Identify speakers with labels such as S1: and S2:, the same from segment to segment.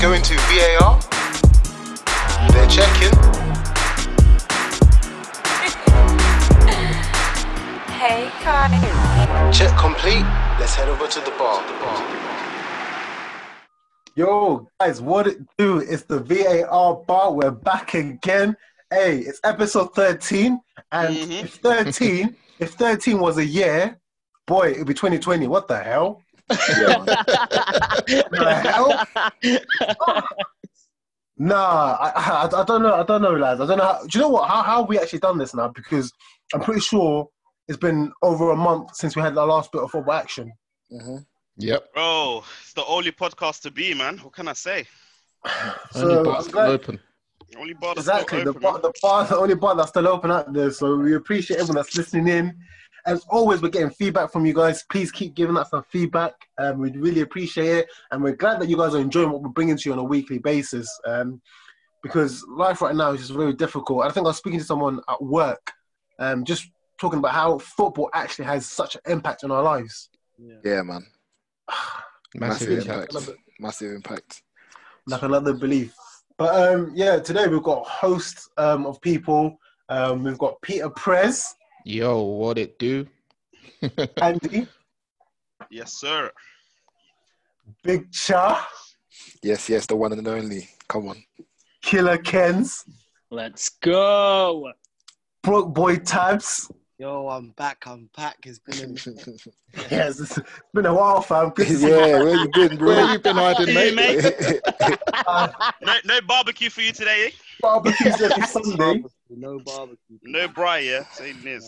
S1: going to VAR. They're checking.
S2: Hey guys.
S1: Check complete. Let's head over to the bar. The bar.
S3: Yo, guys, what it do? It's the VAR bar. We're back again. Hey, it's episode 13. And
S4: Mhm.
S3: if 13, if 13 was a year, boy, it'd be 2020. What the hell? the hell? Nah, I, I, I don't know. I don't know, lads. I don't know. How, do you know what? How how we actually done this now? Because I'm pretty sure it's been over a month since we had our last bit of football action.
S4: Mm-hmm.
S5: Yep.
S4: Bro, it's the only podcast to be, man. What can I say?
S3: So,
S5: Only
S3: I'm
S5: bars
S3: glad-
S5: can open.
S4: The only bar that's
S3: Exactly.
S4: not
S3: The
S4: open,
S3: bar,
S4: man.
S3: the bar's the only bar that's still open out there. So we appreciate everyone that's listening in. As always, we're getting feedback from you guys. Please keep giving us some feedback. Um, we really appreciate it. And we're glad that you guys are enjoying what we're bringing to you on a weekly basis. Um, because life right now is just very difficult. I think I was speaking to someone at work, um, just talking about how football actually has such an impact on our lives.
S6: Yeah, man.
S5: Massive
S6: Massive
S5: impact.
S6: impact. Massive impact.
S3: like another belief. But um, yeah, today we've got a host um, of people. Um, we've got Peter Prez,
S5: Yo, what it do?
S3: Andy,
S4: Yes, sir.
S3: Big Cha,
S6: Yes, yes, the one and only. Come on.
S3: Killer Kens,
S7: Let's go.
S3: Broke Boy Tabs.
S8: Yo, I'm back. I'm back. It's been a minute.
S6: yeah,
S3: Yes, it's been a while, fam. Good to see you.
S6: where you been,
S5: Where
S6: bro?
S5: you been hiding,
S4: Hey,
S5: mate?
S4: mate.
S3: Uh,
S4: No, no barbecue for you today, eh?
S3: barbecues every Sunday.
S8: Barbecue, no barbecue.
S4: No bri, yeah? Say this.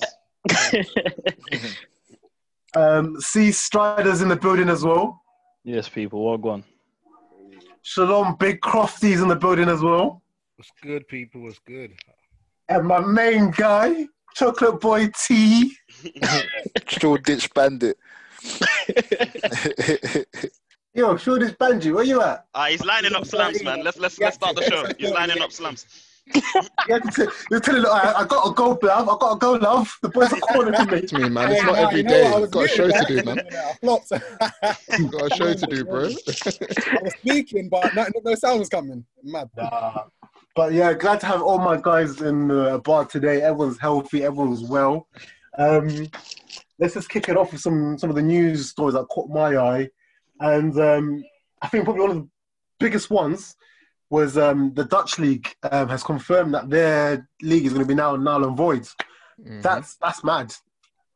S3: Um, C Striders in the building as well.
S7: yes, people. Well gone.
S3: Shalom, Big Crofties in the building as well.
S9: What's good, people? What's good?
S3: And my main guy, Chocolate Boy T.
S6: Straw ditch bandit.
S3: Yo, sure this Banji, where you at?
S4: Ah, he's lining up slams, man. Let's let's let's start the show. He's lining up slams.
S3: Yeah, you're telling me, I, I gotta go, love. I gotta go, love. The boys are calling for me.
S5: It's me, man. It's not every day. Got a show to do, man.
S10: Flops.
S5: Got a show to do, bro.
S10: I was speaking, but no, no, no sound was coming. Mad.
S3: Nah. But yeah, glad to have all my guys in the bar today. Everyone's healthy, everyone's well. Um, let's just kick it off with some some of the news stories that caught my eye, and um, I think probably one of the biggest ones was um, the Dutch league um, has confirmed that their league is going to be now null and void.
S7: Mm-hmm.
S5: Mhm.
S3: That's that's mad.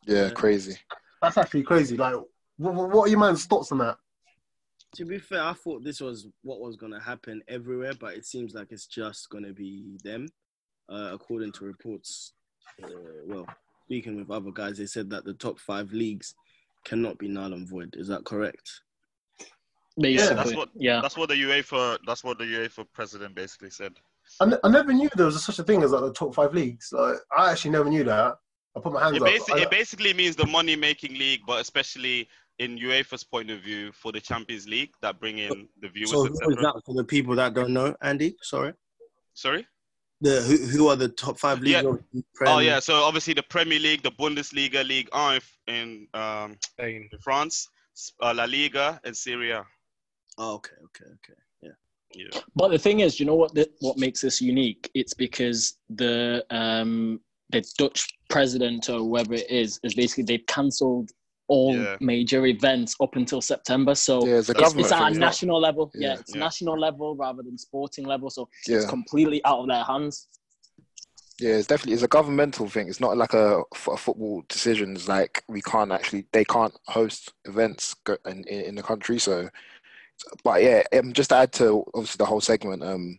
S6: yeah, crazy.
S3: That's actually crazy. Like, what, what are your man's thoughts on that?
S8: To be fair, I thought this was what was going to happen everywhere, but it seems like it's just going to be them. Uh, according to reports, uh, well, speaking with other guys, they said that the top five leagues cannot be null and void. Is that correct?
S4: Yeah,
S7: Basically.
S4: that's what
S7: yeah.
S4: that's what the UEFA that's what the UEFA president basically said.
S3: I, n- I never knew there was such a thing as like the top five leagues. Like, I actually never knew that. I put my hands
S4: It,
S3: up.
S4: basi-
S3: I-
S4: it basically means the money making league, but especially in UEFA's point of view for the Champions League that bring in the viewers,
S8: So who is
S4: etc.
S8: that for the people that don't know, Andy? Sorry.
S4: Sorry?
S8: The who, who are the top five leagues?
S4: Yeah.
S8: of the
S4: Oh
S8: Premier
S4: yeah, so obviously the Premier League, the Bundesliga, League R in um,
S9: Saying
S4: in France, S- uh, La Liga, and Syria.
S8: Oh, okay, okay, okay.
S7: But the thing is, you know what? The, what makes this unique? It's because the um, the Dutch president or whoever it is is basically they've cancelled all
S4: Yeah.
S7: major events up until September. So
S6: Yeah, it's a
S7: it's,
S6: government.
S7: it's at a
S6: thing, not-
S7: national level. Yeah,
S6: Yeah.
S7: it's
S4: Yeah.
S7: national level rather than sporting level. So
S6: yeah.
S7: it's completely out of their hands.
S6: Yeah, it's definitely it's a governmental thing. It's not like a, f- a football decision. It's like we can't actually they can't host events go- in, in in the country. So, but yeah, um, just to add to obviously the whole segment, um,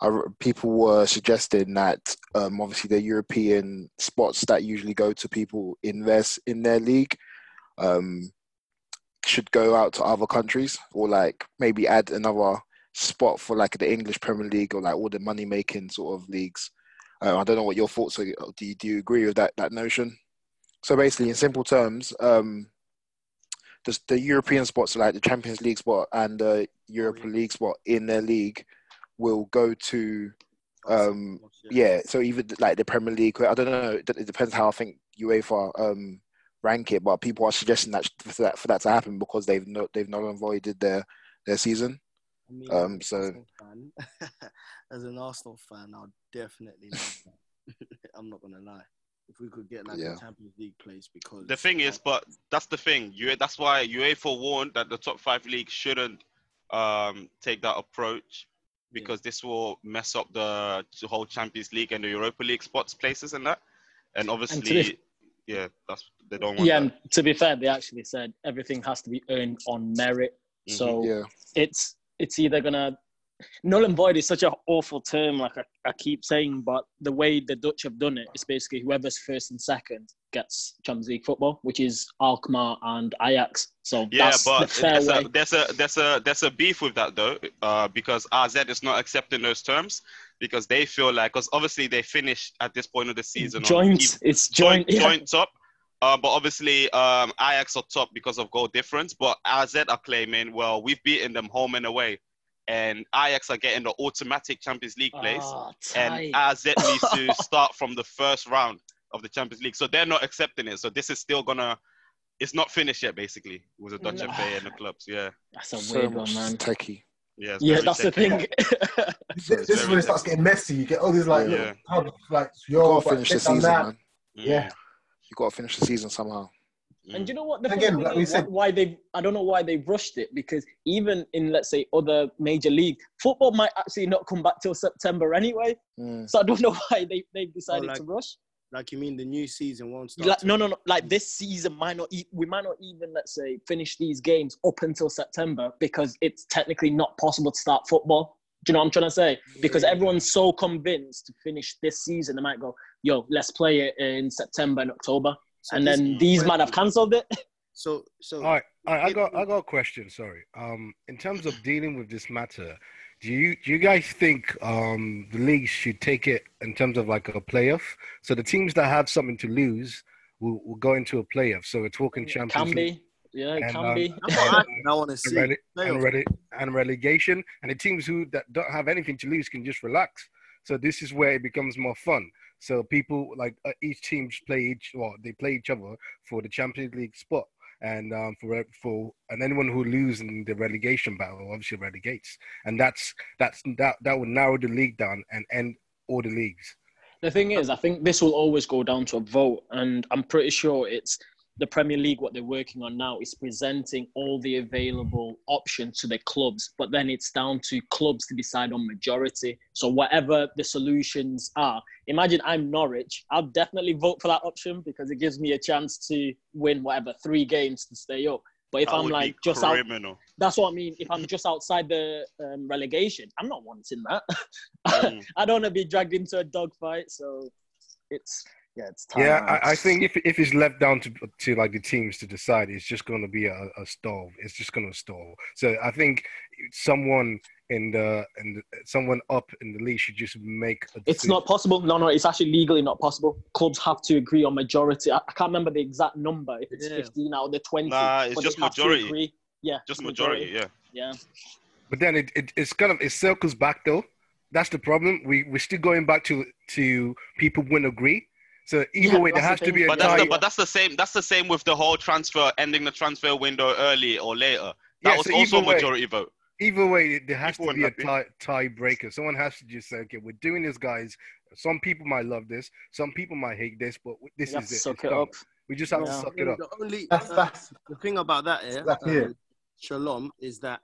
S6: I re- people were suggesting that um, obviously the European spots that usually go to people in their s- in their league, um, should go out to other countries or like maybe add another spot for like the English Premier League or like all the money making sort of leagues. Uh, I don't know what your thoughts are. Do you, do you agree with that, that notion? So basically, in simple terms, um, the, the European spots, like the Champions League spot and the Europa League spot in their league, will go to um, yeah. So even like the Premier League, I don't know. It it depends how I think UEFA um, rank it, but people are suggesting that for that for that to happen because they've no, they've not avoided their their season.
S8: I mean,
S6: Um, so
S8: fan. as an Arsenal fan, I'll definitely. love that. I'm not gonna lie. If we could get like
S6: Yeah.
S8: a Champions League place, because
S4: The thing is, but that's the thing. You that's why UEFA warned that the top five leagues shouldn't um, take that approach because this will mess up the whole Champions League and the Europa League spots places and that. And obviously,
S7: be-
S4: yeah, that's they don't want.
S7: Yeah,
S4: that.
S7: and to be fair, they actually said everything has to be earned on merit.
S4: Mhm.
S7: So
S6: Yeah.
S7: it's it's either gonna null and void is such an awful term, like I, I keep saying, but the way the Dutch have done it is basically whoever's first and second gets Champions League football, which is Alkmaar and Ajax. So
S4: Yeah,
S7: that's the
S4: but
S7: fair
S4: there's
S7: way.
S4: a, there's a there's a there's a beef with that though, uh, because RZ is not accepting those terms because they feel like because obviously they finished at this point of the season on
S7: joint, it's joint. yeah.
S4: joint top. Uh, but obviously, um, Ajax are top because of goal difference. But AZ are claiming, well, we've beaten them home and away, and Ajax are getting the automatic Champions League place,
S7: Ah,
S4: and
S7: tight.
S4: AZ needs to start from the first round of the Champions League. So they're not accepting it. So this is still gonna, it's not finished yet. Basically, with the Dutch
S7: No.
S4: FA and the clubs. Yeah,
S7: that's a
S6: so
S7: weird one,
S6: much
S7: man.
S6: techie.
S4: yeah. it's
S7: Yeah,
S4: very
S7: that's the
S4: tricky.
S7: thing.
S11: This this is when it starts getting messy. You get all these like
S6: Yeah.
S11: little pubs, like
S6: You
S11: yo,
S6: gotta
S11: but
S6: finish the
S11: this and
S6: season,
S11: that.
S6: man.
S4: Mm,
S11: Yeah,
S6: You gotta finish the season somehow.
S7: And
S4: mm.
S7: you know what? The
S11: Again,
S7: funny thing
S11: like we
S7: is,
S11: said-
S7: why they I don't know why they rushed it because even in let's say other major league football might actually not come back till September anyway.
S6: Mm.
S7: So I don't know why they they decided
S8: like-
S7: to rush.
S8: like you mean Mm. the new season won't start.
S7: Like,
S8: till-
S7: no, no, no. Like this season might not e- we might not even let's say finish these games up until September because it's technically not possible to start football. Do you know what I'm trying to say? Because
S8: Yeah.
S7: everyone's so convinced to finish this season, they might go, "Yo, let's play it in September and October,"
S8: So
S7: and
S8: this-
S7: then these might have cancelled it.
S8: So so
S9: All right, all right. I got, I got a question. Sorry. Um, in terms of dealing with this matter, do you, do you guys think um the league should take it in terms of like a playoff? So the teams that have something to lose will, will go into a playoff. So we're talking Champions
S7: Can
S9: League
S7: be, yeah, it
S9: And,
S7: can
S9: um,
S7: be.
S8: That's what I, want to
S9: and,
S8: see.
S9: rele- and,
S8: Playoff.
S9: rele- and relegation, and the teams who that don't have anything to lose can just relax. So this is where it becomes more fun. So people like uh, each team play each well, they play each other for the Champions League spot, and um, for for and anyone who loses in the relegation battle obviously relegates, and that's that's that that would narrow the league down and end all the leagues.
S7: The thing is, I think this will always go down to a vote, and I'm pretty sure it's the Premier League. What they're working on now is presenting all the available options to the clubs, but then it's down to clubs to decide on majority. So whatever the solutions are, imagine I'm Norwich, I'll definitely vote for that option because it gives me a chance to win whatever three games to stay up. But if
S4: That
S7: I'm
S4: would be
S7: like just out,
S4: criminal.
S7: that's what I mean. If I'm just outside the um, relegation, I'm not wanting that.
S4: Mm.
S7: I don't want to be dragged into a dogfight, so it's yeah, it's time.
S9: Yeah,
S7: man.
S9: I, I think if if it's left down to to like the teams to decide, it's just going to be a, a stall. It's just going to stall. So I think someone in the and someone up in the league should just make. A
S7: it's
S9: decision.
S7: not possible. No, no, it's actually legally not possible. Clubs have to agree on majority. I, I can't remember the exact number. If it's
S8: Yeah.
S7: fifteen out of the twenty,
S4: Nah, it's
S7: but they
S4: just
S7: have to
S4: majority.
S7: agree. Yeah,
S4: Just
S7: it's
S4: majority. Yeah.
S7: Yeah,
S9: But then it, it it's kind of it circles back though. That's the problem. We we're still going back to to people wouldn't agree. So either
S7: Yeah,
S9: way, there
S7: that's the
S9: has to
S7: thing.
S9: be a
S4: But that's,
S9: tie.
S4: the, but that's the same. That's the same with the whole transfer ending the transfer window early or later. That
S9: Yeah,
S4: was
S9: so
S4: also
S9: either way-
S4: majority vote.
S9: Either way, there has
S4: People
S9: to be a
S4: wouldn't
S9: tie, tie breaker. Someone has to just say, okay, we're doing this, guys. Some people might love this, some people might hate this, but this
S7: you have
S9: is
S7: to
S9: it.
S7: suck
S9: It's
S7: it
S9: done.
S7: up.
S9: We just have to
S7: Yeah.
S9: suck it up.
S8: The only uh,
S11: that's that's
S8: the thing about that, yeah,
S11: That's it.
S8: um, Shalom, is that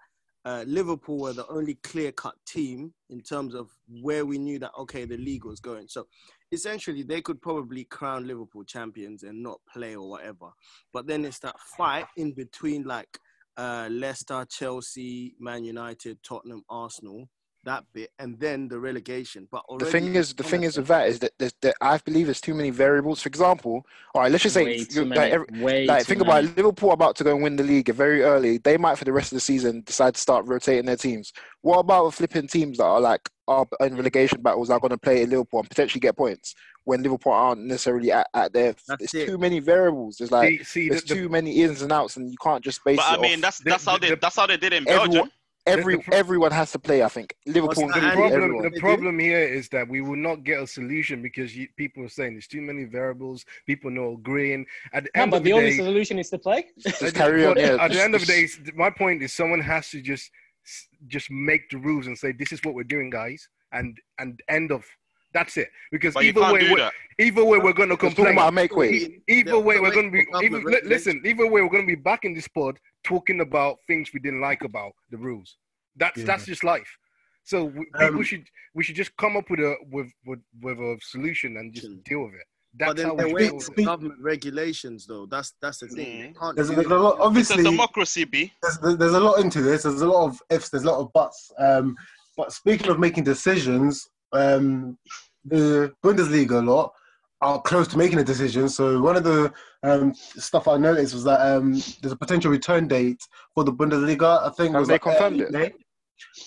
S8: uh, Liverpool were the only clear-cut team in terms of where we knew that okay, the league was going. So essentially, they could probably crown Liverpool champions and not play or whatever. But then it's that fight in between, like uh, Leicester, Chelsea, Man United, Tottenham, Arsenal, that bit, and then the relegation. But
S6: The
S8: already,
S6: thing is, the thing is with that is that, there's, that I believe there's too many variables. For example, all right, let's just say
S7: Way
S6: you-
S7: too
S6: like,
S7: many.
S6: every-
S7: Way
S6: like
S7: too
S6: think
S7: many.
S6: about it, Liverpool are about to go and win the league very early. They might for the rest of the season decide to start rotating their teams. What about flipping teams that are like are in relegation battles are going to play in Liverpool and potentially get points when Liverpool aren't necessarily at, at their.
S8: That's
S6: It's
S8: it.
S6: too many variables. There's like
S9: See, see,
S6: there's
S9: the- the-
S6: too many ins and outs, and you can't just base
S4: But I
S6: it
S4: mean,
S6: off.
S4: that's that's how they
S9: the- the-
S4: that's how they did it in
S6: Everyone-
S4: Belgium.
S6: Every
S9: the pro-
S6: everyone has to play. I think Liverpool
S8: Well, it's not Andy.
S9: problem,
S6: included. everyone.
S9: the
S8: They do.
S9: problem here is that we will not get a solution because you, people are saying there's too many variables. People not agreeing. At the
S7: No,
S9: end
S7: but
S9: of
S7: the
S9: the
S7: only
S9: day,
S7: solution is to play.
S9: at
S6: Just
S9: the-
S6: carry on.
S9: but
S6: Yeah.
S9: at the
S6: just-
S9: end of the
S6: just-
S9: day, my point is someone has to just s- just make the rules and say this is what we're doing, guys, and and end of. That's it. Because
S4: But you
S9: either
S4: can't
S9: way,
S4: do
S9: we're-
S4: that.
S9: either way, we're going to
S6: talking
S9: complain.
S6: about make way.
S9: E- Either
S8: Yeah,
S9: way, we're
S8: make-
S9: going to be.
S8: for
S9: Either,
S8: government
S9: li- listen, either way, we're going to be back in this pod talking about things we didn't like about the rules. That's
S3: Yeah.
S9: that's just life. So w- people
S3: Um,
S9: should we should just come up with a with with, with a solution and just deal with it. That's
S8: But then
S9: how
S8: they're
S9: we
S3: wait-
S9: deal
S8: waiting
S9: with it.
S8: for
S3: Speak-
S8: government regulations, though. That's that's the thing.
S4: Mm.
S8: They can't
S3: There's,
S8: do
S3: there's a
S8: it.
S3: lot,
S4: It's a
S3: obviously,
S4: democracy, B.
S3: there's, there's a lot into this. There's a lot of ifs. There's a lot of buts. Um, but speaking of making decisions, um, the Bundesliga lot are close to making a decision. So one of the um, stuff I noticed was that um, there's a potential return date for the Bundesliga. I think it
S6: Have
S3: was
S6: they
S3: like,
S6: confirmed
S3: uh,
S6: it?
S3: May.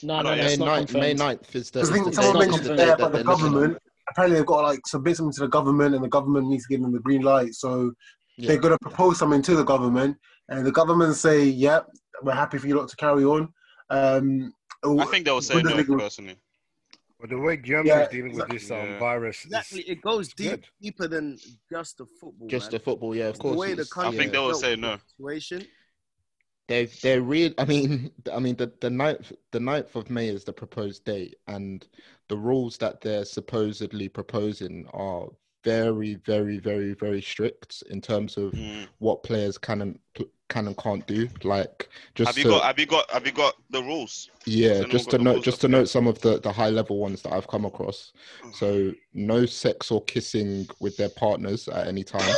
S7: No,
S4: Not
S7: no, no,
S5: May
S7: it's not
S5: 9th, May
S7: confirmed.
S5: 9th is the.
S3: I
S5: is
S3: think
S5: the-
S3: someone
S5: is the
S3: mentioned
S5: date
S3: there
S5: that
S3: about the
S5: they're looking at.
S3: government. Apparently, they've got to like submit something to the government, and the government needs to give them the green light. So
S5: Yeah.
S3: they're going to propose something to the government, and the government say, "Yep, we're happy for you lot to carry on." Um,
S4: I think they will say no,
S3: Bundesliga-
S4: personally.
S9: But the way Germany
S3: Yeah,
S9: is dealing with this um,
S4: Yeah.
S9: virus,
S8: Exactly,
S9: is,
S8: it goes
S9: it's
S8: deep,
S9: good.
S8: deeper than just the football.
S5: Just
S8: man.
S5: the football, yeah, of
S8: The
S5: course.
S8: way the
S5: it's-
S4: I
S8: country
S4: think
S5: yeah.
S4: they will
S8: dealt
S4: say
S8: with the
S4: no.
S8: Situation.
S5: they've they're real i mean th- i mean the, the 9th the 9th of may is the proposed date and the rules that they're supposedly proposing are very very very very strict in terms of
S4: Mm.
S5: what players can and p- can and can't do like just
S4: Have you
S5: to,
S4: got? Have you got? Have you got the rules?
S5: yeah,
S4: anyone
S5: just
S4: got
S5: to
S4: the
S5: note,
S4: rules
S5: just
S4: up
S5: to
S4: there?
S5: note some of the the high level ones that I've come across. So, no sex or kissing with their partners at any time.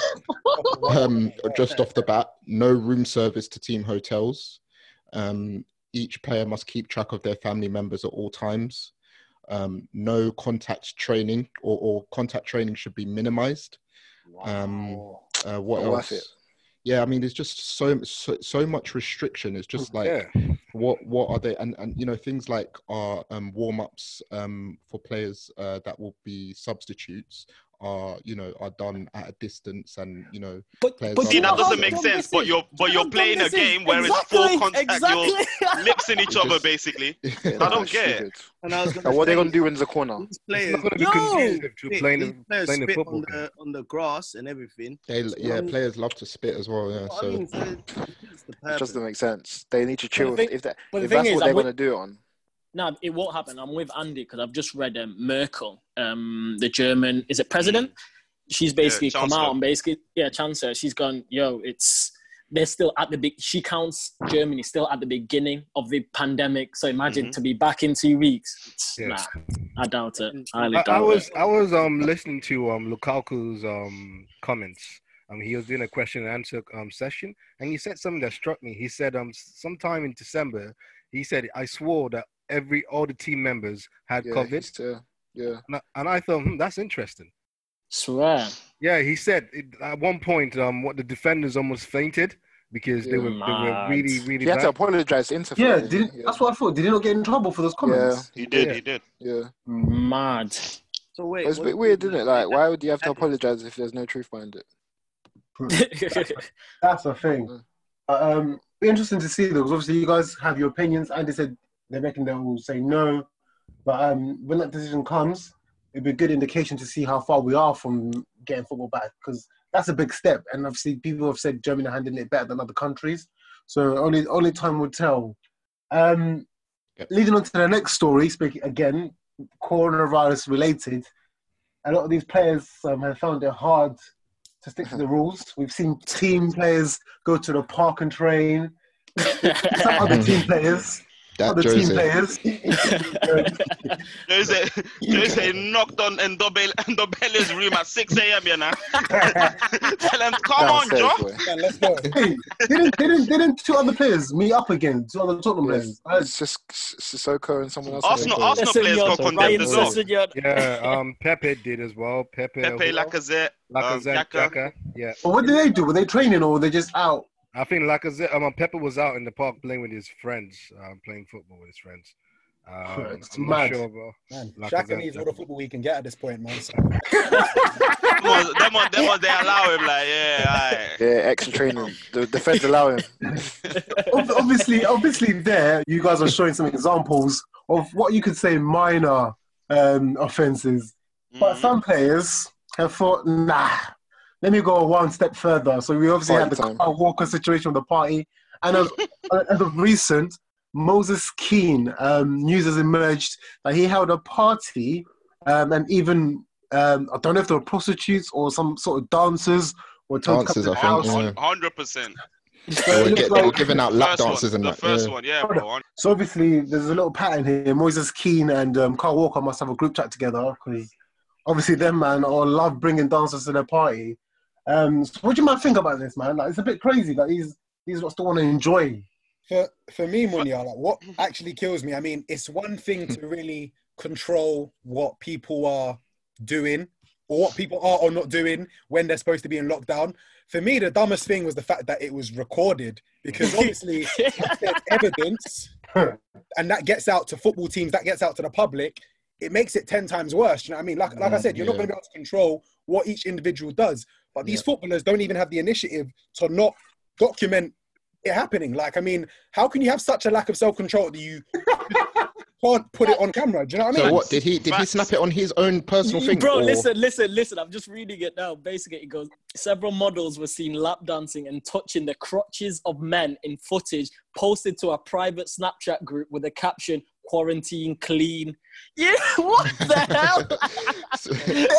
S5: um, just off the bat, no room service to team hotels. Um, each player must keep track of their family members at all times. Um, no contact training or, or contact training should be minimized. Um, uh, what
S6: Not
S5: else?
S6: worth it.
S5: Yeah, I mean, there's just so so, so much restriction. It's just like
S9: yeah.
S5: what what are they and and you know things like our um warm ups um for players uh, that will be substitutes are you know are done at a distance and you know
S12: But,
S5: Players
S12: but
S5: are
S4: See,
S12: you know
S4: that
S5: allowed
S12: how
S4: doesn't make
S12: dumb
S4: sense.
S12: this
S4: But
S12: is?
S4: you're
S12: Do
S4: but
S12: you know
S4: you're
S12: how
S4: playing
S12: dumb
S4: a
S12: this is?
S4: game where
S12: exactly,
S4: it's full contact.
S12: Exactly.
S4: You're lips in each
S5: It
S4: other,
S5: just-
S4: basically.
S6: Yeah,
S4: I
S6: that's
S4: don't get it.
S6: stupid.
S8: And I was gonna
S6: And what they're
S8: say,
S6: gonna do in the corner?
S8: these
S9: It's
S8: players,
S9: not going to be
S12: Yo!
S9: conducive to
S8: spit-
S9: playing
S8: these
S9: a,
S8: players
S9: playing a
S8: spit
S9: football
S8: on
S9: game.
S8: the on the grass and everything.
S5: they
S8: So, I
S5: yeah
S8: mean,
S5: players love to spit as well
S8: you
S5: yeah
S8: know what Um, I
S5: so
S8: mean, so it defeats the
S6: It
S8: purpose.
S6: just doesn't make sense. They need to
S7: But the
S6: chill.
S7: thing-
S6: If that
S7: but the
S6: if
S7: thing
S6: that's
S7: is,
S6: what
S7: I'm
S6: they're
S7: with-
S6: gonna do it on,
S7: No, it won't happen. I'm with Andy because I've just read um, Merkel, um, the German, is it president? She's basically come
S4: chancellor.
S7: out and basically, yeah, Chancellor. She's gone, yo, it's they're still at the big. She counts Germany still at the beginning of the pandemic. So imagine
S4: Mhm.
S7: to be back in two weeks. It's,
S9: Yeah.
S7: Nah, I doubt it. I highly
S9: I,
S7: doubt
S9: I was
S7: it.
S9: I was um listening to um Lukaku's um comments. Um, he was doing a question and answer um session, and he said something that struck me. He said um sometime in December, he said I swore that every all the team members had
S6: yeah,
S9: COVID,
S6: he's, uh, yeah.
S9: and I, and I thought hmm, that's interesting.
S7: Swear.
S9: Yeah, he said it, at one point um what the defenders almost fainted because they
S6: Yeah.
S9: were they were
S7: Mad.
S9: really really
S6: He had to
S9: bad.
S6: apologize to Inter. for
S3: Yeah,
S6: that,
S3: did,
S6: yeah.
S3: that's what I thought. Did he not get in trouble for those
S6: yeah,
S3: comments?
S4: He did.
S9: Yeah.
S4: He did.
S6: yeah.
S7: Mad.
S8: So wait,
S6: It's a
S8: what
S6: bit
S8: do
S6: weird,
S8: you
S6: isn't
S8: mean?
S6: it? Like,
S8: Like,
S6: why would you have to
S8: that-
S6: apologize if there's no truth behind it?
S3: That's the thing.
S5: Mm.
S3: But, um, be interesting to see though, because obviously you guys have your opinions. Andy said they reckon they will say no, but um, when that decision comes, it'd be a good indication to see how far we are from getting football back, because that's a big step. And obviously, people have said Germany are handling it better than other countries, so only only time will tell. Um,
S5: Yep.
S3: Leading on to the next story, speaking again, coronavirus related. A lot of these players um, have found it hard to stick to the rules. We've seen team players go to the park and train. Some other team players,
S5: that
S3: other team
S5: Jose
S3: players.
S4: Jose, Jose knocked on Ndobele, Ndobele's room at 6 a.m. You know. Tell him, come on,
S6: Downstairs,
S4: Joe.
S6: boy.
S10: Yeah, let's go.
S3: hey, didn't, didn't, didn't two other players meet up again? Two other Tottenham
S6: Yeah.
S3: players. I,
S6: Ah, It's just S- Sissoko and someone else. I
S4: Arsenal,
S6: think.
S4: Arsenal players
S7: Sessegnon,
S4: got
S5: Sorry,
S4: condemned
S7: Ryan
S4: as
S5: sorry.
S4: well.
S7: Sessegnon.
S9: Yeah, um Pepe did as well. Pepe,
S4: Pepe,
S9: who else?
S4: Lacazette, um,
S9: Lacazette,
S4: Xhaka.
S9: Xhaka. Yeah,
S3: but what did they do? Were they training or were they just out?
S9: I think Lacazette. I mean, Pepper was out in the park playing with his friends, um, playing football with his friends. Um,
S3: It's
S9: I'm not
S3: mad.
S9: sure about
S10: Man, Shaka
S9: Lacazette.
S10: needs all the football we can get at this point, man. So,
S4: Them ones, them ones, them ones, they allow him. Like, yeah, all right.
S6: Yeah, extra training. The defense allow him.
S3: Ob- obviously, obviously, there you guys are showing some examples of what you could say minor um, offences, but
S4: Mhm.
S5: Mm.
S3: some players have thought, nah, let me go one step further. So we obviously
S6: Party
S3: had the
S6: time.
S3: Kyle Walker situation with the party, and as, as of recent, Moses Keane, um, news has emerged that he held a party um, and even, um, I don't know if they were prostitutes or some sort of dancers or told to come
S5: Dancers,
S3: to the
S5: I
S3: house.
S5: think, yeah.
S4: Hundred percent.
S3: So
S5: They
S3: it
S5: were,
S3: looks
S5: get, they were
S3: like-
S5: giving out lap
S4: First
S5: dances
S4: one,
S5: and
S4: the
S5: that.
S4: first
S5: yeah.
S4: one, yeah,
S3: Hold
S4: bro.
S3: on.
S4: hun-
S3: So obviously, there's a little pattern here. Moises Keane and um, Carl Walker must have a group chat together because obviously them man all love bringing dancers to their party. Um, so what do you man think about this, man? Like, it's a bit crazy that he's he's what's the one to enjoy.
S10: For for me, Munya, like what actually kills me. I mean, it's one thing to really control what people are doing or what people are or not doing when they're supposed to be in lockdown. For me, the dumbest thing was the fact that it was recorded because obviously there's evidence and that gets out to football teams, that gets out to the public, it makes it 10 times worse. You know what I mean? Like, like I said, you're not
S5: Yeah.
S10: going to be able to control what each individual does. But these footballers don't even have the initiative to not document it happening. Like, I mean, how can you have such a lack of self control that you can't put it on camera? Do you know what I mean?
S5: So what did he did he
S4: Facts.
S5: snap it on his own personal thing?
S7: Bro,
S5: or-
S7: listen, listen, listen. I'm just reading it now. Basically, it goes several models were seen lap dancing and touching the crotches of men in footage posted to a private Snapchat group with the caption quarantine clean. Yeah, what the hell?
S5: So-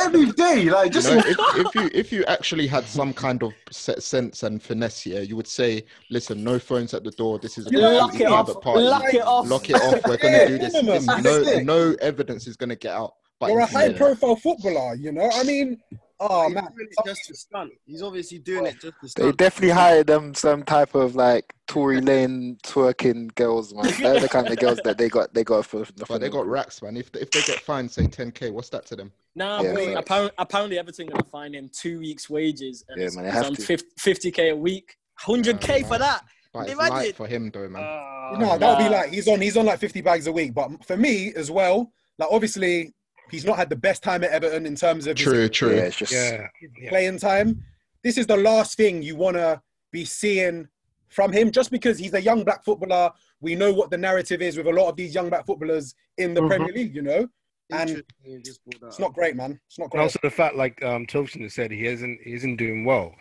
S3: Every day, like
S5: You
S3: just
S5: know, if, if you if you actually had some kind of set sense and finesse here, you would say, "Listen, no phones at the door. This is a
S10: You know,
S5: completely
S10: lock it
S5: private
S7: off.
S5: party.
S7: Lock it off."
S5: Lock it off. We're
S10: Yeah,
S5: gonna do this.
S10: minimum.
S5: this
S3: That's
S5: no
S3: it.
S5: no evidence is gonna get out." But
S10: You're a
S5: instead-
S10: high profile footballer, you know? I mean, oh,
S13: He's
S10: man.
S13: doing it just to stunt. He's obviously doing it just to
S6: They
S13: stunt.
S6: definitely hired them some type of like Tory Lane twerking girls, man. They're the kind of girls that they got. They got for
S5: but they
S6: nothing.
S5: got racks, man. If if they get fined, say 10k, what's that to them?
S7: Nah,
S6: Yeah,
S7: bro.
S6: facts.
S7: Apparently, apparently, Everton gonna find him two weeks' wages. And
S6: Yeah,
S7: it's-
S6: man, they
S7: he's
S6: have
S7: on
S6: to.
S7: 50, k a week. 100k
S5: Yeah, man.
S7: for that.
S5: But it's
S7: Imagine- Ah,
S5: light for him though, man.
S13: Uh,
S10: No, that would be
S7: nah.
S10: like he's on he's on like 50 bags a week. But for me as well, like obviously he's not had the best time at Everton in terms of his
S5: True, true.
S6: Yeah, it's just
S9: Yeah. yeah.
S10: playing time. This is the last thing you want to be seeing from him just because he's a young black footballer. We know what the narrative is with a lot of these young black footballers in the
S9: Mm-hmm.
S3: Mhm.
S10: Premier League, you know? And-
S13: Interesting you just brought that
S10: It's
S13: up.
S10: not great, man. It's not
S9: And
S10: great.
S9: also the fact, like um, Tilson has said, he isn't he isn't doing well.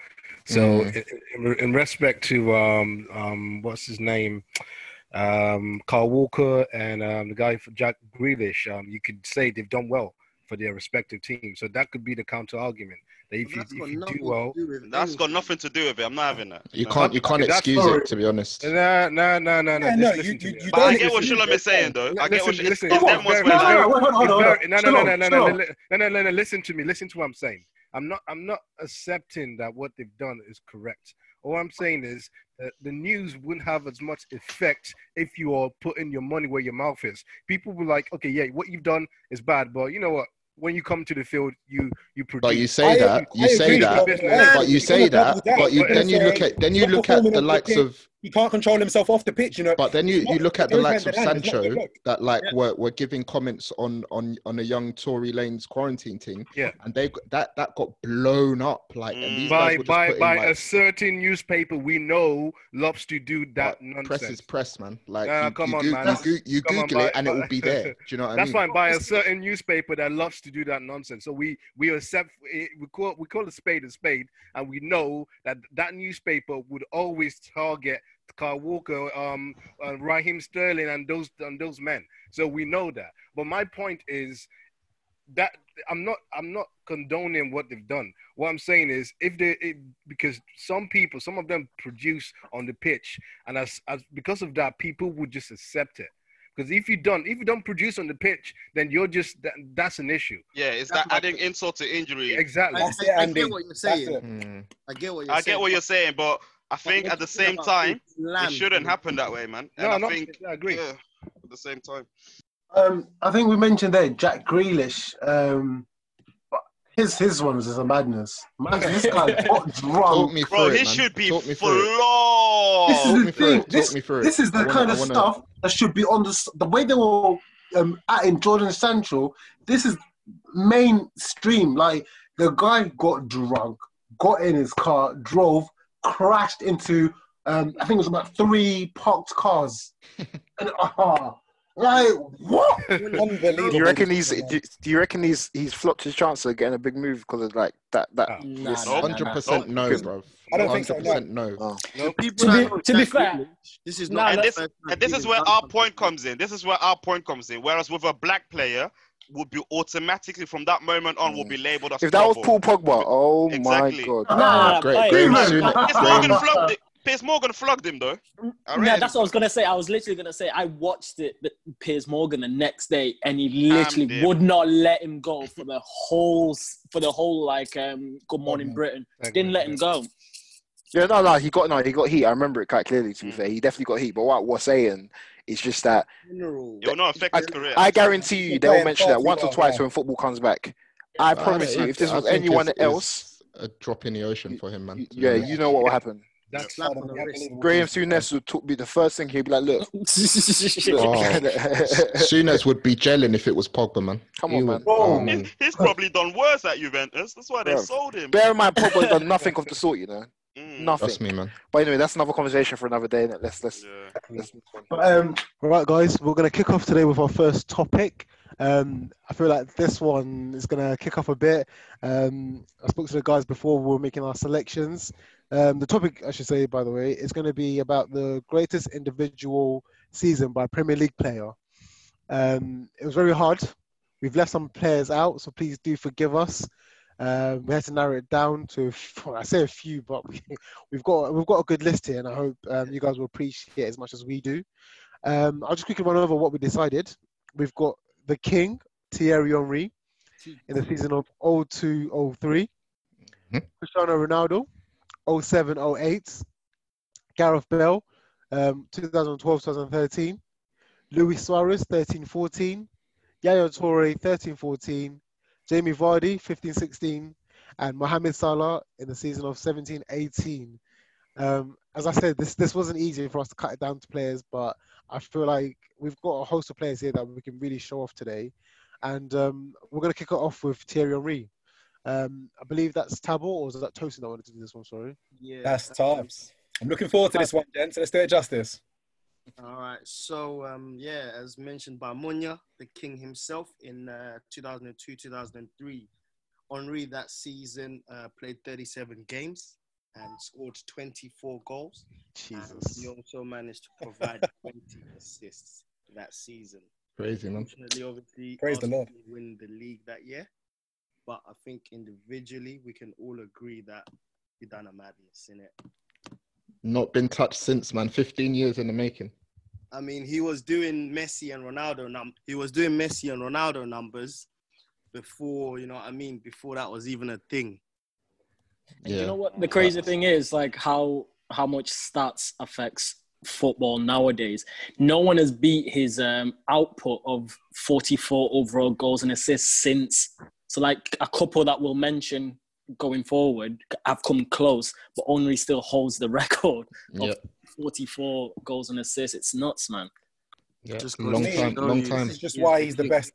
S9: So
S5: Mm.
S9: in, in- in respect to um, um, what's his name, um, Carl Walker and um, the guy for Jack Grealish, um, you could say they've done well for their respective teams. So that could be the counter argument that if
S13: But
S9: you
S13: that's got
S9: if you do
S13: nothing
S9: well,
S13: to do with
S4: That's got
S13: anything.
S4: nothing to do with it. I'm not having that.
S5: You
S4: No.
S5: can't you can't
S9: That's
S5: excuse
S3: sorry.
S5: it to be honest.
S9: no no no no no.
S10: Yeah,
S9: just
S10: no,
S9: listen
S10: you-
S9: to
S10: you-
S9: me.
S10: you
S4: But I
S10: don't
S4: get what
S10: excuse
S4: Shulam
S10: it,
S4: is saying though. I get
S9: Listen,
S4: what Sh- it's,
S9: listen,
S4: it's them
S9: it's very-
S4: ones
S9: it's
S4: where
S9: very-
S4: like
S3: No, wait, hold on, hold
S9: It's
S3: on, hold
S9: very-
S3: on.
S9: no, no, no,
S3: Chill
S9: no,
S3: out,
S9: no,
S3: chill
S9: no,
S3: out.
S9: li- no, no, no, no. Listen to me. Listen to what I'm saying. I'm not. I'm not accepting that what they've done is correct. All I'm saying is that the news wouldn't have as much effect if you are putting your money where your mouth is. People were like, okay, yeah, what you've done is bad, but you know what? When you come to the field, you you produce.
S5: But you say
S10: I-
S5: that, you
S10: I
S5: say
S10: agree with
S5: that,
S10: Bob
S9: Business.
S10: Morales.
S5: but you
S10: He's gonna
S5: say that,
S10: double down.
S5: but you
S10: He's
S5: then you
S10: gonna
S5: look
S10: say
S5: at then
S10: he's
S5: you
S10: not
S5: look at
S10: performing
S5: the
S10: on
S5: likes
S10: pitch.
S5: of
S10: he can't control himself off the pitch, you know.
S5: But then you,
S10: It's not-
S5: you look at the
S10: it goes
S5: likes
S10: hand
S5: of
S10: in hand, it's not
S5: Sancho
S10: good luck.
S5: that like
S9: Yeah.
S5: were, were giving comments on on on a young Tory Lane's quarantine thing,
S9: Yeah.
S5: and they got- that that got blown up like, and these guys
S9: By
S5: were just
S9: by
S5: putting
S9: by a
S5: like
S9: certain newspaper we know loves to do that
S5: like, press is
S9: nonsense.
S5: press, man. Like
S9: Nah,
S5: you
S9: come
S5: you,
S9: on,
S5: go,
S9: man.
S5: you,
S9: That's-
S5: go, you
S9: come on,
S5: Google it
S9: but-
S5: and it will
S9: but-
S5: be there. Do you know what I
S9: That's
S5: mean?
S9: fine by a certain newspaper that loves to do that nonsense. So we we accept eh, we call we call a spade a spade, and we know that that newspaper would always target Carl Walker, um, uh, Raheem Sterling, and those and those men. So we know that. But my point is that I'm not I'm not condoning what they've done. What I'm saying is if they it, because some people, some of them produce on the pitch, and as, as because of that, people would just accept it. Because if you don't if you don't produce on the pitch, then you're just that, that's an issue.
S4: yeah, it's
S13: That's
S4: that
S13: my
S4: adding insult to injury.
S9: Exactly.
S13: I,
S10: That's
S13: I,
S10: it,
S13: I
S10: Andy.
S13: get what you're
S10: That's
S13: saying.
S10: it.
S5: Mm.
S13: I get what you're
S4: I
S13: saying.
S4: get what you're saying, but I
S13: But
S4: think
S13: we're
S4: at the
S13: talking
S4: same
S13: about
S4: time
S13: being
S4: it
S13: slammed
S4: shouldn't
S13: and-
S4: happen that way, man.
S9: No,
S4: And I
S9: no,
S4: think
S9: I agree.
S4: yeah, at the same time.
S3: Um, I think we mentioned there Jack Grealish. Um, but his his one was just a madness. Imagine this guy got
S5: Talk
S3: drunk.
S5: me
S4: Bro,
S5: through
S4: he
S5: it, man.
S4: should be
S5: Talk me through
S4: flawed.
S3: This is the
S5: it. Talk me through
S3: thing.
S5: it. Talk
S3: This
S5: me through it.
S3: this is
S5: I
S3: the
S5: wanna,
S3: kind
S5: I
S3: of
S5: wanna.
S3: stuff that should be on the s- the way they were um, in Jordan Sancho. This is mainstream. Like the guy got drunk, got in his car, drove, crashed into. Um, I think it was about three parked cars. and, ah,
S11: Like what?
S6: Do you reckon he's do do you reckon he's he's flopped his chance of getting a big move because of like that that
S7: Nah,
S6: this-
S7: nah, nah, nah.
S5: Oh. Hundred percent no, bro.
S10: I don't think so, no.
S5: 100% no.
S6: Oh.
S8: People
S7: To be-
S8: that know
S7: to be
S8: Jack
S7: fair,
S8: Grealish, this is
S7: nah,
S8: not.
S4: and
S8: the
S4: this
S8: first time
S4: and this is
S8: he's
S4: where
S8: done
S4: our
S8: something.
S4: point comes in. This is where our point comes in. Whereas with a black player, would be automatically from that moment on will be
S8: Mm.
S4: labelled as
S6: If that was
S4: trouble.
S6: Paul Pogba, oh
S4: Exactly.
S6: my god.
S5: Ah,
S7: Nah,
S5: great.
S7: hey,
S5: Graham
S11: man.
S5: Souness.
S4: Piers Morgan
S5: Graham-
S4: flogged it. Piers Morgan flogged him though. I
S7: Yeah,
S4: read
S7: that's
S4: him.
S7: what I was gonna say. I was literally gonna say I watched it, the- Piers Morgan, the next day, and he literally
S4: Damned him.
S7: would not let him go for the whole, s- for the whole like, um, Good Morning
S9: Segment.
S7: Britain.
S9: Segment,
S7: Didn't let him
S9: yeah.
S7: go.
S6: Yeah, no, no, he got no, he got heat. I remember it quite clearly.
S7: Mm.
S6: To be fair, he definitely got heat. But what I was saying is just that
S8: General.
S4: It will not affect his career.
S6: I guarantee you they'll
S10: Playing
S6: mention that
S10: fast,
S6: once
S10: you
S6: or
S10: are,
S6: twice
S10: yeah.
S6: when football comes back. I
S5: But
S6: promise
S5: don't-
S6: you, if this
S5: I
S6: was
S5: think
S6: anyone
S5: it's- it's
S6: else,
S5: a drop in the ocean for him, man.
S6: y-
S5: to be
S6: yeah,
S5: honest.
S6: you know what will happen.
S9: That's
S8: Slap on the wrist.
S6: Graham Souness would talk, be the first thing he'd be like, "Look, look,
S5: Oh. Souness would be gelling if it was Pogba, man.
S6: come
S5: He
S6: on, man."
S5: would-
S11: Whoa.
S5: oh, man.
S4: He's, he's probably done worse at Juventus. That's why they
S6: Bruv.
S4: sold him.
S6: Bear in mind, Pogba's done nothing of the sort, you know,
S4: Mm,
S6: nothing.
S5: Trust me, man.
S6: But anyway, that's another conversation for another day. innit? Let's let's
S4: yeah.
S6: let's move on.
S11: But um,
S3: Right, guys, we're going to kick off today with our first topic. Um, I feel like this one is going to kick off a bit. Um, I spoke to the guys before we were making our selections. Um, the topic, I should say, by the way, is going to be about the greatest individual season by Premier League player. Um, it was very hard. We've left some players out, so please do forgive us. Um, we had to narrow it down to, a f- I say a few, but we, we've got we've got a good list here, and I hope um, you guys will appreciate it as much as we do. Um, I'll just quickly run over what we decided. We've got the King, Thierry Henry, in the season of 02 03,
S5: Mhm.
S3: Cristiano Ronaldo, 07 08, Gareth Bell, um, 2012 2013, Luis Suarez, 13 14, Yaya Torre, 13 14, Jamie Vardy, 15 16, and Mohamed Salah in the season of 17 18. Um, as I said, this, this wasn't easy for us to cut it down to players, but I feel like we've got a host of players here that we can really show off today. And um, we're going to kick it off with Thierry Henry. Um, I believe that's Tabo, or is that Tosin that wanted to do this one? Sorry.
S8: Yeah.
S10: That's tops. I'm looking forward to this one, gents. Let's do it justice.
S8: All right. So, um, yeah, as mentioned by Munya, the king himself in uh, 2002 2003, Henri that season uh, played 37 games and scored 24 goals. And
S3: Jesus.
S8: he also managed to provide 20 assists that season.
S5: Crazy, man.
S8: Unfortunately, obviously,
S10: Praise the
S8: Arsenal
S10: Lord.
S8: didn't win the league that year. But I think individually, we can all agree that he done a madness in it.
S5: Not been touched since, man. 15 years in the making.
S8: I mean, he was doing Messi and Ronaldo num- he was doing Messi and Ronaldo numbers before, you know what I mean, before that was even a thing.
S7: And you
S5: Yeah.
S7: know what? The crazy
S5: Facts.
S7: thing is, like how how much stats affects football nowadays. No one has beat his um, output of 44 overall goals and assists since. So, like a couple that we'll mention going forward have come close, but Henry still holds the record.
S5: Yeah.
S7: 44 goals and assists. It's nuts, man.
S5: yeah.
S8: Just
S5: Long
S10: goes to
S5: time.
S8: show
S5: Long
S8: you-
S5: time.
S10: This is just
S8: Yeah.
S10: why he's the best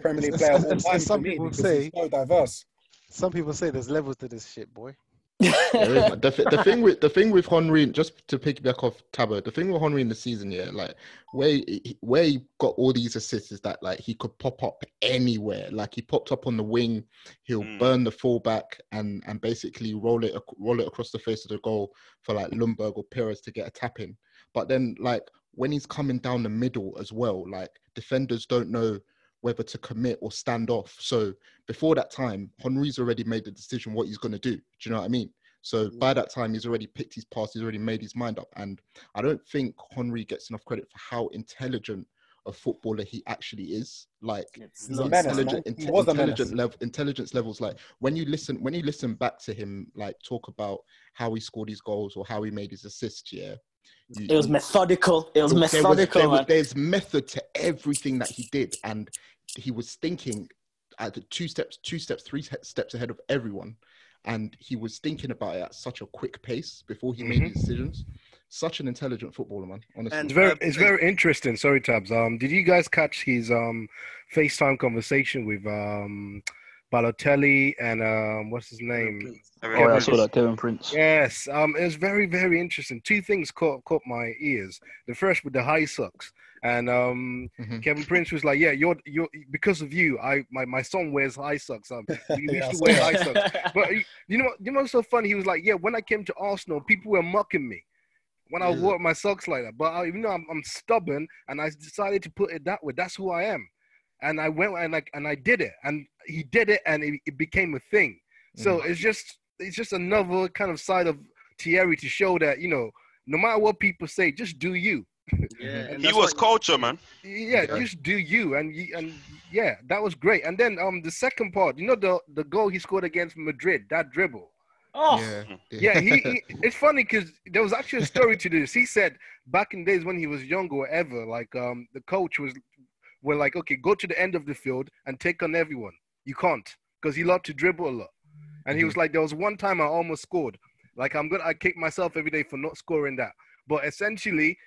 S10: Premier League player of all
S3: As- as
S10: time for
S3: some
S10: me
S3: people
S10: because
S3: say-
S10: he's so diverse.
S3: Some people say there's levels to this shit, boy.
S5: There is, man. The, thi- the thing with the thing with Henry, just to piggyback off Tabo, the thing with Henry in the season, yeah, like where he, where he got all these assists is that like he could pop up anywhere. Like he popped up on the wing, he'll
S4: Mm.
S5: burn the fullback and and basically roll it ac- roll it across the face of the goal for like Lundberg or Perez to get a tap in. But then like when he's coming down the middle as well, like defenders don't know whether to commit or stand off. So before that time, Henry's already made the decision what he's going to do. Do you know what I mean? So
S10: Mm.
S5: by that time, he's already picked his pass. He's already made his mind up. And I don't think Henry gets enough credit for how intelligent a footballer he actually is. Like
S7: It's
S10: He's
S5: his
S10: a
S7: nuts,
S10: menace,
S7: man.
S5: intelligent,
S10: man. He
S5: inte-
S10: was a menace.
S5: intelligent level, intelligence levels. Like when you listen, when you listen back to him, like talk about how he scored his goals or how he made his assists. Yeah, you-
S7: It was
S5: you-
S7: methodical. It was
S5: there was- there was-
S7: methodical,
S5: there was-
S7: man.
S5: there's method to everything that he did, and he was thinking at the two steps, two steps, three te- steps ahead of everyone, and he was thinking about it at such a quick pace before he made his decisions. Such an intelligent footballer, man. Honestly,
S8: And-
S9: Mm-hmm. It's very, it's very interesting. Sorry, Tabs. Um, did you guys catch his um FaceTime conversation with um Balotelli and um, what's his name?
S14: Oh, yeah, I saw that Kevin Prince.
S9: Yes, um, it was very very interesting. Two things caught caught my ears. The first with the high socks, and um, mm-hmm. Kevin Prince was like, "Yeah, you're you're because of you. I my, my son wears high socks. Um, we used to wear high socks. But you know what? You know what's so funny? He was like, "Yeah, when I came to Arsenal, people were mocking me." when I yeah. wore my socks like that. But I, even though I'm, I'm, stubborn and I decided to put it that way, that's who I am. And I went and I, and I did it. And he did it and it, it became a thing. So mm. it's just it's just another kind of side of Thierry to show that, you know, no matter what people say, just do you.
S4: Yeah. he was like, culture, man.
S9: Yeah, yeah, just do you, and you, and yeah, that was great. And then um, the second part, you know, the the goal he scored against Madrid, that dribble.
S7: Oh,
S9: yeah. yeah he, he, it's funny because there was actually a story to this. He said back in days when he was young or whatever, like um, the coach was were like, okay, go to the end of the field and take on everyone. You can't because he loved to dribble a lot. And mm-hmm. he was like, there was one time I almost scored. Like I'm gonna, I kick myself every day for not scoring that. But essentially,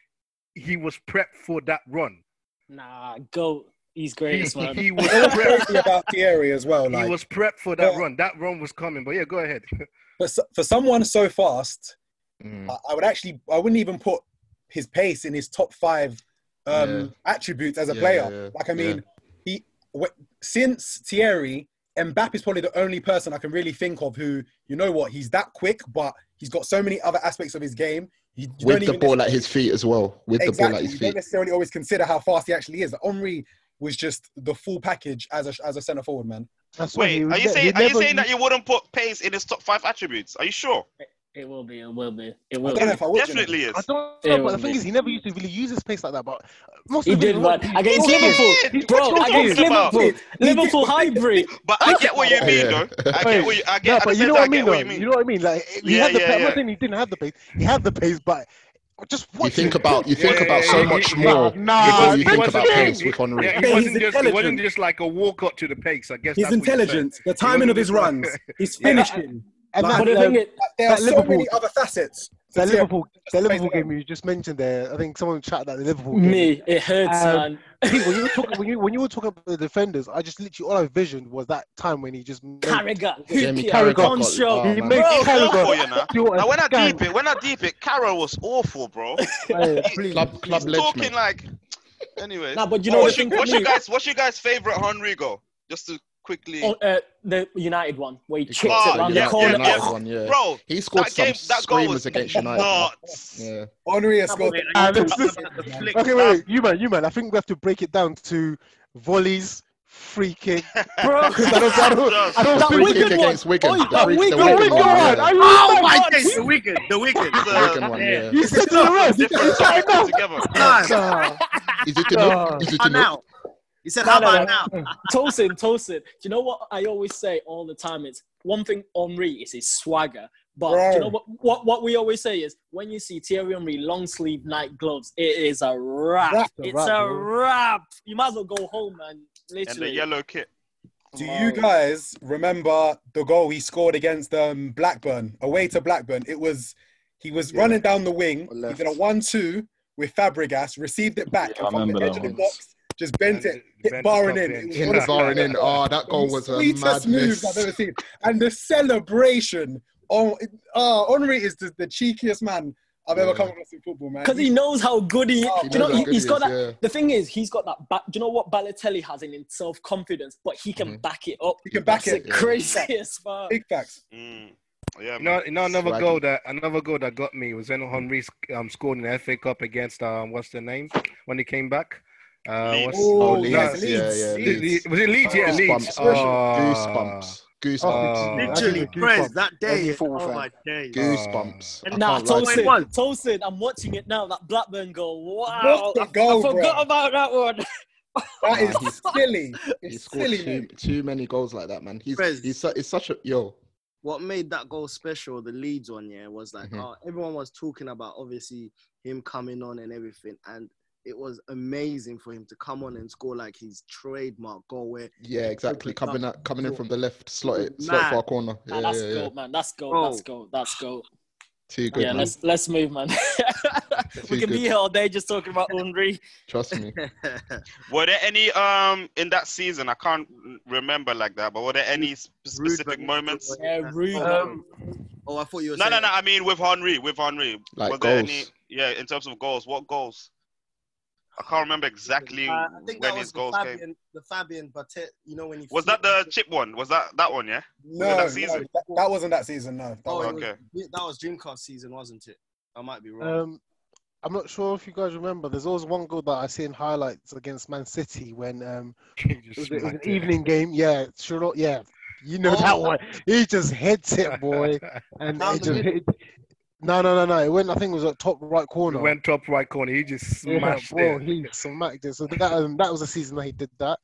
S9: he was prepped for that run.
S7: Nah, go. He's great.
S9: He, he was prepped
S10: about Thierry as well.
S9: Like, he was prepped for that yeah. run. That run was coming. But yeah, go ahead.
S10: but for someone so fast, mm. I, would actually I wouldn't even put his pace in his top five um, yeah. attributes as a yeah, player. Yeah, like I mean, he w- since Thierry, Mbappe is probably the only person I can really think of who you know what he's that quick, but he's got so many other aspects of his game. You,
S5: you With the ball at his feet as well. With
S10: exactly,
S5: the ball at his feet,
S10: you don't necessarily always consider how fast he actually is. Like, Omri was just the full package as a as a centre forward, man.
S4: That's Wait, are you saying are you saying that you wouldn't put pace in his top five attributes? Are you sure?
S7: It will be. It will be. It will. I
S10: don't know if I would,
S4: definitely you know.
S3: is. I don't know, it but the thing be. is, he never used to really use his pace like that. But most
S7: he
S3: of
S7: did one against Liverpool, bro. Against Liverpool, Liverpool hybrid.
S4: But I get what you mean, though. I get what you. I get.
S3: No, but you know what I mean, though. You know what I mean. Like he had the pace. I'm not saying he didn't have the pace. He had the pace, but just
S5: you think it. about you think yeah, about yeah, so yeah, much more.
S10: Uh,
S5: Nah, you think about pace with Henri.
S9: Yeah, he wasn't just it wasn't just like a walk up to the pace. I guess
S10: his intelligence, the timing of his runs, his finishing.
S7: And like, but the thing is,
S10: there are so Liverpool, many other facets.
S3: That Liverpool, that Liverpool game you just mentioned there, I think someone chatted that the Liverpool game.
S7: Me, it hurts, um,
S3: man. when you were talking, when you, when you were talking about the defenders, I just literally all I visioned was that time when he just
S7: Carragher,
S5: Jamie Carragher,
S7: Carragher got, show.
S4: Oh, he made Carragher. You know? you now when I deep it, when I deep it, Carroll was awful, bro.
S5: yeah, he, club, club ledge,
S4: talking
S5: man.
S4: like. Anyway,
S7: nah, but you know oh,
S4: what's, you, what's your guys? What's your guys' favorite Henrigo? Just to quickly.
S7: Oh, uh, the United one, where he, he chipped oh, it around
S5: yeah,
S7: the corner.
S5: United yeah. one, yeah.
S4: Bro,
S5: he scored some game, that goal was against United.
S4: Nuts.
S5: Yeah.
S10: Henri has scored.
S3: Uh, this, this, okay, wait, you man, you man. I think we have to break it down to volleys. Free kick,
S7: bro. I don't,
S5: I don't, I don't that free kick against Wigan.
S7: Oh,
S5: the free,
S7: Wigan,
S5: the Wigan,
S7: Wigan
S5: one.
S7: one.
S5: Yeah.
S7: Oh my God,
S8: the Wigan, the Wigan,
S5: the Wigan one. Yeah.
S3: You said the rest. You said
S5: Oh,
S4: together.
S5: Is it enough? Is it enough?
S8: He said, "How no, about no, no. now?"
S7: Tosin, Tosin. Do you know what I always say all the time? It's one thing Henri is his swagger, but Bro. do you know what, what? What we always say is when you see Thierry Henry long sleeve night gloves, it is a wrap. That's it's a, wrap, a wrap. You might as well go home, man. Literally.
S4: And the yellow kit.
S10: Do you guys remember the goal he scored against um, Blackburn away to Blackburn? It was he was yeah. running down the wing. He did a one-two with Fabregas, received it back,
S14: yeah,
S10: and from the edge of the
S14: one.
S10: box, just bent it, hit barring in.
S5: Hit the bar and in. Oh, that goal was a madness. move
S10: I've ever seen. And the celebration. Oh, it, oh Henri is the, the, cheekiest man I've yeah. ever come across in football, man. Ah,
S7: Because he knows how good he.
S5: Oh,
S7: he you know, he,
S5: has
S7: got
S5: is,
S7: that.
S5: Yeah.
S7: The thing is, he's got that. Back, do you know what Balotelli has in him? Self confidence, but he can mm-hmm. back it up.
S10: He can back
S7: That's
S10: it.
S7: Yeah. Craziest part.
S10: Big facts.
S4: Mm. Yeah,
S9: you know, you know another Swaggy. goal that another goal that got me was when Henri um, scored in the FA Cup against um, what's the name when he came back. Uh, what's,
S10: oh,
S5: Leeds.
S10: No,
S5: Leeds. Yeah, yeah,
S9: Leeds. Leeds. Was it Leeds? Yeah, Leeds. Uh,
S5: Goosebumps. uh, Goosebumps. Goosebumps.
S9: Oh,
S8: Literally, Prez, that day.
S6: football
S8: Oh,
S6: fan.
S8: my days.
S5: Goosebumps. I
S7: And nah,
S5: can't lie to
S7: Tosin,
S5: you.
S7: Tosin, I'm watching it now. That Blackburn goal. Wow.
S10: What a
S7: I-
S10: goal,
S7: I forgot
S10: bro.
S7: about that one.
S10: That
S5: Nah,
S10: is silly.
S5: He
S10: It's
S5: scored
S10: silly,
S5: too,
S10: man.
S5: too many goals like that, man. He's
S8: Prez.
S5: he's, su- he's such a yo.
S8: what made that goal special, the Leeds one, yeah, was like
S5: Mhm.
S8: oh, everyone was talking about obviously him coming on and everything, and it was amazing for him to come on and score like his trademark goal where
S5: Yeah, exactly.
S8: Open
S5: Coming
S8: up.
S5: out, coming in from the left, slot it,
S8: Nah.
S5: slot it far corner.
S7: Nah,
S5: Yeah,
S7: that's
S5: yeah, yeah.
S8: Oh.
S7: gold, man. That's gold.
S8: Bro.
S7: That's gold. That's gold.
S5: Too good.
S7: yeah,
S5: man.
S7: let's let's move, man. we
S5: Too
S7: can
S5: good.
S7: be here all day just talking about Unri.
S5: Trust me.
S4: Were there any um in that season? I can't remember like that, but were there any s- specific moments?
S7: Yeah, rude.
S8: oh, I thought you were
S4: No, no,
S8: saying-
S4: no. I mean, with Henri, with Henri,
S5: Like
S4: were there
S5: goals.
S4: any? Yeah, in terms of goals, what goals? I can't remember exactly
S8: Uh, I think
S4: when
S8: that
S4: his
S8: was the
S4: goals
S8: Fabian,
S4: came.
S8: the Fabian Batet. You know when he
S4: Was that the chip one? Was that that one? Yeah. Was
S10: No,
S4: it
S10: no,
S4: that season?
S10: that, that wasn't that season. No, that
S8: Oh,
S10: wasn't.
S8: it was, that was Dreamcast season, wasn't it? I might be wrong.
S3: Um, I'm not sure if you guys remember. There's always one goal that I see in highlights against Man City when um, it was, it was an
S9: smacked it. Oh.
S3: evening game. Yeah, sure. Yeah, you know that one. He just hits it, boy, and
S9: Down
S3: it
S9: the
S3: just hit. No, no, no, no. It went. I think it was at top right corner.
S9: He went top right corner. He just
S3: Yeah,
S9: smashed
S3: bro,
S9: it.
S3: he smacked it. So that um, that was the season that he did that.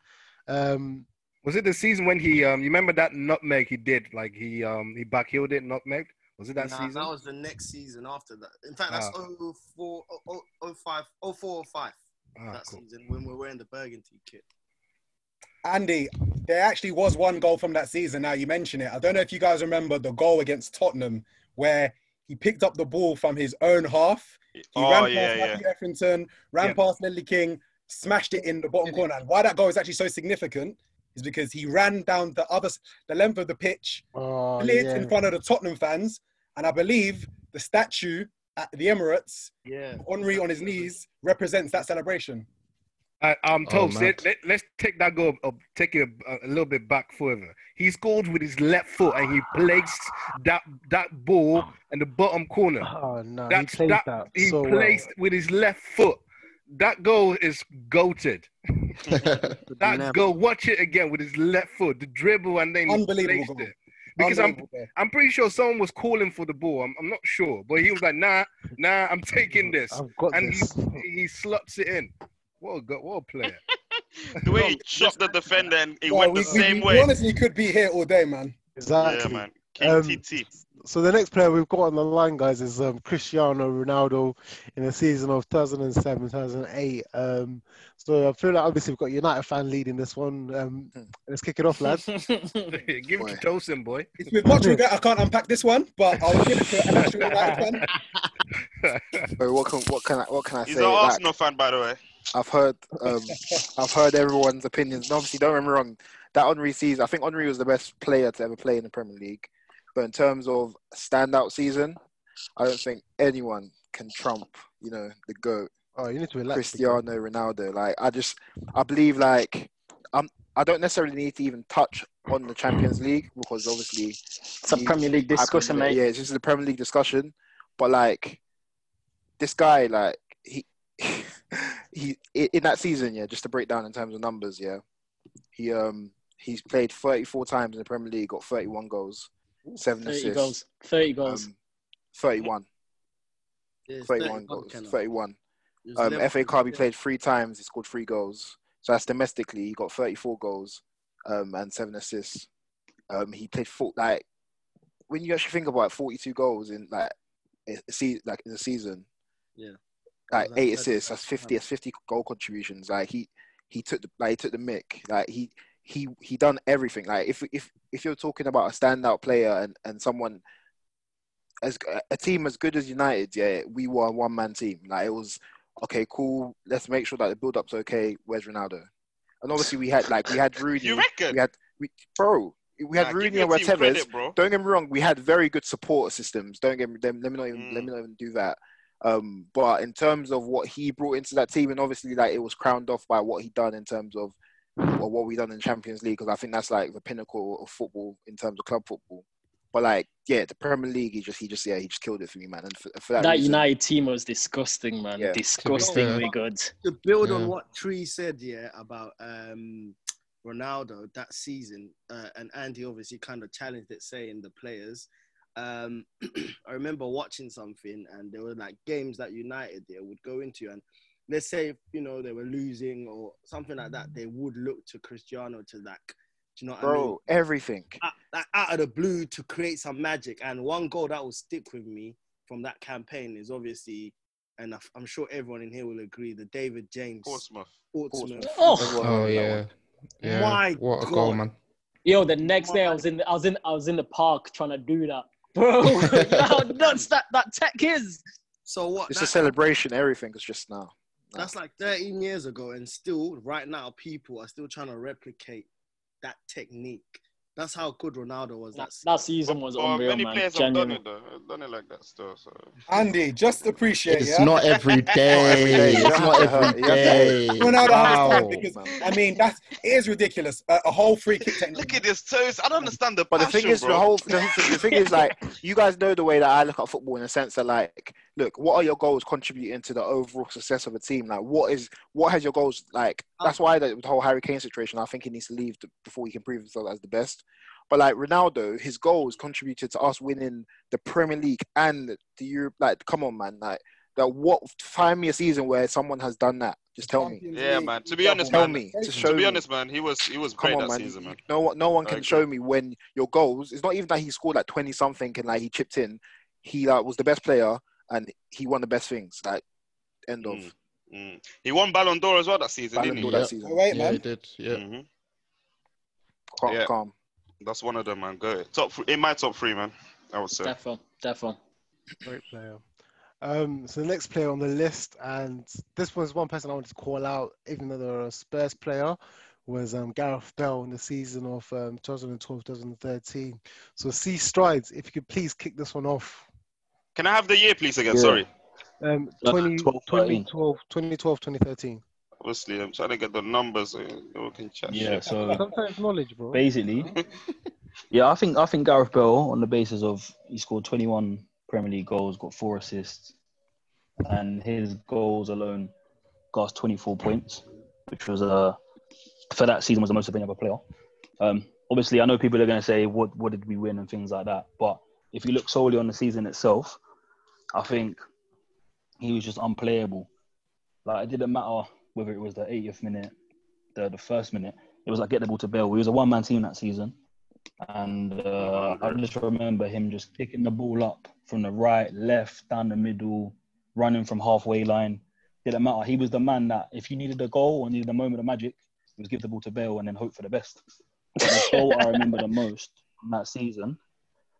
S3: Um,
S9: Was it the season when he um? You remember that nutmeg he did? Like he um he backheeled it nutmeg. Was it that
S8: Nah,
S9: season?
S8: That was the next season after that. In fact, that's
S9: Ah.
S8: oh four, oh oh oh five, oh four, oh five.
S9: Ah,
S8: that season when we're wearing the burgundy kit.
S10: Andy, there actually was one goal from that season. Now you mention it. I don't know if you guys remember the goal against Tottenham where he picked up the ball from his own half. He
S4: Oh,
S10: ran past
S4: yeah,
S10: Matthew Effington, ran past Lindley King, smashed it in the bottom corner. And why that goal is actually so significant is because he ran down the other s- the length of the pitch,
S3: oh,
S10: cleared
S3: yeah.
S10: in front of the Tottenham fans, and I believe the statue at the Emirates,
S8: yeah.
S10: Henri on his knees, represents that celebration.
S9: I, I'm
S5: Oh,
S9: told.
S5: mad.
S9: let, us take that goal, up, take it a, a little bit back further. He scored with his left foot, and he placed that that ball in the bottom corner.
S3: Oh no,
S9: That's
S3: he played
S9: that,
S3: that,
S9: he
S10: uh,
S3: so
S9: placed with his left foot. That goal is goated. That
S8: Never.
S9: goal, watch it again with his left foot, the dribble, and then he
S10: Unbelievable
S9: placed
S10: goal.
S9: it. Because I'm,
S10: Unbelievable goal.
S9: I'm pretty sure someone was calling for the ball. I'm, I'm not sure, but he was like, "Nah, nah, I'm taking this,"
S3: well. I've got
S9: and
S3: this.
S9: he he slots it in. What a go- what a player!
S4: The way he shot the defender and it
S10: Well,
S4: went
S10: we,
S4: the
S10: we-
S4: same
S10: we
S4: way.
S10: honestly could be here all day, man.
S4: Yeah,
S3: Exactly.
S4: man. King
S3: Um,
S4: TT.
S3: So the next player we've got on the line, guys, is um, Cristiano Ronaldo in the season of 2007, 2008. Um, so I feel like obviously we've got a United fan leading this one. Um,
S10: Hmm.
S3: let's kick it off, lads.
S9: Give it to Tosin, boy.
S10: It's with much regret I can't unpack this one, but I'll give it to an actual United fan.
S6: Wait, what can what can I what can I
S4: He's
S6: say?
S4: an
S6: Like,
S4: Arsenal fan, by the way.
S6: I've heard um, I've heard everyone's opinions. And obviously, don't get me wrong. That Henri season, I think Henri was the best player to ever play in the Premier League. But in terms of standout season, I don't think anyone can trump. You know, the goat.
S3: Oh, you need to relax.
S6: Cristiano Ronaldo. Like I just I believe like I'm I don't necessarily need to even touch on the Champions League because obviously it's
S14: a Premier League discussion, mate.
S6: Yeah, it's just the Premier League discussion. But like this guy, like he he i- in that season, yeah, just to break down in terms of numbers, yeah. He um he's played thirty four times in the Premier League, got thirty one goals, seven
S7: 30
S6: assists.
S7: goals. 30 goals.
S6: Um, 31,
S8: Yeah, it's
S6: 31
S8: 31
S6: goals,
S8: Kenner.
S6: 31.
S8: It was
S6: Um,
S8: 11
S6: FA Cup, he played three times. He scored three goals. So that's domestically. He got 34 goals um, and seven assists. Um, he played four, like when you actually think about it, 42 goals in like a a se- like in a season,
S8: Yeah.
S6: like
S8: That was
S6: eight
S8: like
S6: assists.
S8: 30.
S6: That's 50. That's 50 goal contributions. Like he he took the like he took the mick. Like he he he done everything. Like if if if you're talking about a standout player and and someone as a team as good as United, yeah, we were a one man team. Like it was okay, cool. Let's make sure that the build up's okay. Where's Ronaldo? And obviously we had like we had Rooney.
S4: You reckon?
S6: We had we, bro. We had
S4: Nah, give
S6: Rooney
S4: your
S6: and
S4: team
S6: Tevez.
S4: credit, bro.
S6: Don't get me wrong. We had very good support systems. Don't get me. Let me let me not even
S4: Mm.
S6: let me not even do that. Um, but in terms of what he brought into that team, and obviously like it was crowned off by what he done in terms of or what we done in Champions League, because I think that's like the pinnacle of football in terms of club football. But like, yeah, the Premier League, he just, he just, yeah, he just killed it for me, man. And for, for that,
S7: That
S6: reason,
S7: United team was disgusting, man.
S6: Yeah.
S7: Disgustingly good.
S8: To build
S5: Yeah.
S8: on what Tree said, yeah, about um, Ronaldo that season, uh, and Andy obviously kind of challenged it, saying the players. Um, I remember watching something, and there were like games that United yeah, would go into, and let's say if, you know they were losing or something like that, they would look to Cristiano to like, do you know what I mean?
S6: bro, everything.
S7: Ah,
S8: out, like, out of the blue to create some magic. And one goal that will stick with me from that campaign is obviously, and I- I'm sure everyone in here will agree, the David James
S4: Portsmouth.
S8: Portsmouth.
S7: Oh,
S5: Oh yeah. Yeah.
S8: My
S5: what a goal,
S8: God.
S5: man.
S7: yo! The next day, I was in, I was in, I was in the park trying to do that. bro. you know how nuts that, that tech is.
S8: So what?
S6: It's a
S8: that-
S6: celebration. Everything is just now.
S8: That's like 13 years ago, and still, right now, people are still trying to replicate that technique. That's how good Ronaldo was. That,
S7: That season was
S8: Well,
S7: unreal,
S8: many
S7: man.
S8: players have
S4: I've done
S7: Genuinely.
S4: it though. I've done it like that still. So
S10: Andy, just appreciate.
S5: It's
S10: yeah?
S5: not every day.
S10: You don't
S5: It's
S10: have
S5: not
S10: to hurt.
S5: every
S10: You have to hurt.
S5: day.
S10: Ronaldo has time
S5: Wow.
S10: because I mean that's it is ridiculous. A, a whole free kick technique.
S4: Look at this toast. I don't understand the.
S6: But the thing
S4: passion,
S6: is,
S4: bro.
S6: the whole the, the thing is like you guys know the way that I look at football in the sense that like, look, what are your goals contributing to the overall success of a team? Like, what is what has your goals like?
S4: Uh.
S6: That's why the, the whole Harry Kane situation. I think he needs to leave to, before he can prove himself as the best. But like Ronaldo, his goals contributed to us winning the Premier League and the Europe. Like, come on, man! Like, that what? Find me a season where someone has done that. Just tell me.
S4: Yeah, man. To be
S6: Double.
S4: honest,
S6: Tell
S4: man.
S6: me. Just
S4: to
S6: show
S4: be
S6: me.
S4: honest, man. He was he was
S6: Come
S4: great
S6: on,
S4: that
S6: man.
S4: season, man.
S6: No one, no one can
S4: agree.
S6: show me when your goals. It's not even that he scored like twenty something and like he chipped in. He like was the best player and he won the best things. Like end of
S4: Mm. He won Ballon d'Or as well that season,
S6: Ballon
S4: didn't he?
S6: d'Or that Yeah. season. Oh, wait,
S5: Yeah, man. he did. Yeah.
S4: Mhm.
S6: calm.
S4: Yeah.
S6: calm.
S4: That's one of them, man. Go ahead. top three, in my top three, man. I would say.
S7: Defo, defo.
S3: Great player. Um, so the next player on the list, and this was one person I wanted to call out, even though they're a Spurs player, was um, Gareth Bell in the season of um, 2012-2013. So C strides, if you could please kick this one off.
S4: Can I have the year, please? Again,
S3: Yeah.
S4: sorry.
S3: Um,
S4: Uh,
S3: 20,
S4: 12, 13.
S3: 2012, 2013.
S4: Obviously, I'm trying to get the numbers. uh, We can chat.
S3: Yeah,
S4: shit.
S3: so- Sometimes knowledge, bro.
S14: Basically, yeah, I think I think Gareth Bell on the basis of he scored 21 Premier League goals, got four assists, and his goals alone got us 24 points, which was uh for that season was the most of any other player. Um, obviously, I know people are going to say what what did we win and things like that, but if you look solely on the season itself, I think he was just unplayable. Like it didn't matter whether it was the 80th minute, the the first minute. It was like get the ball to Bell. We was a one man team that season, and uh, I just remember him just picking the ball up from the right, left, down the middle, running from halfway line. Didn't matter. He was the man that if you needed a goal or needed a moment of magic, it was give the ball to Bell and then hope for the best. But the goal I remember the most from that season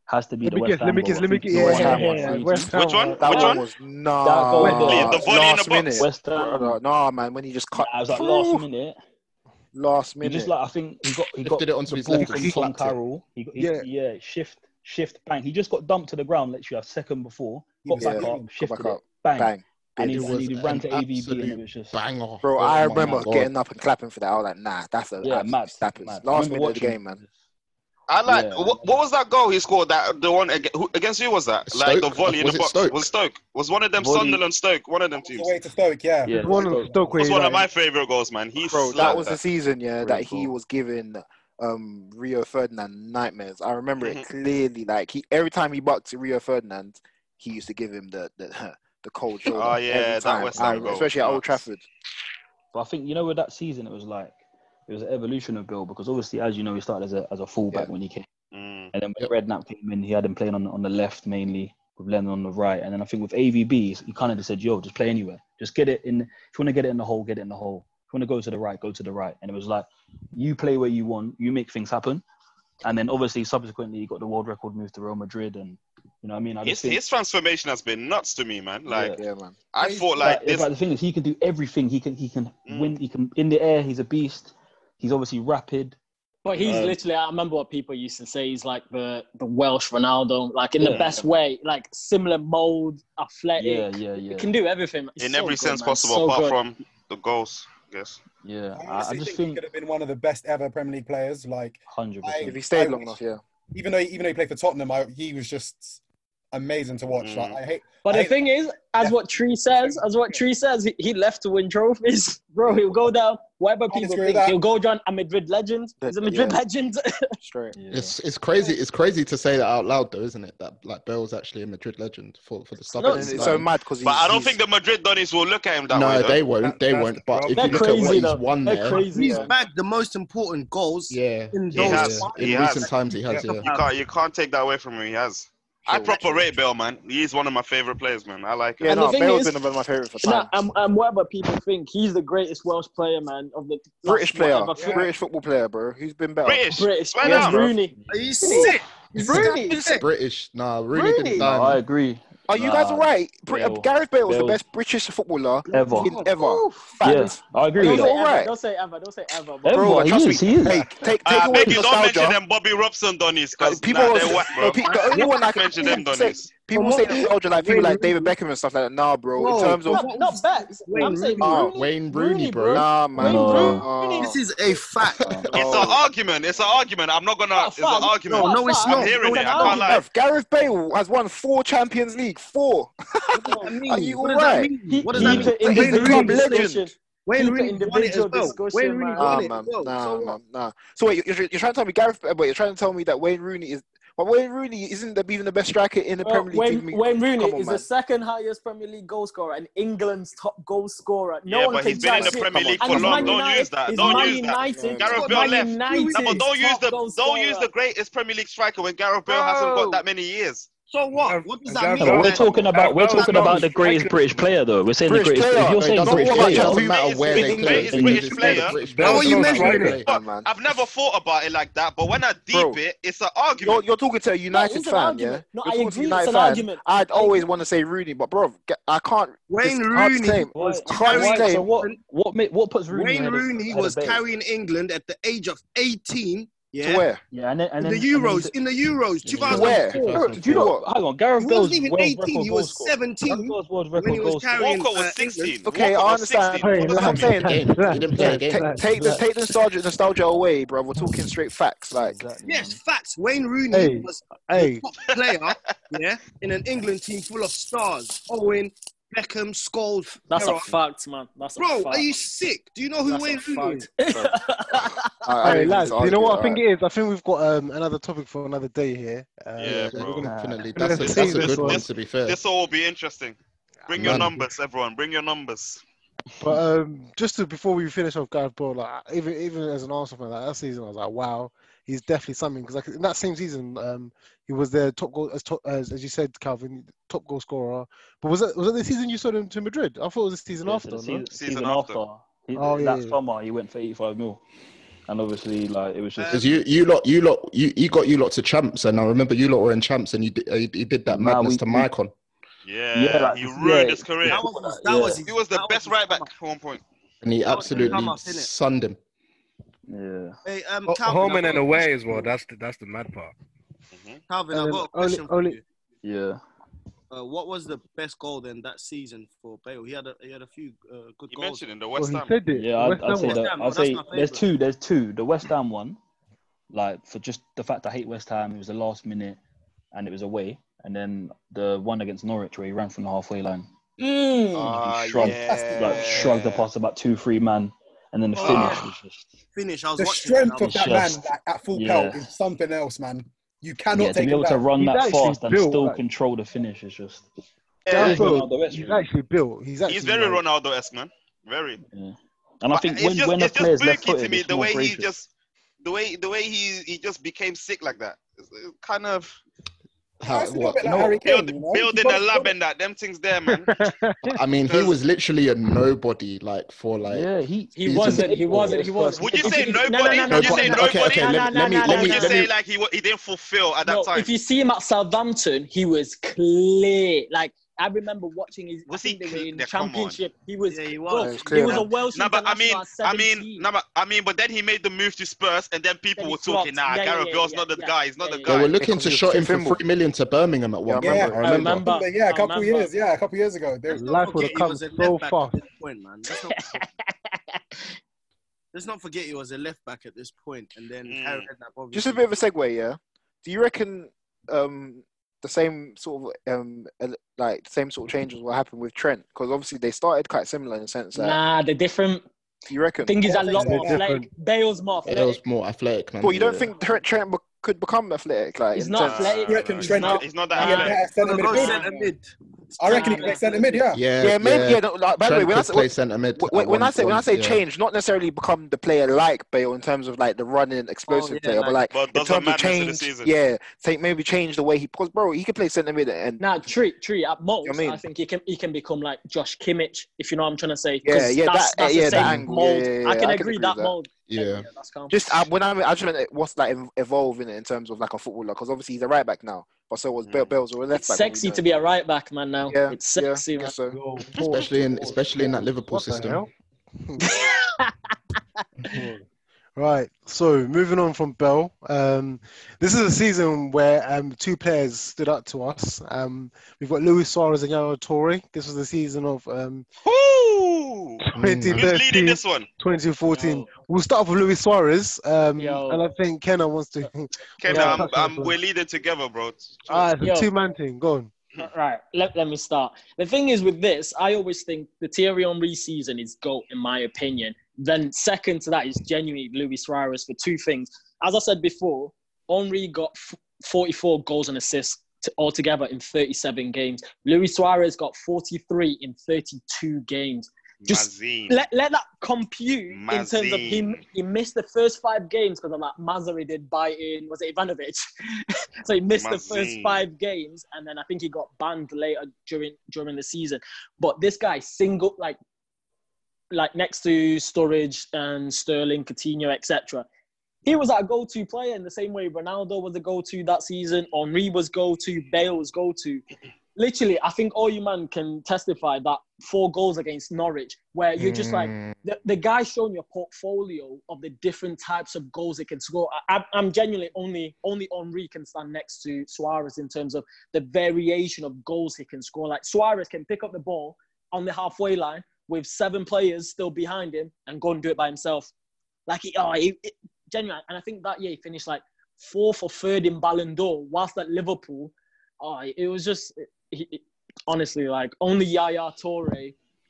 S14: has to be
S3: Let
S14: the
S3: me
S14: West
S3: guess,
S14: Ham
S3: let me
S14: goal.
S3: guess,
S14: I
S3: let me
S14: think
S3: guess.
S14: it
S3: Yeah,
S14: was
S3: yeah,
S14: West Ham.
S3: yeah, yeah. West Ham.
S4: Which one?
S6: That
S4: Which
S6: one
S4: one?
S6: was
S14: That
S6: nah.
S14: goal there.
S6: last
S14: The volley in the box.
S6: minute.
S14: West Ham.
S6: Brother, Nah, man. When he just cut.
S14: Nah, it was like last
S6: Phew.
S14: minute.
S6: Last
S14: He
S6: minute.
S14: just like I think he got he got
S5: it onto
S14: the
S5: his
S14: ball
S5: left
S14: from
S5: and
S14: Tom
S5: slapped it.
S14: Carroll. He, got- he
S5: Yeah.
S14: yeah. shift shift bang. He just got dumped to the ground literally a second before. Got
S6: Yeah,
S14: back
S6: got
S14: up,
S6: back
S14: shifted
S6: up,
S14: it, bang,
S6: bang.
S14: and he,
S6: It
S14: and he
S6: was
S14: ran to
S6: an
S14: AVB and it was just
S5: banger.
S6: Bro,
S5: Oh
S6: I
S5: my
S6: remember
S5: God.
S6: getting up and clapping for that. I was like, nah, that's a
S14: yeah,
S6: absolute
S14: mad,
S6: snappers.
S14: mad. I
S6: Last
S14: remember
S6: minute of the
S14: watching.
S6: game, man.
S4: I like.
S14: Yeah.
S4: What, what was that goal he scored? That the one against who, against who was that? Like the
S5: Stoke?
S4: volley in
S5: Was
S4: the
S5: it
S4: box.
S5: Stoke?
S4: Was Stoke? Was one of them
S5: Volley.
S4: Sunderland Stoke? One of them teams.
S10: Way to Stoke, yeah.
S14: Yeah,
S3: one of Stoke
S4: That's
S3: where
S4: one
S3: like,
S4: of my favorite goals, man. He
S6: Bro, that
S4: slapped
S6: was the season, yeah, that
S4: Great
S6: he
S4: goal.
S6: was giving um, Rio Ferdinand nightmares. I remember it
S4: Mhm.
S6: clearly. Like he, every time he bucked to Rio Ferdinand, he used to give him the the, the cold shoulder.
S4: Oh, yeah,
S6: every
S4: that
S6: time,
S4: West Ham
S6: I-
S4: goal
S6: especially
S4: was
S6: at Old
S4: nuts.
S6: Trafford.
S14: But I think you know with that season it was like it was an evolution of Bill because obviously as you know he started as a as a fullback when he came,
S4: Mm.
S14: and then when Redknapp came in he had him playing on on the left mainly with Lennon on the right, and then I think with AVB he kind of just said yo just play anywhere, just get it in. If you want to get it in the hole, get it in the hole. If you want to go to the right, go to the right. And it was like you play where you want, you make things happen, and then obviously subsequently he got the world record move to Real Madrid, and you know what I mean I
S4: His,
S14: just think
S4: his transformation has been nuts to me, man. Like,
S6: yeah, man.
S4: I thought like
S14: but,
S4: this.
S14: but the thing is, he can do everything. He can he can win. He can in the air. He's a beast. He's obviously rapid.
S7: But he's
S14: Um,
S7: literally. I remember what people used to say. He's like the the Welsh Ronaldo, like in the
S14: Yeah.
S7: best way, like similar mold,
S14: Yeah,
S7: athletic.
S14: yeah, yeah.
S7: He can do everything. He's
S4: in
S7: so
S4: every
S7: good,
S4: sense
S7: man.
S4: possible,
S7: So
S4: apart
S7: good.
S4: from the goals. I guess.
S14: Yeah,
S10: I honestly think, he could have been one of the best ever Premier League players. Like,
S14: hundred
S10: I-
S6: If he stayed
S10: I
S6: long
S10: wish-
S6: enough, yeah.
S10: Even though even though he played for Tottenham, I, he was just amazing to watch. Like, I hate.
S7: But
S10: I
S7: the
S10: hate-
S7: thing is, as what Tree says, as what Tree says, he, he left to win trophies, bro. He'll go down whatever people
S10: disagree with
S7: think.
S10: that.
S7: He'll go down a Madrid legend. He's a Madrid
S5: Yeah.
S7: legend.
S6: Straight.
S5: It's it's crazy. It's crazy to say that out loud, though, isn't it? That like Bell's actually a Madrid legend for for the stuff.
S4: No,
S5: that he's
S4: it's
S5: done.
S4: so mad
S6: because
S4: But I don't think the Madrid Donnies will look at him that
S5: no,
S4: way. though.
S5: they won't. they won't. But if you look at what he's won there,
S8: He's bagged the most important goals.
S5: Yeah,
S8: in
S4: He
S8: those
S4: has.
S8: five.
S5: In
S4: He
S5: recent
S4: has.
S5: times, he has, yeah.
S4: You can't. You can't take that away from him. He has. I proper rate Bell, man. He's one of my favorite players, man. I like him.
S7: Yeah, And the no, thing Bell's is-
S6: been one of my favourites for
S7: Nah, and, and um, whatever people think, he's the greatest Welsh player, man, of the
S6: British player,
S7: whatever-
S6: British football player, bro. Who's been better?
S7: British.
S6: Yeah,
S7: Where's
S6: bro.
S7: Rooney?
S8: Are you sick?
S7: Rooney.
S5: British. Nah, Rooney.
S6: Rooney?
S5: Didn't
S6: No, I
S14: agree.
S6: Are you guys
S14: Nah,
S6: alright? Br- uh,
S14: Bale.
S6: Gareth Bale was the
S14: Bale.
S6: best British footballer
S14: Ever.
S6: in ever.
S14: Yes,
S6: Fact.
S14: I agree
S6: Are
S14: with
S6: you
S14: that.
S6: all right?
S7: Don't say ever. Don't say ever.
S14: Ever,
S6: Bro,
S14: he
S6: trust
S14: is,
S6: me.
S14: he is.
S6: Take, take, take
S4: Ah,
S6: away
S4: Becky,
S6: the
S4: don't mention
S6: nostalgia.
S4: them Bobby Robson Donnies because
S6: people
S4: nah,
S6: was-
S4: they're whack,
S6: no,
S4: bro.
S6: pe- the only one I can
S4: mention them
S6: say,
S4: Donnies.
S6: people
S8: Well,
S6: say
S8: what-
S6: nostalgia like people
S8: Wayne
S6: like David Beckham and stuff like that. Nah, bro.
S8: Whoa,
S6: in terms of
S8: what-
S7: Not, not Bex.
S8: Wayne
S7: I'm saying
S8: Rooney.
S7: Rooney.
S5: Wayne Rooney,
S7: Rooney,
S5: bro.
S6: nah, man. uh, Oh.
S14: No.
S6: Nah.
S8: This is a fact.
S4: It's an argument. It's an argument. I'm not gonna. It's an
S7: fuck.
S4: argument.
S8: No, no, it's
S4: I'm
S8: not.
S4: hearing
S8: No,
S4: it.
S8: it's
S4: I
S8: not.
S4: can't lie.
S6: Bruv, Gareth Bale has won four Champions League. Four.
S8: What does that mean?
S6: Are you
S8: what
S6: all
S8: does that
S6: right?
S8: mean?
S7: He-
S8: What does
S7: he
S8: that mean?
S6: He's
S7: to
S6: a
S8: Wayne
S7: individual
S6: club
S8: Rooney,
S6: legend.
S7: discussion.
S8: Wayne
S7: Keep the
S8: Rooney won it as
S7: individual
S8: well.
S7: discussion,
S8: Wayne Rooney
S7: man.
S8: won
S6: Nah,
S8: it as
S6: man.
S8: well.
S6: Nah,
S8: So what?
S6: man. Nah. So wait, you're, you're trying to tell me Gareth? But you're trying to tell me that Wayne Rooney is. But Wayne Rooney isn't the, even the best striker in the
S7: Well,
S6: Premier League. Give
S7: Wayne,
S6: me.
S7: Wayne Rooney
S6: Come on,
S7: is
S6: man.
S7: the second highest Premier League goal scorer and England's top goal scorer. No
S4: yeah,
S7: one
S4: but
S7: can
S4: he's been in
S7: judge
S4: the
S7: shit.
S4: Premier
S6: Come on.
S4: League
S7: And
S4: for
S7: he's
S6: Come
S4: long.
S6: on,
S7: Man
S6: bro.
S4: Don't
S7: United.
S4: use that.
S7: He's
S4: Don't
S7: Man
S4: use that.
S7: United.
S6: Yeah,
S4: Gareth
S6: man.
S4: Bale
S7: Man
S4: left.
S7: United's
S4: No, but don't use
S7: top
S4: the
S7: goal
S4: don't use
S7: scorer.
S4: the greatest Premier League striker when Gareth Bale hasn't got
S8: Bro.
S4: that many years.
S8: So what? What does
S9: And
S8: that
S9: Gareth
S8: mean?
S14: No,
S9: Bale-
S14: but we're
S8: then?
S14: talking about we're
S9: Gareth Bale's
S14: talking
S9: not a
S14: about the greatest
S9: striker.
S14: British player, though. We're saying the
S6: British
S14: greatest. If
S6: player.
S14: you're
S5: No, it
S14: saying
S5: doesn't.
S6: Not
S14: British
S6: all
S5: It
S6: about
S14: player,
S5: doesn't
S6: Champions League.
S5: matter where
S6: In
S5: they play as
S6: England.
S4: Greatest
S5: long as
S4: British
S5: it's still the
S4: player.
S5: British
S4: Now,
S9: Bale's
S5: player.
S8: What
S9: not
S8: you
S9: a
S6: Bale's not
S8: meant?
S6: a striker.
S4: what
S9: striker.
S6: Player,
S4: the fuck?
S6: man.
S4: I've never thought about it like that. But when I deep
S6: Bro.
S4: it, it's an
S6: You're,
S4: argument.
S6: you're talking to a
S7: No,
S6: United
S7: it's an
S6: fan, yeah?
S7: argument.
S6: You're
S7: No, I
S6: talking to a
S7: agree.
S6: United
S7: It's an
S6: fan.
S7: argument.
S6: I'd
S7: I agree.
S6: always want to say Rooney, but bro, ge- I can't.
S8: Wayne
S6: It's hard to
S8: Rooney
S6: claim.
S14: Why,
S8: was
S6: It's hard to
S8: carrying
S14: why, so
S6: claim.
S14: what?
S8: England.
S14: What? ma- What puts Rooney
S8: Wayne
S14: ahead of
S8: Rooney
S14: ahead of
S8: was
S14: Bale?
S8: carrying England at the age of 18.
S6: To
S8: Yeah,
S6: where?
S14: Yeah, and then and
S8: in the
S14: then and then
S8: Euros,
S14: to,
S8: in the Euros,
S14: yeah,
S6: To
S14: yeah,
S6: where?
S8: 2004.
S14: Bro, do you
S6: To
S14: know?
S6: what?
S14: Hang on, Gareth
S8: He wasn't
S14: Bale's
S8: even
S14: world
S8: 18.
S14: record
S8: He
S14: goal
S8: was
S14: scorer. Gareth
S8: 17
S14: Bale's world
S8: when he
S14: record
S8: was
S14: goal scorer.
S8: carrying
S4: Walker
S8: uh,
S4: was
S8: England.
S4: 16.
S6: Okay,
S4: Walker
S6: I
S4: was
S6: understand.
S4: 16.
S6: What
S4: What
S3: Hey,
S6: that's
S4: does
S6: what
S4: that
S6: I'm
S3: relax,
S4: mean?
S6: saying.
S3: relax,
S5: Game. He
S3: relax,
S5: didn't play a
S3: relax,
S5: game.
S6: Take
S3: relax,
S6: take the
S3: relax.
S6: take the nostalgia nostalgia away, bro. We're talking straight facts. Like
S14: Exactly,
S8: Yes,
S14: man.
S8: facts. Wayne Rooney
S3: Hey,
S8: was the
S3: hey,
S8: top player, yeah, in an England team full of stars. Owen, Beckham, Scholes,
S7: That's a
S8: Gerrard.
S7: fact, man. That's a
S8: Bro,
S7: fact.
S8: are you sick? Do you know who
S7: That's a
S8: Wayne Rooney is?
S7: fact.
S6: I, I don't
S3: hey,
S6: even need
S3: lads.
S6: to
S3: You know
S6: argue.
S3: what I
S6: All
S3: think
S6: right.
S3: it is? I think we've got um, another topic for another day here. Um,
S4: Yeah,
S5: Yeah,
S3: so we're
S5: we're
S3: gonna
S4: bro.
S5: gonna finally.
S3: we're
S5: That's
S3: gonna
S5: a
S3: see
S5: that's a
S3: this
S5: good
S3: one.
S5: one. To be fair,
S4: This all will be interesting. Bring your
S5: man.
S4: numbers, everyone. Bring your numbers.
S3: But um, just to, before we finish off Gareth Bale, like even even as an Arsenal fan, like that season, I was like, wow, he's definitely something. Because like in that same season, um, he was their top goal as top as, as you said, Calvin, top goal scorer. But was that was that the season you sold him to Madrid? I thought it was the season
S14: Yeah,
S3: after.
S14: so the
S3: No?
S14: season,
S4: Season
S14: season
S4: after.
S14: after, he,
S3: Oh yeah,
S14: that
S3: yeah.
S14: summer he went for 85 mil, and obviously like it was just
S5: Because you you lot you lot you he got you lot to champs, and I remember you lot were in champs, and you did, he, he did that
S14: nah.
S5: madness
S14: We,
S5: to
S14: we
S5: Mycon.
S4: Yeah,
S14: yeah, like
S4: he
S14: yeah,
S4: ruined his career.
S8: That was his, that
S14: yeah,
S8: was his,
S4: He was the
S8: that was
S4: best
S8: his
S4: right back
S8: summer.
S4: at one point.
S5: and he
S8: That was his
S5: absolutely
S8: come up, innit?
S5: sunned him.
S14: yeah.
S8: Hey, um,
S5: Oh,
S9: Ho-
S8: Calvin,
S9: Home
S8: I've
S9: and
S8: got
S9: an
S8: a
S9: away
S8: question
S9: as
S8: for
S9: well.
S8: you.
S9: That's the, that's the mad part.
S4: hmm
S8: Mm-hmm. Calvin,
S3: And
S8: I've
S3: then
S8: got a
S3: only
S8: question for
S3: only
S8: you.
S14: Yeah.
S8: Uh, what was the best goal then that season for Bale? He had a, he had a few uh, good
S4: He
S8: goals.
S4: mentioned in the
S3: well
S4: West
S3: he
S4: Ham.
S3: said it.
S14: Yeah,
S3: The
S14: I'd,
S3: West
S14: I'd
S3: Ham
S14: say
S8: West
S3: one.
S14: that.
S8: Ham, oh,
S14: I'd
S8: that's
S14: say
S8: my
S14: there's
S8: favorite.
S14: two. There's two. The West Ham one, like for just the fact I hate West Ham. It was the last minute, and it was away. And then the one against Norwich where he ran from the halfway line.
S7: Mm.
S14: He
S4: Ah,
S14: shrugged, like shrugged
S4: yeah. Ah.
S14: across about two, three man, and then the
S8: Oh,
S14: finish
S8: yeah.
S14: was just
S8: Finish. I was
S10: The
S8: watching that. and I
S10: strength
S8: was
S10: of
S14: it's
S10: that man
S14: just
S10: like, at full pelt
S14: yeah,
S10: is something else, man. You cannot
S14: yeah. To
S10: take
S14: be
S10: him
S14: able to
S10: down.
S14: run
S3: He's
S14: that
S3: actually
S14: fast and
S3: built
S14: still
S3: like
S14: control the finish is just that
S4: Yeah,
S3: Gareth
S14: is
S3: Bale.
S14: Ronaldo-esque,
S3: He's
S14: really.
S3: actually built. He's
S4: he's
S3: actually
S4: very
S3: like
S4: Ronaldo-esque, man. Very.
S14: Yeah. And I
S4: But
S14: think
S4: it's
S14: when
S4: just
S14: when a
S4: it's just
S14: player's left
S4: spooky to
S14: footed,
S4: me
S14: it's
S4: the
S14: more
S4: way he
S14: voracious.
S4: just the way the way he he just became sick like that. It's, it's kind of
S5: How,
S10: It's a little
S5: what,
S10: bit
S5: you
S10: like
S5: know,
S10: Harry
S4: build,
S10: Kane, you know. You
S4: building
S10: got
S4: a
S10: it.
S4: lab and that. Them things there, man.
S5: I mean, he
S4: Because
S5: was literally a nobody, like for like
S14: Yeah, he
S7: He
S5: season
S7: wasn't. He
S5: four.
S7: wasn't. He was.
S5: First
S4: would you
S7: If
S4: say
S7: you, if, no, no,
S4: nobody?
S7: no, no,
S5: no,
S4: Would you
S7: no,
S5: but
S4: say
S7: no,
S5: no, okay,
S4: nobody?
S5: okay.
S7: no,
S5: Let
S7: no,
S5: me let me
S7: no, no,
S4: Or
S5: let
S7: no,
S4: would
S5: me
S4: you
S7: no,
S5: let me
S4: say like he wa- he didn't fulfill at that
S7: No,
S4: time?
S7: if you see him at Southampton, he was clear. Like I remember watching his. I
S4: Was he?
S7: think they were
S4: Cl-
S7: in
S4: yeah, come on.
S7: Championship. He was,
S8: Yeah, he
S7: bro.
S6: Yeah,
S8: was.
S6: it's
S7: He
S6: clear,
S7: was a
S6: man.
S7: Welsh
S4: No, but I mean,
S7: international at
S4: I mean,
S7: seventeen.
S4: no, but I mean, but then he made the move to Spurs, and then
S7: Then
S4: people
S7: he
S4: were talking,
S7: flopped.
S4: "Nah,
S7: Yeah, yeah,
S4: Gareth
S7: yeah,
S4: Bale's
S7: yeah,
S4: not the
S7: yeah,
S4: guy. He's
S7: yeah,
S4: not the
S7: yeah,
S5: They
S7: yeah.
S5: were
S4: guy."
S5: looking
S6: Because
S5: to
S6: he was
S5: shot
S6: too
S5: him for
S6: thimble.
S5: three million to Birmingham at
S6: Yeah, I
S5: one
S6: remember.
S5: point.
S10: Yeah,
S5: I
S7: I
S5: remember.
S7: remember.
S10: yeah, a
S7: I
S10: couple
S7: remember.
S10: years. Yeah, a couple years ago. They,
S8: Let's not
S3: life would
S8: forget
S3: have
S8: he
S3: come
S8: was a
S3: so
S8: left back at
S3: fast.
S8: this point, man. Let's not forget. Let's not forget he was a left back at this point, and then
S4: Mm.
S8: Harry Redknapp
S6: Just a
S8: obviously.
S6: bit of a segue, yeah. Do you reckon um, the same sort of um, el- like the same sort of changes will happen with Trent? Because obviously they started quite similar in the sense that
S7: Nah, the different
S6: do you reckon.
S7: thing is a
S10: Yeah,
S7: lot
S10: they're
S7: more athletic.
S3: different.
S7: Bale's more
S5: It was
S7: athletic.
S5: more athletic, man.
S6: Well, you don't
S14: Yeah.
S6: think Trent, Trent be- could become athletic, like
S7: He's
S6: in
S7: not
S6: terms.
S7: athletic.
S4: Nah,
S10: You reckon
S4: nah,
S7: He's
S4: he's
S10: Trent
S4: not.
S10: could
S7: not.
S4: He's not that
S10: be a
S7: Nah,
S4: athletic.
S10: better centre
S8: Gonna go
S10: midfielder?
S7: nah.
S8: centre mid.
S10: I reckon he can play centre mid. Yeah.
S5: Yeah,
S6: yeah, maybe. Yeah.
S5: yeah.
S6: no, like, by the way,
S5: Trent
S6: when I
S5: could
S6: say
S5: play
S6: when,
S5: centre mid
S6: when-
S5: at
S6: when
S5: one
S6: I say when I
S5: point,
S6: say
S5: yeah.
S6: change, not necessarily become the player like Bale in terms of like the running explosive
S4: yeah,
S6: player, but
S4: like-
S6: like
S4: But
S6: in
S4: does that
S6: terms of
S4: matter to the
S6: change,
S4: season?
S6: yeah, take maybe change the way he because bro, he could play centre mid and
S7: Now, tree, tree at most, I,
S6: I mean?
S7: think he can he can become like Josh Kimmich, if you know what I'm trying to say. 'cause
S6: Yeah, yeah,
S7: that's,
S6: that-
S7: that's
S6: yeah,
S7: the
S6: that
S7: same
S6: angle. Yeah,
S7: mold.
S6: yeah, yeah,
S7: I
S6: I
S7: can
S6: can
S7: agree
S6: agree
S7: that,
S6: with that.
S7: mold.
S5: Yeah.
S7: That's calm.
S6: just uh, when I mean, I just meant it- what's like ev- evolving in terms of like a footballer because obviously he's a right back now, but so was Bale. Bale's a left
S7: It's
S6: back.
S7: sexy to be a right back man now.
S6: Yeah,
S7: it's sexy,
S6: yeah, I
S7: man.
S6: guess so.
S5: especially in especially in that Liverpool
S6: What the
S5: system.
S6: hell?
S3: Right. So moving on from Bell, um, this is a season where um, two players stood out to us. Um, we've got Luis Suarez and Yaya Torre. This was the season of um,
S4: Who? Who's leading
S3: 2013,
S4: this one?
S3: 2014. We'll start off with Luis Suarez, um,
S7: Yo.
S3: and I think Kenna wants to.
S4: Ken,
S3: wants to
S4: I'm,
S3: touch on
S4: I'm,
S3: this one.
S4: we're leading together, bro.
S3: Ah, it's
S7: Yo.
S3: a two-man thing. Go on.
S4: Hmm.
S7: Right, let, let me start. The thing is with this, I always think the Thierry Henry season is GOAT in my opinion. Then second to that is genuinely Luis Suarez for two things. As I said before, Henry got f- 44 goals and assists to, altogether in 37 games. Luis Suarez got 43 in 32 games. Just
S4: Mazin.
S7: let, let that compute in terms of he,
S4: Mazin.
S7: he missed the first five games because I'm like Mazari did buy in was it Ivanovic, so he missed the first
S4: Mazin.
S7: five games and then I think he got banned later during during the season. But this guy single like like next to Storage and Sterling, Coutinho, etc. He was our go-to player in the same way Ronaldo was the go-to that season, Henri was go-to, Bale was go-to literally, I think all you man can testify that four goals against Norwich, where you're just like
S3: Mm.
S7: the, the guy showing your portfolio of the different types of goals it can score. I, I'm- I'm genuinely only only Henri can stand next to Suarez in terms of the variation of goals he can score. Like Suarez can pick up the ball on the halfway line with seven players still behind him and go and do it by himself. Like he, oh, he, it, genuine. And I think that year he finished like fourth or third in Ballon d'Or, whilst at Liverpool. Oh, it was just he, he- honestly like only Yaya Torre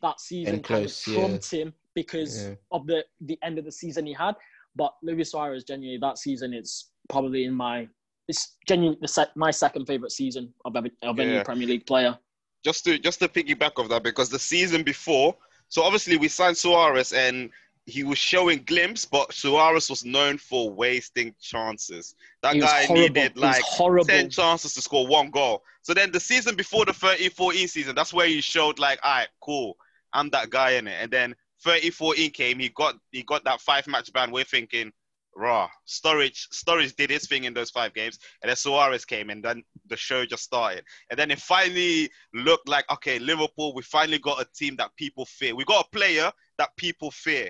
S7: that season
S5: And close,
S7: kind
S5: yeah.
S7: of trumped him because
S5: Yeah.
S7: of the the end of the season he had. But Luis Suarez genuinely that season it's probably in my it's genuinely the sec, my second favorite season of ever, of any
S4: Yeah.
S7: Premier League player.
S4: just to just to piggyback off that because the season before, so obviously we signed Suarez and he was showing glimpse, but Suarez was known for wasting chances. That
S7: He was
S4: guy
S7: horrible.
S4: needed
S7: He was
S4: like
S7: horrible.
S4: ten chances to score one goal. So then the season before the 30-14 season, that's where he showed like, all right, cool, I'm that guy in it. And then 30-14 came, he got he got that five match ban. We're thinking, raw storage storage did his thing in those five games, and then Suarez came, and then the show just started. And then it finally looked like, okay, Liverpool, we finally got a team that people fear. We got a player that people fear.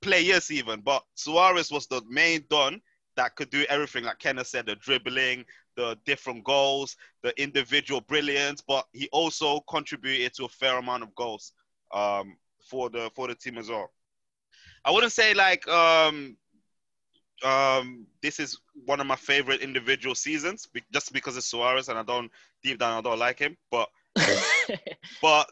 S4: Players even. But Suarez was the main don that could do everything, like Kenneth said, the dribbling, the different goals, the individual brilliance, but he also contributed to a fair amount of goals um, for the for the team as well. I wouldn't say like um, um, this is one of my favorite individual seasons be- just because it's Suarez and I don't deep down I don't like him, but but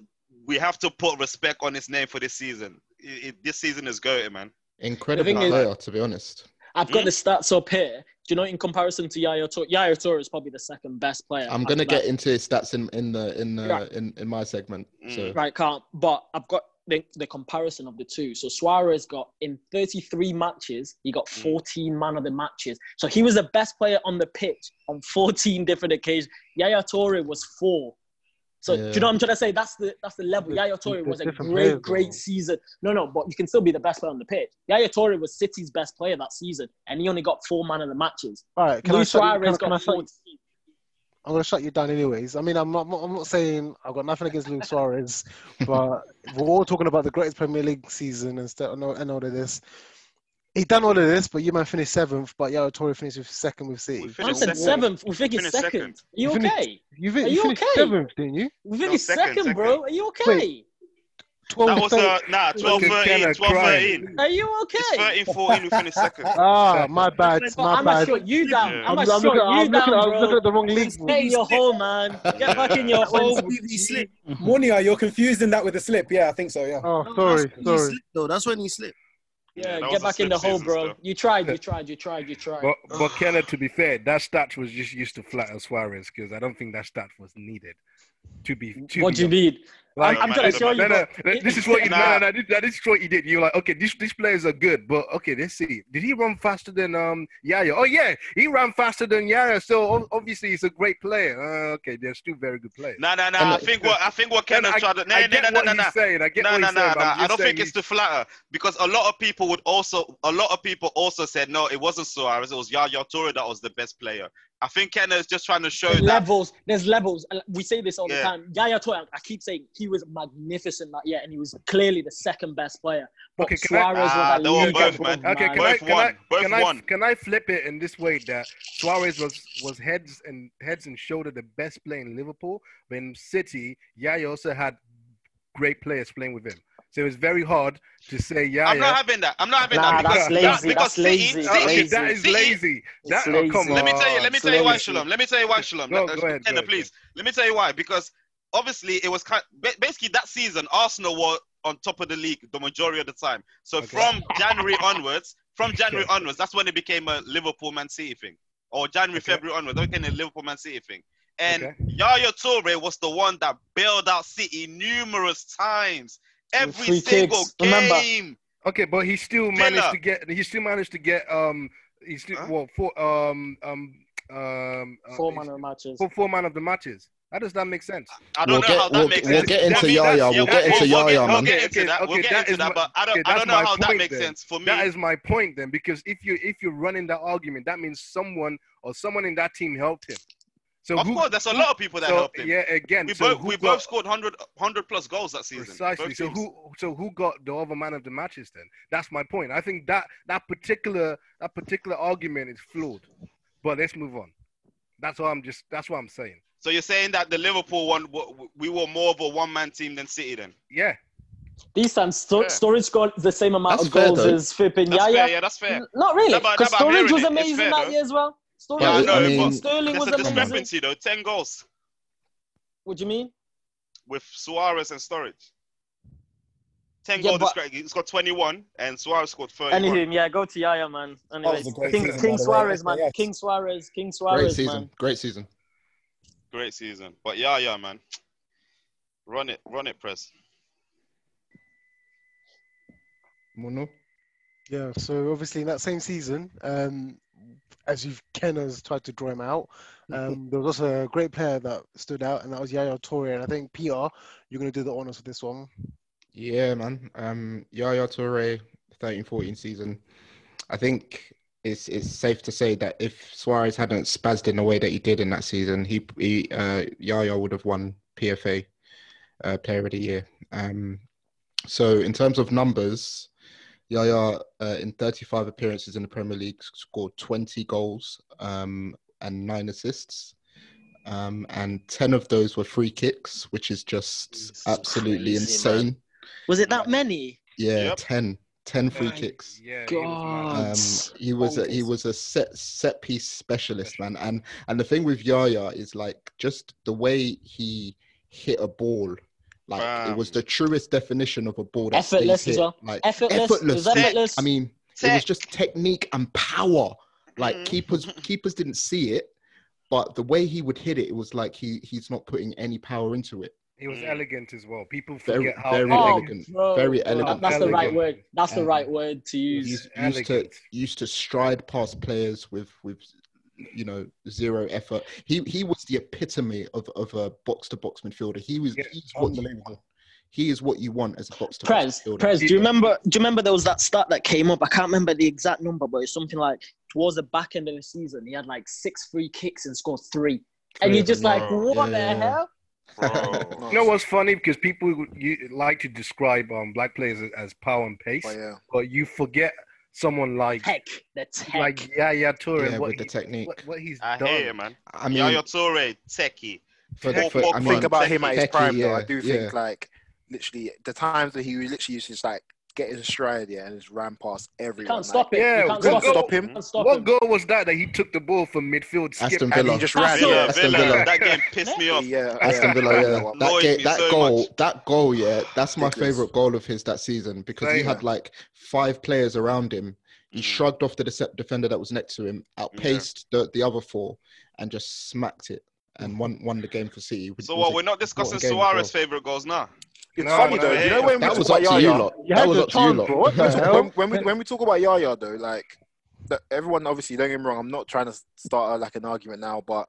S4: we have to put respect on his name for this season. It, it- this season is going, man.
S5: Incredible
S7: is-
S5: player, to be honest.
S7: I've got the stats up here. Do you know in comparison to Yaya Torre, Yaya Torre is probably the second best player.
S5: I'm gonna
S7: after that.
S5: get into his stats in in the in the
S7: Yeah.
S5: in, in my segment. So
S7: Mm, Right, can't. But I've got the, the comparison of the two. So Suarez got in 33 matches, he got 14 man of the matches. So he was the best player on the pitch on 14 different occasions. Yaya Torre was four. So do
S5: Yeah.
S7: you know what I'm trying to say? That's the that's the level. Yaya Torre
S3: there's
S7: was a
S3: different
S7: great,
S3: players,
S7: great
S3: though.
S7: season. No, no, but you can still be the best player on the pitch. Yaya Torre was City's best player that season, and he only got four man of the matches.
S3: All right. Can
S7: Luis
S3: I shut you-
S7: Suarez
S3: can, can I
S7: got
S3: shut you-
S7: 14.
S3: I'm gonna shut you down, anyways. I mean, I'm not. I'm not saying I've got nothing against Luis Suarez, but we're all talking about the greatest Premier League season and stuff and all and all of this. He done all of this, but you man finished seventh. But Yaya Torre finished with second with City.
S4: We
S7: I
S4: finished
S7: said seventh. We think it's
S4: Finished
S7: second.
S4: second.
S7: Are you
S3: You finished-
S7: okay?
S3: You,
S7: Are
S3: fin-
S7: you
S3: you finished
S7: okay?
S3: seventh, didn't you?
S7: We think
S4: No,
S7: it's
S4: second,
S7: second, bro.
S4: second.
S7: Are you okay?
S3: Wait,
S4: That
S3: 12
S4: was
S3: third.
S4: uh, nah, 12
S9: Look at
S4: 13,
S9: Kenna
S4: 12 13.
S9: crying.
S7: Are you
S4: It's
S7: okay?
S4: 13 14, we finished second.
S3: Ah, my bad,
S7: But
S3: my
S7: I'm gonna
S3: bad.
S7: shut you down.
S4: Yeah.
S3: I'm,
S7: I'm, gonna
S3: I'm
S7: shut
S3: looking,
S7: you
S3: I'm,
S7: down,
S3: looking, I'm
S7: bro.
S3: looking at the wrong league.
S7: Stay in your hole, man. Get back in your
S8: When
S7: hole.
S8: Stevie slipped.
S10: Monia, you're confusing that with the slip. Yeah, I think so. Yeah.
S3: Mm-hmm. Oh,
S8: No, that's
S3: sorry,
S8: when he
S3: sorry.
S8: slipped, though. That's when he slipped.
S4: Yeah,
S7: Yeah,
S4: that
S7: get
S4: was a
S7: back in the
S4: slip
S7: hole,
S4: season
S7: bro.
S4: still.
S7: You tried, you tried, you tried, you tried.
S9: But but Kenna, to be fair, that stat was just used to flatter Suarez because I don't think that stat was needed. To be, to
S7: What
S9: be
S7: do you need?
S9: Like,
S7: I'm, I'm trying to show you.
S9: No, no,
S7: but-
S9: no, this is what you, no,
S7: Nah.
S9: no, no, this, no, this is what you did. You're like, okay, these these players are good, but okay, let's see. Did he run faster than um Yaya? Oh yeah, he ran faster than Yaya. So ob- obviously he's a great player. Uh, okay, they're still very good players.
S4: No, no, no.
S9: And
S4: I
S9: like-
S4: think what I think what
S9: And
S4: Kenneth
S9: I-
S4: tried to. No,
S9: I
S4: no,
S9: get
S4: no,
S9: what
S4: no, no,
S9: he's saying. I get
S4: no,
S9: what
S4: no,
S9: he's
S4: no,
S9: saying, but
S4: no. I
S9: I'm just
S4: don't think
S9: saying
S4: it's to flatter because a lot of people would also, a lot of people also said no, it wasn't Suarez. It was Yaya Toure that was the best player. I think Kenneth's just trying to show that.
S7: levels. There's levels. And We say this all
S4: Yeah.
S7: the time. Yaya Toure, I keep saying he was magnificent that year, and he was clearly the second best player. But
S9: Okay, can I-
S7: Suarez
S4: Ah,
S7: was
S4: they
S7: a
S4: were
S7: league
S4: both,
S7: above,
S4: man.
S9: Okay, can
S7: man.
S9: I
S4: Both
S9: can I
S4: won. Both
S9: can I
S4: won.
S9: can I flip it in this way that Suarez was was heads and heads and shoulder the best player in Liverpool, but in City, Yaya also had great players playing with him. So it's very hard to say Yaya.
S4: I'm not having that. I'm not having that
S7: Nah,
S4: because
S7: that's lazy,
S4: because
S7: that's
S4: City, City,
S7: lazy, that's
S9: Okay, that is
S4: City-
S9: lazy. That
S7: It's
S9: oh, come
S7: lazy.
S9: on.
S4: Let me tell you. Let me
S7: it's
S4: tell you why,
S7: lazy.
S4: Shalom. Let me tell you why, Shalom.
S9: Go-
S4: Let- uh,
S9: go ahead, go
S4: Kenna,
S9: ahead, go
S4: please. Let me tell you why. Because obviously it was kind ba- basically that season Arsenal were on top of the league the majority of the time. So
S9: Okay.
S4: from January onwards, from January
S9: Okay.
S4: onwards, that's when it became a Liverpool Man City thing, or January
S9: Okay.
S4: February onwards, that became a Liverpool Man City thing. And
S9: Okay.
S4: Yaya Toure was the one that bailed out City numerous times, every
S7: free
S4: single
S7: kicks,
S4: game.
S7: remember.
S9: Okay, but he still managed
S4: Villa.
S9: to get. He still managed to get. Um, he still
S4: Huh?
S9: well four. Um, um, um. uh,
S7: Four
S9: he
S7: man of the matches.
S9: four, four man of the matches. How does that make sense?
S4: I don't
S5: We'll
S4: know
S5: get-
S4: how that
S5: we'll-
S4: makes
S5: we'll
S4: sense.
S5: get into
S4: That-
S5: Yaya, we'll get into
S4: we'll
S5: Yaya,
S4: get, We'll
S5: man.
S4: get into that. We'll
S9: okay,
S4: get
S9: that
S4: into
S9: is
S4: that.
S9: my-
S4: But I don't,
S9: okay,
S4: I
S9: that's
S4: don't know
S9: my
S4: how that
S9: point
S4: makes
S9: then.
S4: sense for me.
S9: That is my point then, because if you if you're running that argument, that means someone or someone in that team helped him. So
S4: of
S9: who,
S4: course, there's a lot of people that
S9: so
S4: helped him.
S9: yeah, again,
S4: we
S9: so
S4: both
S9: who
S4: we
S9: got,
S4: both scored 100, 100 plus goals that season.
S9: Precisely.
S4: Both
S9: So
S4: teams.
S9: who so who got the other man of the matches then? That's my point. I think that that particular that particular argument is flawed. But let's move on. That's what I'm just that's what I'm saying.
S4: So you're saying that the Liverpool one, w- we were more of a one-man team than City then?
S9: Yeah.
S7: These times, Sto-
S4: Yeah.
S7: Storage got the same amount
S5: That's
S7: of
S5: fair,
S7: goals
S5: though.
S7: as Fippin.
S4: That's
S7: Yaya.
S4: fair. Yeah, that's fair.
S7: N- Not really,
S4: No, but- no,
S7: because
S4: but I'm
S7: Storage
S4: hearing it.
S7: was
S4: It's
S7: amazing
S4: fair,
S7: that
S4: though.
S7: year as well. Storage
S4: Yeah, I
S7: was
S4: know,
S7: amazing.
S5: but
S7: Sterling
S4: There's
S7: was
S4: a
S7: amazing.
S4: discrepancy though. Ten goals
S7: What do you mean?
S4: with Suarez and Sturridge. Ten
S7: Yeah,
S4: goal
S7: but-
S4: discrepancy. He's got 21, and Suarez scored 31.
S7: Anything, yeah, go to Yaya, man. Anyways,
S10: was a great
S7: King,
S10: season, by
S7: King
S10: the way.
S7: Suarez, man.
S10: Okay, yes.
S7: King Suarez, King Suarez,
S5: Great season.
S7: man.
S5: Great season.
S4: Great season. But yeah, yeah, man. Run it, run it, press.
S5: Mono.
S3: Yeah, so obviously in that same season, um, as you've Ken has tried to draw him out, um, there was also a great player that stood out, and that was Yaya Toure. And I think PR, you're going to do the honors with this one.
S5: Yeah, man. Um, Yaya Toure, 13-14 season. I think it's it's safe to say that if Suarez hadn't spazzed in the way that he did in that season, he, he uh, Yaya would have won PFA uh, Player of the Year. Um, so in terms of numbers, Yaya uh, in 35 appearances in the Premier League scored 20 goals um, and nine assists. Um, and 10 of those were free kicks, which is just
S7: Jesus
S5: absolutely
S7: crazy, man.
S5: insane.
S7: Was it that many?
S5: Yeah,
S4: Yep.
S5: 10, 10 free kicks.
S9: Yeah, he was mad.
S7: God.
S5: Um, he was a, he
S7: bonkers.
S5: was a set set piece specialist, man. And and the thing with Yaya is like just the way he hit a ball, like it was
S4: Bam.
S5: the truest definition of a ball that stays
S7: Effortless as
S5: hit,
S7: well.
S5: like
S7: Effortless. It was
S5: effortless.
S4: Tech.
S7: effortless.
S5: I mean, it was
S4: Tech.
S5: just technique and power. Like
S4: Mhm.
S5: keepers keepers didn't see it, but the way he would hit it, it was like he he's not putting any power into it.
S9: He was
S4: Mm.
S9: elegant as well. People
S5: Very-
S9: forget how
S5: very
S7: oh,
S9: elegant.
S5: elegant,
S7: bro,
S5: very
S7: bro,
S5: elegant
S7: That's the right
S9: elegant.
S7: word. That's the
S5: Um,
S7: right word to use.
S5: used, used to
S9: Elegant.
S5: used to stride past players with with you know zero effort. He he was the epitome of of a box to box midfielder. He was
S9: Yeah,
S5: he's what you want.
S10: Unbelievable.
S5: He is what you want as a box to box
S7: Prez,
S5: midfielder.
S7: Prez, do
S9: Yeah.
S7: you remember? Do you remember there was that stat that came up? I can't remember the exact number, but it's something like towards the back end of the season, he had like six free kicks and scored three,
S5: Three
S7: and you're
S5: of them,
S7: just like,
S4: yeah.
S7: what
S5: Yeah.
S7: the hell?
S4: Bro.
S9: You know what's funny because people would- you like to describe um black players as- as power and pace,
S4: Oh,
S6: But yeah,
S9: but you forget someone like
S7: Tech, the tech.
S9: like Yaya Toure
S5: Yeah,
S9: and what,
S5: with the
S9: he-
S5: technique.
S9: what what he's
S4: I
S9: done.
S4: hear you, man.
S5: I mean,
S4: Yaya Toure, techie.
S5: for,
S4: Tech-
S5: for,
S4: Tech-
S5: I mean,
S4: Thank
S6: think about him at his
S5: Teki,
S6: prime though. I
S5: yeah,
S6: do
S5: yeah.
S6: think like literally the times that he literally used to just like get his stride yeah and just ran past
S7: you
S6: everyone.
S7: can't
S6: like,
S7: stop it.
S9: Yeah,
S7: you can't
S9: what
S7: stop
S6: couldn't
S9: goal?
S7: it.
S6: stop him.
S7: You can't stop
S9: What
S7: him.
S9: goal was that that he took the ball from midfield, skipped?
S5: Aston
S6: And
S5: Villa,
S6: he just
S7: That's
S6: ran.
S7: it.
S4: Villa,
S6: Yeah,
S5: Aston
S4: Villa.
S5: Villa.
S4: That game pissed me off.
S6: yeah,
S5: Aston
S6: yeah,
S5: Villa,
S6: yeah.
S5: yeah. That
S4: Annoyed
S5: game,
S4: me
S5: that
S4: so
S5: goal,
S4: much.
S5: that goal, yeah. That's my
S6: Ridiculous.
S5: favorite goal of his that season because he
S9: Same,
S5: had
S9: man.
S5: like five players around him. He
S4: Mhm.
S5: shrugged off the dece- defender that was next to him, outpaced the, the other four, and just smacked it. and won won the game for City.
S4: So what? We're not discussing Suarez' favorite goals now.
S6: It's funny though. You know when we
S5: That
S6: talk
S5: was
S6: about
S5: up to you
S6: Yaya,
S5: lot. That was up to you lot.
S6: When we talk- when- when we when we talk about Yaya though, like that everyone obviously don't get me wrong. I'm not trying to start uh, like an argument now, but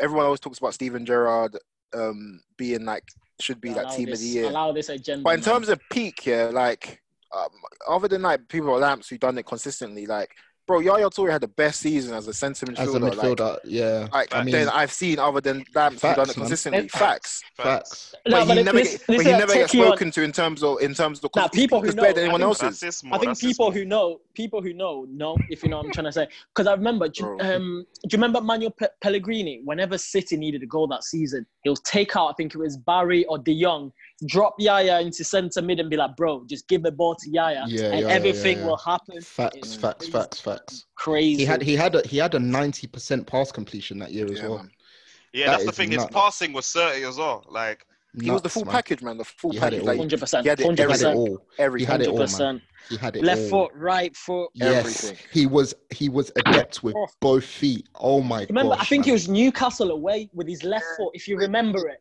S6: everyone always talks about Steven Gerrard um, being like should be that
S7: Allow
S6: team of
S7: this-
S6: the year.
S7: Allow this agenda.
S6: But in
S7: man.
S6: terms of peak, yeah, like um, other than like people like Lamps who done it consistently, like bro, Yaya Toure had the best season as a centre midfielder.
S5: As a
S6: like-
S5: midfielder, yeah.
S6: Like,
S5: I mean,
S6: then I've seen other than Lamps who done
S5: facts,
S6: it
S5: man.
S6: consistently.
S5: Facts.
S6: Facts.
S5: Facts.
S7: No,
S6: but,
S7: but
S6: he
S7: let's-
S6: never,
S7: let's-
S6: get, but
S7: listen,
S6: he never gets
S7: take you on-
S6: spoken to in terms of in terms of
S7: Nah, people who
S6: it's
S7: know
S6: better than anyone
S7: I think-
S6: else's.
S7: I think people who know, people who know, know if you know what I'm trying to say. Because I remember, do, you- um, do you remember Manuel Pe- Pellegrini? Whenever City needed a goal that season, he'll take out, I think it was Barry or De Jong, drop Yaya into centre mid and be like, "Bro, just give the ball to Yaya,
S5: Yeah,
S7: and
S5: yeah, yeah,
S7: everything
S5: yeah,
S7: will happen."
S5: Facts, facts, facts, facts.
S7: Crazy.
S5: He had he had a he had a ninety percent pass completion that year as well.
S4: Yeah,
S5: That
S4: that's the
S5: is
S4: thing. His
S5: nuts.
S4: passing was 30 as well. Like
S5: He was the Nuts, full man.
S6: package, man. The full
S5: He had it all.
S6: He had it,
S5: He had it
S6: everything.
S5: all. He had it all, man. He had it
S7: Left
S5: all.
S7: foot, right foot,
S5: Yes, he was he was adept with both feet. Oh my
S7: Remember, I
S5: gosh!
S7: think it was Newcastle away with his left foot, if you remember it.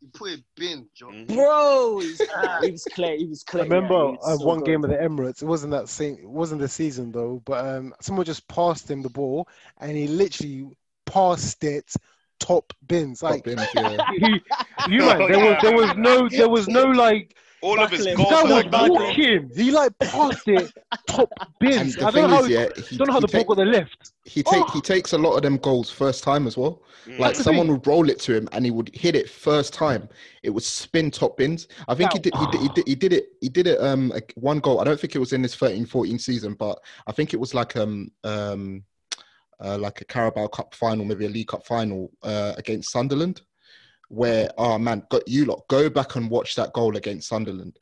S15: You put a bin, John.
S5: Mm-hmm.
S7: Bro, he's, ah, he was clear. He was
S3: I
S7: clear.
S3: remember
S7: yeah, he was
S3: uh,
S7: so
S3: one
S7: good.
S3: game of the Emirates. It wasn't that same. It wasn't the season though. But um, someone just passed him the ball, and he literally passed it top bins. Like
S5: bins,
S3: yeah.
S16: You man, there was there was no there was no like
S4: all
S3: of his
S16: that
S3: goals are
S16: was
S3: like that, bro.
S16: walking. He like passed it top
S5: And
S16: bins.
S5: the
S16: I
S5: thing
S16: don't know how
S5: is,
S16: he-
S5: yeah, he-
S16: don't know how
S5: he
S16: the ball
S5: take-
S16: got the left. Oh!
S5: He take he takes a lot of them goals first time as well. Like
S16: That's the
S5: someone would roll it to him and he would hit it first time. It would spin top bins. I think he did he did, he did he did it he did it um like one goal. I don't think it was in his 13-14 season, but I think it was like um um uh, like a Carabao Cup final, maybe a League Cup final uh, against Sunderland, where oh man, got you lot go back and watch that goal against Sunderland.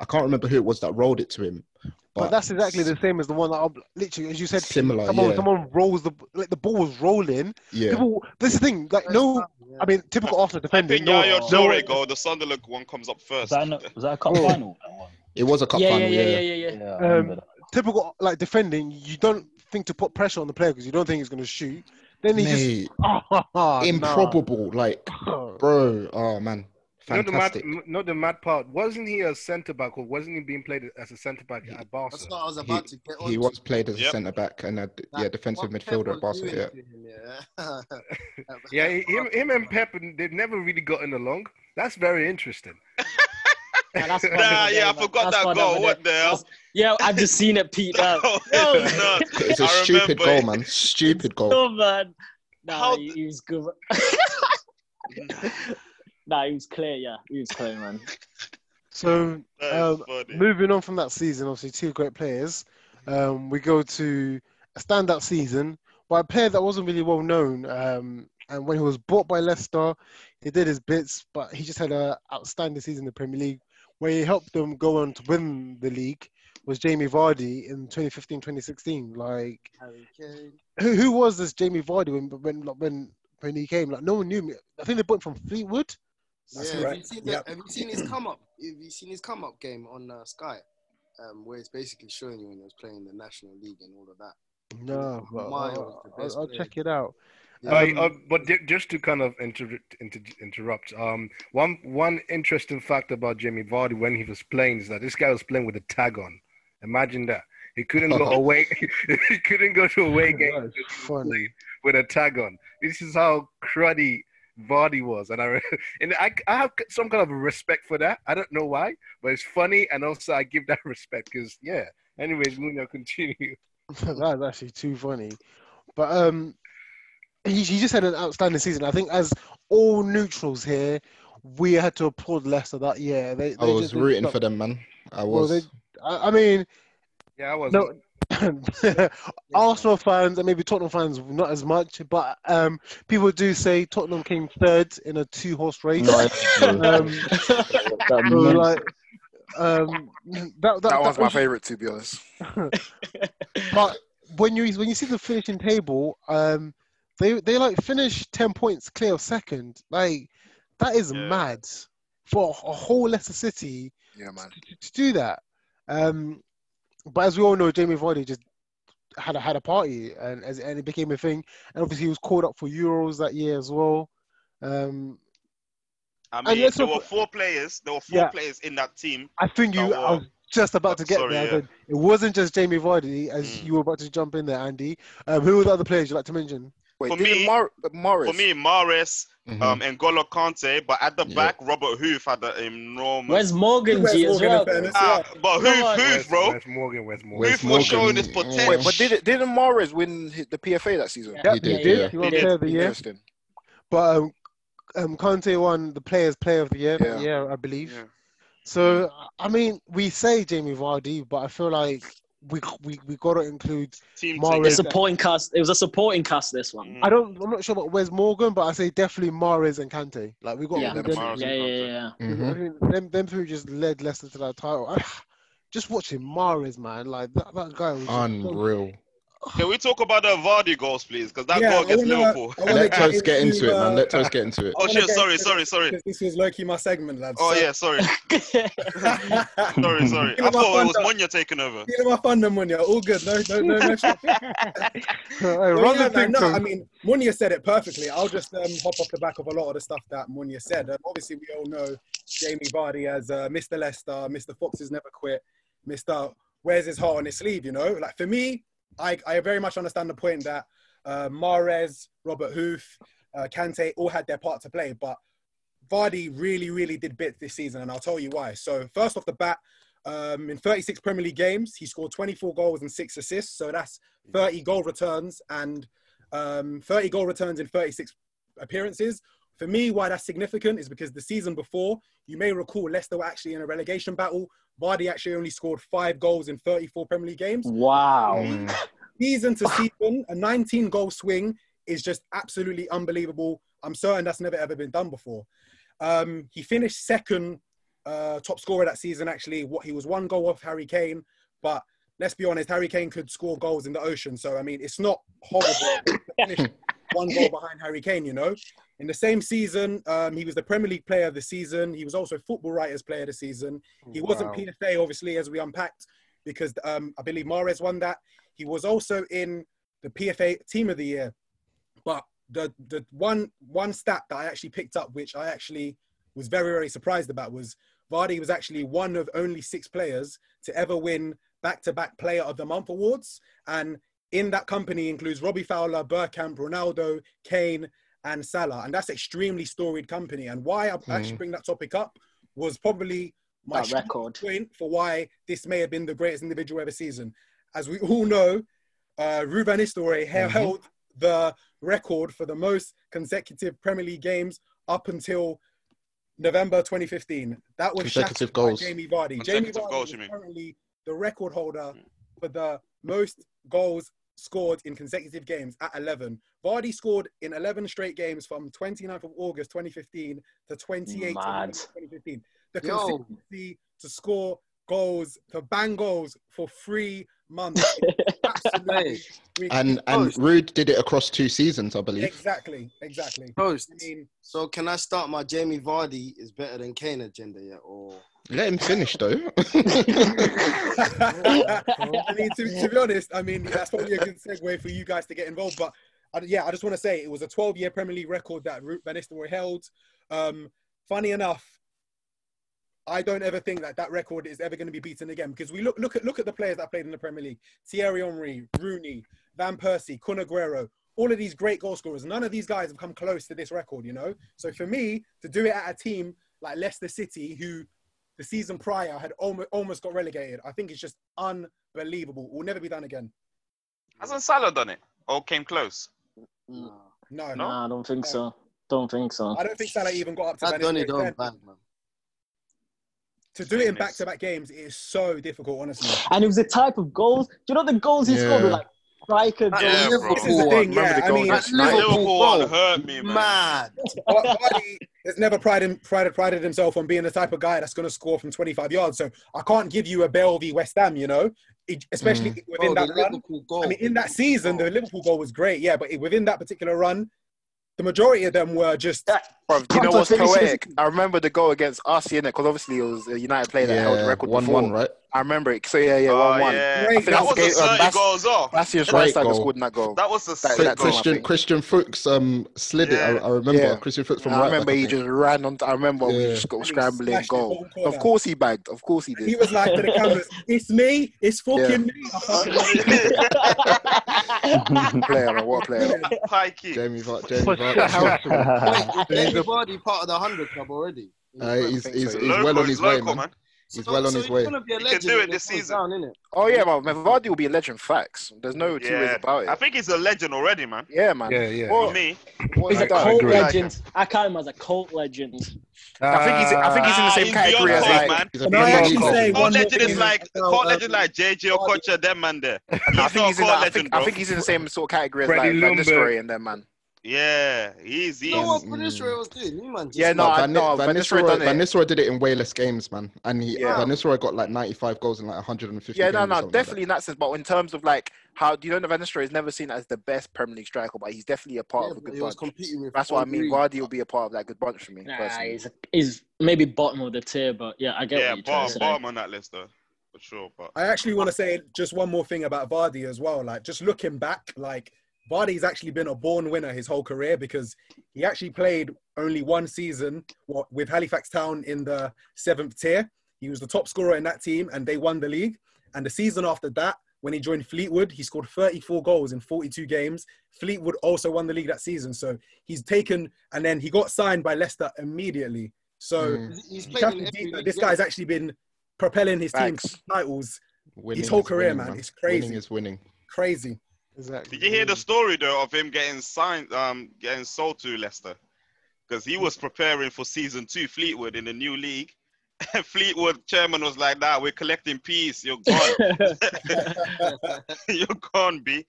S5: I can't remember who it was that rolled it to him,
S3: But that's exactly the same as the one that I'm, literally, as you said,
S5: Similar,
S3: Someone,
S5: yeah.
S3: someone rolls the like the ball was rolling.
S5: Yeah.
S3: People, this is the thing. Like no, I mean, typical
S4: I
S3: Arsenal defending.
S4: think
S3: No,
S4: Yaya
S3: no,
S4: Toure goal, the Sunderland one comes up first.
S14: was that a cup final?
S5: It was a cup
S3: Yeah, yeah,
S5: final,
S3: yeah,
S5: yeah,
S3: yeah, yeah, um, typical like defending. You don't think to put pressure on the player because you don't think he's going to shoot. Then he
S5: Mate.
S3: just oh,
S5: improbable. Like, bro, oh man,
S9: You know the mad,
S5: fantastic.
S9: m- not the mad part. Wasn't he a centre back, or wasn't he being played as a centre back at Barca?
S15: That's what I was
S5: He,
S15: about to get on.
S5: he was played as a centre back and a d- yeah defensive midfielder at Barca. Yeah.
S15: Yeah.
S9: Yeah, he- him, him and Pep, they've never really gotten along. That's very interesting.
S4: Nah, yeah, I forgot
S9: That's
S4: that
S9: one
S4: goal.
S9: over
S4: What the hell?
S7: Yeah, I just seen it, Pete. Now. Yo,
S5: It's a stupid goal, man. Stupid goal.
S7: yo, man. Nah, he, he was good. nah, he was clear. Yeah, he was clear, man.
S3: So,
S7: That is
S3: um, moving on from that season, obviously two great players. Um, we go to a standout season by a player that wasn't really well known. Um, and when he was bought by Leicester, he did his bits, but he just had an outstanding season in the Premier League, where he helped them go on to win the league. Was Jamie Vardy in 2015-2016? Like, who, who was this Jamie Vardy when when when when he came? Like, no one knew me. I think they bought him from Fleetwood.
S15: Yeah, have, you seen the, have you seen his come up? Have you seen his come up game on uh, Sky, um, where it's basically showing you when he was playing the National League and all of that?
S3: No, but
S10: uh,
S15: Maya
S3: I'll,
S15: was the
S3: I'll-
S15: best
S3: I'll
S15: player.
S3: check it out.
S9: Uh,
S3: Um,
S9: uh, but ju- just to kind of inter- inter- interrupt, um, one one interesting fact about Jamie Vardy when he was playing is that this guy was playing with a tag on. Imagine that he couldn't go away. he couldn't go to away games because he was playing with a tag on. This is how cruddy Vardy was, and I re- and I, I have some kind of respect for that. I don't know why, but it's funny, and also I give that respect because yeah. Anyways, Muno, continue.
S3: That's actually too funny. But um, he, he just had an outstanding season. I think as all neutrals here, we had to applaud Leicester that year. They,
S5: I
S3: they
S5: was
S3: just didn't
S5: rooting
S3: stop-
S5: for them, man. I
S3: Well,
S5: was.
S3: they, I, I mean,
S9: Yeah, I was.
S3: no, Arsenal fans and maybe Tottenham fans not as much, but um, people do say Tottenham came third in a two-horse race.
S14: No, no.
S3: um, so,
S14: meant-
S3: like, um, that, that,
S6: That, was my
S3: was-
S6: favorite, to be honest.
S3: but when you when you see the finishing table, um, they they like finish ten points clear of second. Like that is mad for a whole Leicester City
S6: Yeah, man.
S3: to, to do that. Um, but as we all know, Jamie Vardy just had a, had a party, and as and it became a thing. And obviously, he was called up for Euros that year as well. Um,
S4: I
S3: And
S4: mean,
S3: let's
S4: there
S3: not
S4: were
S3: put-
S4: four players. There were four
S3: Yeah.
S4: players in that team.
S3: I think you.
S4: that
S3: I
S4: were-
S3: was just about to get
S4: sorry,
S3: there.
S4: yeah. Mm.
S3: but It wasn't just Jamie Vardy, as you were about to jump in there, Andy. Um, who were the other players you like to mention?
S4: for me,
S6: Morris.
S4: For me, Morris
S5: Mm-hmm.
S3: Mhm.
S4: um, and Golo Kante, but at the
S3: Yeah.
S4: back, Robert Hoof had an enormous.
S7: Where's Morgan Where's G as Morgan, well? in fairness,
S4: Ah,
S7: yeah.
S4: but
S7: Come
S4: Hoof,
S7: on.
S4: Hoof, bro.
S9: Where's Morgan? Where's Morgan?
S4: Where's Hoof was showing his potential.
S6: Wait, but did, didn't Morris win hi- the PFA that season?
S3: Yep, He did, he did. yeah. He won Player of the Year.
S6: Interesting.
S3: But um, um, Conte won the Players' Player of the Year
S6: Yeah.
S3: that year, I believe. So I mean, we say Jamie Vardy, but I feel like we we, we got to include
S4: Team
S3: Mahrez.
S7: It's a supporting cast. It was a supporting cast. This one.
S3: Mm. I don't. I'm not sure about Wes Morgan, but I say definitely Mares and Kante. Like we got
S7: Yeah,
S3: them,
S7: yeah, yeah, yeah. yeah.
S3: I
S14: Mm-hmm.
S3: mean, them. Them three just led Leicester to that title. just watching Mares, man. Like that, that guy was just so-
S5: Unreal.
S4: Can we talk about the Vardy goals, please? Because that
S3: Yeah,
S4: goal
S3: I
S4: against
S3: wanna-
S4: Liverpool.
S3: I wanna
S5: Let Toast get into it, man.
S10: uh,
S5: Let Toast get into it.
S10: I
S4: Oh,
S10: wanna
S4: shit,
S10: get
S4: sorry,
S10: into
S4: sorry,
S10: this
S4: sorry.
S10: because This was low-key my segment, lads.
S4: Oh yeah, sorry. sorry, sorry.
S10: Give
S4: I
S10: him my
S4: thought it was
S10: thunder.
S4: Munya taking over.
S10: Stealing my thunder, Munya. All good. No, no, no, no. shit.
S3: Hey,
S10: Well,
S3: Oh, run
S10: yeah,
S3: the
S10: no,
S3: thing,
S10: no,
S3: Toast.
S10: I mean, Munya said it perfectly. I'll just um, hop off the back of a lot of the stuff that Munya said. Um, obviously, we all know Jamie Vardy as uh, Mr. Leicester, Mr. Fox has never quit, Mr. Wears his heart on his sleeve, you know? Like, for me, I, I very much understand the point that uh, Mares, Robert Hoof, uh, Kante all had their part to play, but Vardy really, really did bits this season, and I'll tell you why. So, first off the bat, um, in 36 Premier League games, he scored 24 goals and six assists. So that's 30 goal returns and um, 30 goal returns in 36 appearances. For me, why that's significant is because the season before, you may recall Leicester were actually in a relegation battle. Vardy actually only scored five goals in 34 Premier League games.
S7: Wow.
S10: Season to season, a 19 goal swing is just absolutely unbelievable. I'm certain that's never ever been done before. Um, he finished second uh, top scorer that season, actually. What he was one goal off Harry Kane, but let's be honest, Harry Kane could score goals in the ocean. So I mean, it's not horrible to finish one goal behind Harry Kane. You know, in the same season, um, he was the Premier League Player of the season. He was also Football Writers Player of the season. He wasn't
S16: Wow.
S10: PFA, obviously, as we unpacked, because um, I believe Mares won that. He was also in the PFA Team of the Year. But the the one one stat that I actually picked up, which I actually was very very surprised about, was Vardy was actually one of only six players to ever win back-to-back Player of the Month awards, and in that company includes Robbie Fowler, Burkamp, Ronaldo, Kane, and Salah, and that's extremely storied company. And why I actually
S7: Mm.
S10: bring that topic up was probably my
S7: That record
S10: point for why this may have been the greatest individual ever season. As we all know, uh, Ruben Nistelrooy he-
S16: Mhm.
S10: held the record for the most consecutive Premier League games up until November 2015. That was
S5: Consecutive
S10: shattered by
S5: goals.
S10: Jamie Vardy. Jamie
S5: Consecutive
S10: Vardy
S5: goals,
S10: is
S5: you mean?
S10: currently the record holder for the most goals scored in consecutive games at 11. Vardy scored in 11 straight games from 29th of August 2015 to 28th of
S7: Mad.
S10: November 2015. The
S7: Yo.
S10: consistency to score goals, to bang goals for three months. is absolutely
S5: And and Rude did it across two seasons, I believe.
S10: Exactly, exactly.
S15: Post.
S10: I mean,
S15: so can I start my Jamie Vardy is better than Kane agenda yet? Or
S5: Let him finish though.
S10: I mean, to, to be honest, I mean, that's probably a good segue for you guys to get involved. But I, yeah, I just want to say it was a 12 year Premier League record that Ruud Van Nistelrooy held. Um, funny enough, I don't ever think that that record is ever going to be beaten again because we look look at look at the players that played in the Premier League: Thierry Henry, Rooney, Van Persie, Kun Aguero. All of these great goal scorers. None of these guys have come close to this record, you know. So for me to do it at a team like Leicester City, who the season prior had almost almost got relegated, I think it's just unbelievable. It will never be done again.
S4: Hasn't Salah done it? Or came close?
S10: No, no,
S7: Nah, I don't think so. Don't think so.
S10: I don't think Salah even got up to Van
S7: That done
S10: Nistelrooy's
S7: it all
S10: level.
S7: bad,
S10: To do it in back-to-back games is so difficult, honestly.
S7: And it was the type of goals. Do you know the goals he scored were
S10: Yeah.
S7: like striker goals?
S10: Yeah, bro. This is the thing, yeah, I mean-
S7: Like,
S10: Liverpool
S4: one
S10: goal.
S4: hurt me, man.
S15: Mad.
S10: Vardy has never prided, prided, prided himself on being the type of guy that's going to score from 25 yards. So I can't give you a Bell v West Ham, you know, It- especially
S15: Mm.
S10: within
S15: Bro,
S10: that
S15: the
S10: run.
S15: Liverpool goal.
S10: I mean, in that season, the Liverpool goal was great, yeah, but it- within that particular run, the majority of them were just
S6: Bro, do you know
S11: Can't
S6: what's
S11: I finish this?
S6: poetic? I remember the goal against us in it because obviously it was a United player that held the
S5: Yeah,
S6: record
S5: 1-1,
S6: before.
S5: right?
S6: I remember it. So yeah, yeah,
S5: Oh,
S6: one one.
S5: yeah.
S6: I
S5: Great
S6: think
S5: goal. That
S6: was
S5: was a
S6: the game- uh,
S5: certain
S6: Bas-
S5: goal as well.
S6: Bastian
S5: Great
S6: Schweinsteiger
S5: goal.
S6: scored in that goal.
S4: That was the
S6: that,
S5: Cri-
S6: that goal, I
S5: Christian
S6: think.
S5: Christian Fuchs um slid it. I, I remember
S6: Yeah.
S5: Christian Fuchs from
S6: I
S5: right
S6: remember
S5: back. I
S6: he
S5: think.
S6: just ran on. I remember we
S5: Yeah.
S6: just got
S5: And he
S6: scrambling
S5: smashed it
S6: goal.
S5: bottom corner.
S6: Of course he bagged. Of course he did.
S10: He was like to the cameras, "It's me, it's fucking
S6: Yeah.
S10: me." I fucking love it.
S6: player, man, what a player.
S4: Pikey.
S5: Jamie Vardy.
S6: For
S5: Jamie
S6: sure.
S15: Wait, is
S5: Vardy. He's
S15: Jamie
S5: a-
S15: Vardy part of the 100 club already?
S5: uh, he's he's, he's
S6: Local,
S5: well on his
S6: he's
S5: way,
S6: local,
S5: man.
S6: man.
S5: He's well on
S15: so
S5: his
S15: he's
S5: way.
S15: gonna be a
S4: He can
S15: legend
S4: do it
S15: when
S4: this
S15: comes
S4: season.
S15: Down, innit?
S6: Oh yeah, man. Vardy will be a legend. Facts. There's no two ways
S4: Yeah.
S6: about
S4: I
S6: it.
S4: think he's a legend already, man.
S6: Yeah, man.
S9: Yeah, yeah.
S4: For
S6: Well,
S4: me.
S6: what
S7: He's
S6: he
S7: a
S6: done.
S7: cult legend. I count him as a cult legend.
S6: I think he's. I think he's in the
S4: Ah,
S6: same
S4: he's
S6: category
S4: beyond
S6: as
S4: cult,
S6: like.
S4: man.
S6: he's a
S4: Can
S6: beyond
S4: I actually
S6: cult.
S4: say Cult legend is like cult legend like JJ Okocha, them man there.
S6: I
S4: He's
S6: think
S4: not a
S6: he's in.
S4: cult
S6: That, I think.
S4: legend,
S6: I
S4: bro.
S6: think he's in the same sort of category as
S4: Freddie
S6: like Van
S4: Ljungberg.
S6: Nistelrooy and them, man.
S4: Yeah, he's
S15: You
S4: he's.
S15: know what Van Nistelrooy was doing? You man just
S6: Yeah, no,
S5: Nah,
S6: I-
S5: Van,
S6: no,
S5: Van,
S6: Van Nistelrooy
S5: Nistelrooy,
S6: done it.
S5: Van Nistelrooy did it in way less games, man. And he,
S6: Yeah.
S5: Van Nistelrooy got like 95 goals in like 150
S6: Yeah,
S5: games.
S6: no,
S5: or
S6: no,
S5: something like that.
S6: definitely in that sense. But in terms of like how do you know that Van Nistelrooy is never seen as the best Premier League striker, but he's definitely a part
S15: Yeah,
S6: of a
S15: but
S6: good
S15: he was
S6: bunch.
S15: competing with
S6: That's what I
S15: Henry.
S6: mean. Vardy will be a part of that good bunch for me
S7: Nah,
S6: personally.
S7: he's, he's maybe bottom of the tier, but yeah, I get
S4: Yeah,
S7: what you're trying
S4: bomb,
S7: to say.
S4: bomb on that list though, for sure. But
S10: I actually want to say just one more thing about Vardy as well. Like, just looking back, like, Vardy's actually been a born winner his whole career because he actually played only one season what, with Halifax Town in the seventh tier. He was the top scorer in that team and they won the league. And the season after that, when he joined Fleetwood, he scored 34 goals in 42 games. Fleetwood also won the league that season. So he's taken, and then he got signed by Leicester immediately. So
S5: Mm.
S15: He's
S10: you
S15: played
S10: have
S15: in
S10: to
S15: every
S10: deep that
S15: league,
S10: this
S15: yeah.
S10: guy's actually been propelling his team
S6: Facts.
S10: to titles
S5: Winning
S10: his whole
S5: is
S10: career,
S5: winning,
S10: man. It's crazy,
S5: Winning is winning.
S10: crazy.
S3: Exactly.
S4: did you hear the story though of him getting signed, um, getting sold to Leicester? Because he was preparing for season two Fleetwood in the new league. And Fleetwood chairman was like, "Nah, we're collecting peas. You're gone. You're gone, B."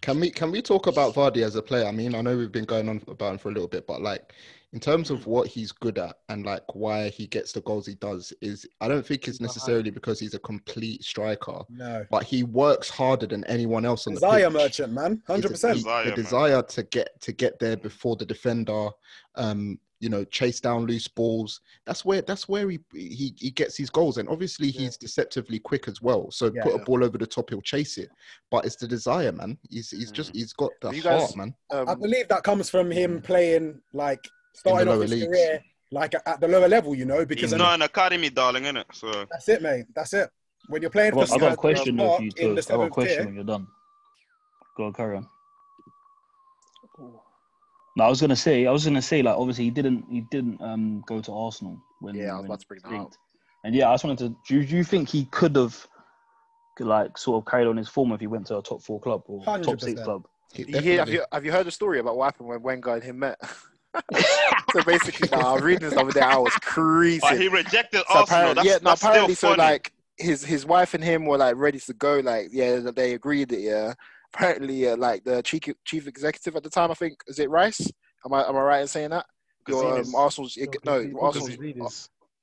S5: Can we can we talk about Vardy as a player? I mean, I know we've been going on about him for a little bit, but like in terms of what he's good at and like why he gets the goals he does is I don't think
S6: Uh-huh.
S5: it's necessarily because he's a complete striker.
S10: No.
S5: But he works harder than anyone else on the
S10: Desire
S5: pitch.
S10: merchant, man. Hundred
S5: He's a-
S10: percent.
S5: he- The desire to get to get there before the defender, um, you know, chase down loose balls. That's where that's where he he, he gets his goals, and obviously he's deceptively quick as well. So
S6: Yeah.
S5: put a
S6: Yeah.
S5: ball over the top, he'll chase it. But it's the desire, man. He's he's just he's got the
S6: You guys-
S5: heart, man. Mm.
S10: I believe that comes from him playing like starting off
S5: lower
S10: his
S5: leagues.
S10: career like at the lower level, you know, because
S4: He's not an academy darling, innit? So
S10: that's it, mate. That's it. When you're playing
S14: I've got,
S10: for
S14: I've got a
S10: Spurs
S14: question though for you,
S10: in the
S14: Stokes. I've got a
S10: seventh
S14: question
S10: tier,
S14: when you're done. Go on, carry on. No, I was gonna say, I was gonna say, like obviously he didn't, he didn't um go to Arsenal when.
S6: Yeah, I was
S14: when
S6: about to bring that
S14: linked. And yeah, I just wanted to. Do you, do you think he could have, like, sort of carried on his form if he went to a top four club or top six
S6: 100%.
S14: club?
S6: You hear, have you have you heard the story about what happened when Wenger and him met? so basically, nah, I was reading this the other day. I was creasing.
S4: But he rejected
S6: So
S4: Arsenal.
S6: apparent-
S4: That's,
S6: yeah, no,
S4: that's
S6: apparently,
S4: still
S6: so
S4: funny.
S6: like his his wife and him were like ready to go. Like, yeah, that they agreed it. Yeah, apparently, uh, like the chief chief executive at the time, I think, is it Rice? Am I am I right in saying that? Your um,
S4: Gazidis.
S6: Arsenal's it, no, Arsenal's. uh,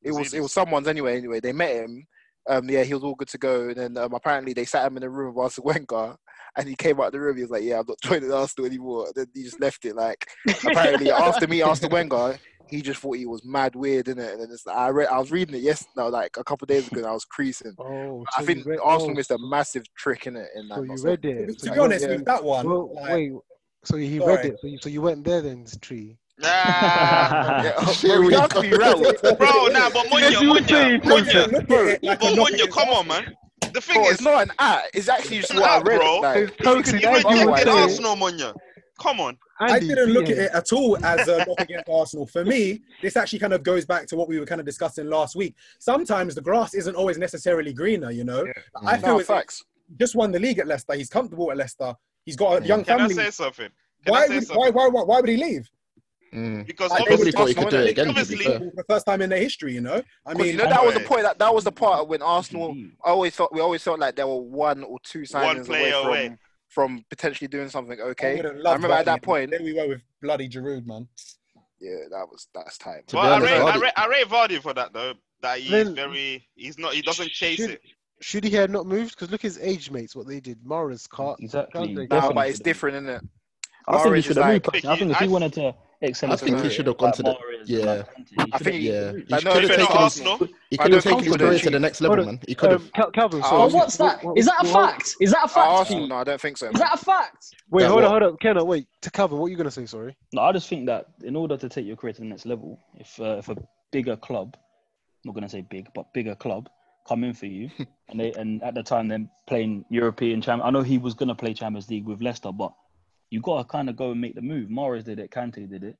S6: It was it was someone's anyway. Anyway, they met him. Um, yeah, he was all good to go, and then um, apparently they sat him in the room with Arsene Wenger, and he came out of the room. He was like, "Yeah, I'm not joining Arsenal anymore." And then he just left it. Like apparently after me, Arsene Wenger, he just thought he was mad weird, innit? And then it's like, I read, I was reading it yesterday, no, like a couple of days ago, and I was creasing.
S16: Oh,
S6: I
S16: so
S6: think
S16: you read-
S6: Arsenal
S16: oh,
S6: missed a massive trick in it. In that
S16: So you
S6: nonsense.
S16: read it.
S10: To be-
S16: So
S10: to
S16: you went
S10: be honest,
S16: there.
S10: with that one,
S16: Well,
S10: like-
S16: wait.
S3: So he read
S10: Sorry.
S3: it. So you, so you went there then, it's tree.
S6: Yeah, oh, bro, you have to be rattled.
S4: Bro, nah, but Munya, Munya, Munya,
S10: Look at it like
S4: but
S10: a knock
S4: Munya, come on, man. The thing
S6: Bro,
S4: is,
S6: it's not an ah. It's actually just
S4: Nah,
S6: what I read.
S4: bro.
S6: Like,
S4: It's
S6: it's
S4: he
S6: expensive otherwise.
S4: rejected Arsenal, Munya. Come on.
S10: I didn't look at it at all as a knock against Arsenal. For me, this actually kind of goes back to what we were kind of discussing last week. Sometimes the grass isn't always necessarily greener, you know. I
S6: Mm.
S10: feel
S6: No,
S10: as if he just won the league at Leicester. He's comfortable at Leicester. He's
S6: Mm.
S10: got a young
S4: Can I
S10: family.
S4: say something? Can I
S10: Why
S4: say
S10: would,
S4: something?
S10: why, why, why, why would he leave?
S4: Because
S10: Like, they
S5: probably
S10: would
S5: thought he
S10: just
S5: could do it
S10: won
S5: again, to be
S10: Obviously,
S5: fair.
S10: for the first time in their history, you know. I
S6: 'Cause,
S10: mean,
S6: you know that was the point. That, that was the part when Arsenal I always thought we always felt like there were one or two signings away
S4: player
S6: from
S4: away.
S6: from potentially doing something
S10: I
S6: okay.
S10: would
S6: I,
S10: have loved
S6: remember at that point.
S10: There we were with bloody Giroud, man.
S6: Yeah, that was that's time.
S4: But I rate, I, rate, I rate Vardy for that though. That he's
S3: Then-
S4: very, he's not, he doesn't chase
S3: should-
S4: it.
S3: Should he have not moved? Because look at his age, mates. What they did, Morris, Cart,
S14: E-, Exactly.
S3: Kante.
S6: Nah, but it's different, isn't it?
S14: I think he
S6: Mahrez
S14: should
S6: is
S14: have
S6: like,
S14: moved. personally. I think if he wanted to,
S5: I think he should have gone to the. Yeah,
S17: I think he- I
S5: yeah. He
S17: know
S5: could
S17: it's
S5: have
S17: not
S5: taken his.
S17: Arsenal.
S5: He
S17: I don't
S5: could have taken
S17: think
S5: his
S17: he's
S5: career
S17: gonna
S5: to the
S17: cheat.
S5: next level,
S17: Hold on.
S5: man. He could have.
S17: Um, Cal- Calvin,
S5: Uh,
S17: sorry.
S5: Oh, what's
S7: that? Is that a fact? Is that a fact,
S6: Arsenal,
S7: Pete?
S6: no, I don't think so. Man.
S7: Is that a fact?
S17: Wait,
S14: That
S17: hold on,
S14: what?
S17: hold on. Ken, wait.
S14: to cover what you're going to say sorry no i just think that in order to take your career to the next level if uh, if a bigger club I'm not going to say big but bigger club come in for you and they and at the time then playing european champ i know he was going to play champions league with leicester but you got to kind of go and make the move Mares did it Kante did it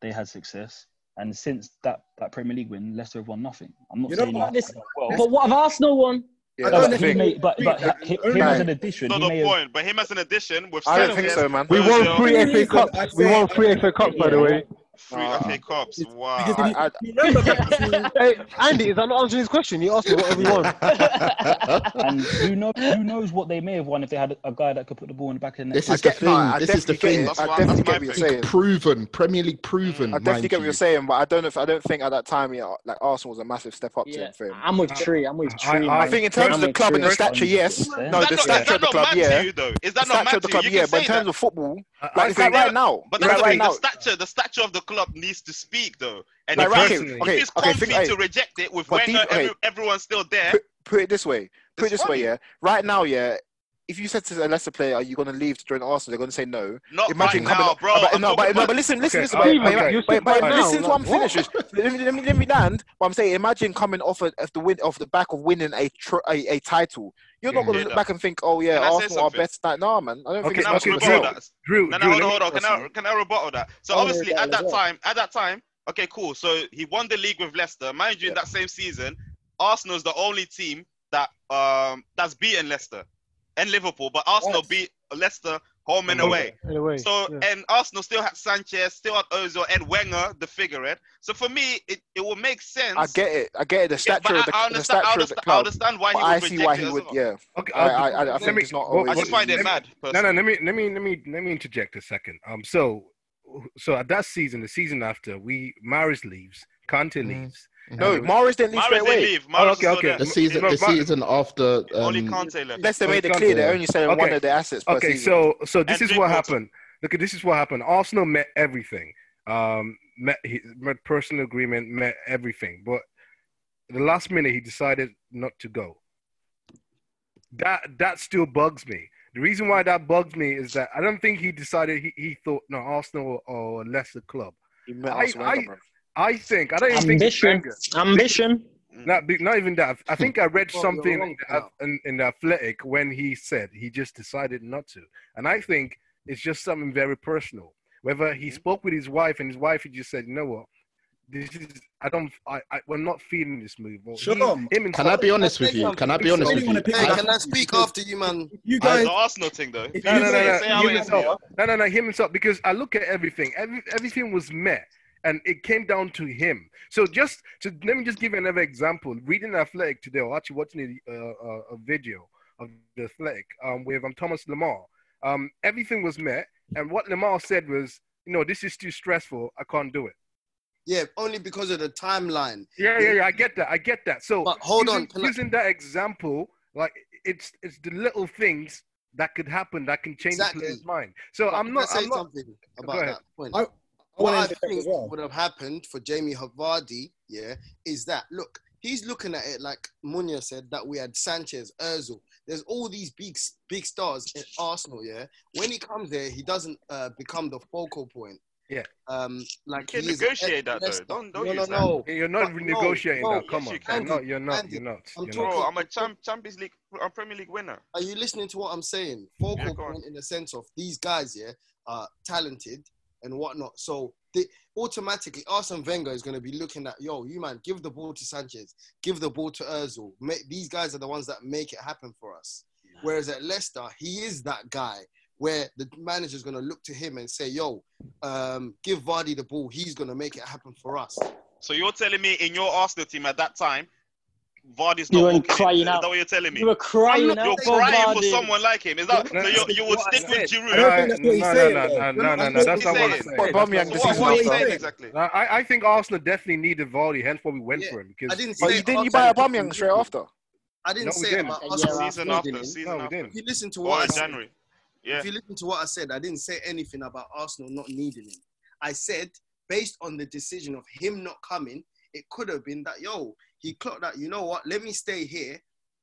S14: they had success and since that, that premier league win leicester have won nothing i'm not
S7: You know
S14: saying
S7: what?
S14: that
S7: This-
S14: well.
S7: but what have Arsenal won?
S14: No, but, he may, but, but hi- hi- him as an addition
S4: Not
S14: he may
S4: the
S14: have
S4: point, but him as an addition with
S6: I don't
S4: Sanchez,
S6: think so, man.
S17: We won
S4: Ozil-
S17: three FA Cups. We won three FA Cups, by the way.
S4: Three FA Cups. Wow.
S6: I, I,
S3: hey, Andy, is that not answering his question? You asked me whatever you want.
S14: and who knows? Who knows what they may have won if they had a guy that could put the ball in the back of the net?
S5: This is the thing. This is the thing. Proven Premier League proven.
S6: Mm. I definitely
S5: Mm, mind
S6: get what
S5: you.
S6: you're saying, but I don't know if I don't think at that time, yeah, like Arsenal was a massive step up to
S7: Yeah,
S6: him. For him.
S7: I'm with Tree. I'm with Tree.
S6: I,
S7: man.
S6: think in terms
S7: I'm
S6: of the
S7: with
S6: club and the
S7: Tree.
S6: stature, yes.
S7: Yeah.
S6: No, the stature of the club, yeah. The stature of the club, yeah. But in terms of football, like it's like right now,
S4: But that's
S6: like
S4: the
S6: right
S4: thing.
S6: now,
S4: The stature, the stature of the club needs to speak though. And
S6: Like,
S4: if,
S6: right,
S4: he's,
S6: okay,
S4: if he's
S6: okay,
S4: comfy
S6: think- hey,
S4: to reject it with
S6: but
S4: when
S6: deep-
S4: uh,
S6: okay.
S4: every, everyone's still there,
S6: put it this way. Put it
S4: It's
S6: this way,
S4: funny.
S6: yeah. Right now, yeah. If you said to a Leicester player, "Are you going to leave to join Arsenal?" They're going to say no.
S4: Not
S6: Imagine
S4: right now,
S6: coming up,
S4: bro.
S6: But,
S4: I'm
S6: no,
S4: talking
S6: but, no,
S4: about-
S6: but listen, listen,
S4: Okay,
S6: listen.
S4: Steven,
S6: but, but,
S4: you said
S6: but, but
S4: right now,
S6: listen to what I'm
S4: like,
S6: finishing. Let me, let me, let me land. But I'm saying, imagine coming off of, of the win, off the back of winning a tr- a, a title. You're not
S4: Mm.
S6: going to
S4: Yeah,
S6: look
S4: no.
S6: back and think, "Oh yeah,
S4: Can I say
S6: Arsenal are
S4: something?
S6: best." That no, man. I don't think
S4: Can
S6: it's
S4: I
S6: much of a
S4: rebuttal
S6: sell.
S4: that? no, no, hold on, hold on. Can I, can I rebuttal that? So
S6: I wanna
S4: obviously
S6: rebuttal
S4: at
S6: as
S4: that
S6: well.
S4: time, at that time, okay, cool. So he won the league with Leicester. Mind you, in that same season, Arsenal's the only team that um that's beaten Leicester and Liverpool, but Arsenal beat Leicester home and
S3: Home
S4: away.
S3: and away,
S4: So and Arsenal still had Sanchez, still had Ozil, and Wenger, the figurehead. So for me, it, it will make sense.
S6: I get it. I get it. The
S4: Yeah, but
S6: stature of the,
S4: I- I
S6: the
S4: understand- I
S6: stature of the
S4: understand- I
S6: club.
S4: understand why he
S6: But
S4: would
S6: I see
S4: reject
S6: why
S4: it
S6: he
S4: as
S6: would.
S4: well.
S6: Yeah.
S9: Okay,
S6: I, I,
S9: I'll-
S6: I, I
S9: let
S6: think
S9: me-
S6: it's not
S9: well,
S6: always.
S4: I just find it
S9: let me-
S4: mad,
S9: No, no.
S4: personally.
S9: Let me let me let me let me interject a second. Um, so so at that season, the season after, we Maris leaves, Kante leaves.
S5: Mm-hmm.
S6: No,
S9: and-
S6: Mahrez didn't leave Mahrez straight didn't away. leave. Mahrez
S9: oh, okay,
S6: was still
S9: okay.
S5: The season,
S9: No,
S5: the
S9: Ma-
S5: season after. Um,
S6: Leicester made it clear they're only selling one of their assets per
S9: Okay,
S6: season.
S9: so so this is what happened. Look, this is what happened. Arsenal met everything. Um, met, he, met personal agreement, met everything. But the last minute, he decided not to go. That that still bugs me. The reason why that bugs me is that I don't think he decided he, he thought no Arsenal or lesser club.
S6: met
S9: I,
S6: Arsene
S9: I,
S6: Wenger, bro.
S9: I think I don't even
S7: Ambition.
S9: think it's Wenger.
S7: Ambition.
S9: Mm. Not, be- not even that. I think I read
S7: Well, you're
S9: something
S7: wrong
S9: in the, ath- in, in the Athletic when he said he just decided not to. And I think it's just something very personal. Whether
S7: Mm-hmm.
S9: he spoke with his wife and his wife had just said, you know what, this is, I don't, I, I we're not feeling this move. Or he-
S6: Sure.
S9: him and
S5: Can I be honest with you? Can I be honest with you?
S8: Hey, can I speak after you, man?
S9: You guys-
S4: the Arsenal thing though.
S9: no, no, no,
S4: Say-
S9: no.
S4: say how
S9: him
S4: it is
S9: himself.
S4: here.
S9: no, no, no, him himself. Because I look at everything. Every, everything was met, and it came down to him. So just to let me just give you another example. Reading the Athletic today, or actually watching a, uh, a video of the Athletic um, with um, Thomas Lamar. Um, everything was met, and what Lamar said was, you know, this is too stressful. I can't do it.
S8: Yeah, only because of the timeline.
S9: Yeah, yeah, yeah. I get that. I get that. So
S8: But hold
S9: using,
S8: on, can I-
S9: using that example, like it's it's the little things that could happen that can change
S8: Exactly.
S9: the player's mind. So
S8: But
S9: I'm
S8: can I
S9: not.
S8: say
S9: I'm not.
S8: something
S9: Go
S8: about
S9: ahead.
S8: that point.
S9: I- I
S8: what
S9: wanna
S8: I
S9: interject as
S8: think
S9: well.
S8: would have happened for Jamie Havardi, yeah, is that look, he's looking at it like Munya said that we had Sanchez, Özil. There's all these big big stars in Arsenal, yeah. When he comes there, he doesn't uh, become the focal point.
S9: Yeah.
S8: Um, like
S4: You can
S8: he is
S4: negotiate
S8: at
S4: that, though.
S8: Leicester.
S4: Don't- don't
S8: no,
S4: use
S8: no, no.
S9: that. You're not
S8: But
S9: negotiating
S8: no,
S9: that,
S8: no.
S9: come Yes, on. you can. You're not- you're not-
S8: Andy,
S9: you're not,
S8: I'm
S9: you're not.
S8: talking.
S4: Bro, I'm a champ, Champions League. I'm Premier League winner.
S8: Are you listening to what I'm saying? Focal
S4: Yeah, go on.
S8: point in the sense of these guys, yeah, are talented and whatnot. So they automatically Arsene Wenger is going to be looking at, yo, you man, give the ball to Sanchez, give the ball to Özil. Make, these guys are the ones that make it happen for us. Whereas at Leicester, he is that guy where the manager's going to look to him and say, yo, um, give Vardy the ball. He's going to make it happen for us.
S4: So you're telling me in your Arsenal team at that time, Vardy's
S8: You
S4: not
S8: were
S4: walking in.
S8: crying
S4: Is
S8: out.
S4: that what you're telling me?
S8: You were
S4: I'm
S8: crying
S4: not-
S8: out
S4: You're
S8: for
S4: crying for
S8: Vardy.
S4: someone like him. Is that
S9: No,
S4: so? You, you would stick with Giroud.
S9: No, no, no, no. That's not what I'm saying.
S6: But Aubameyang
S9: That's
S6: the
S9: not
S6: season
S9: what I'm
S6: after.
S9: I, I think Arsenal definitely needed Vardy, hence why we went for him. Because
S8: I didn't
S6: But
S8: say
S6: you didn't you buy
S8: Arsenal
S6: Aubameyang straight after?
S8: I didn't
S9: No, we
S8: say
S9: didn't.
S8: about
S9: A
S8: Arsenal.
S9: year after,
S8: season after,
S9: didn't we?
S8: season
S9: No, we
S8: after.
S9: didn't.
S8: If you listen to
S9: Or
S8: what
S9: in
S8: I said,
S9: January.
S4: Yeah.
S8: If you listen to what I said, I didn't say anything about Arsenal not needing him. I said based on the decision of him not coming, it could have been that yo, he clocked that. You know what? Let me stay here,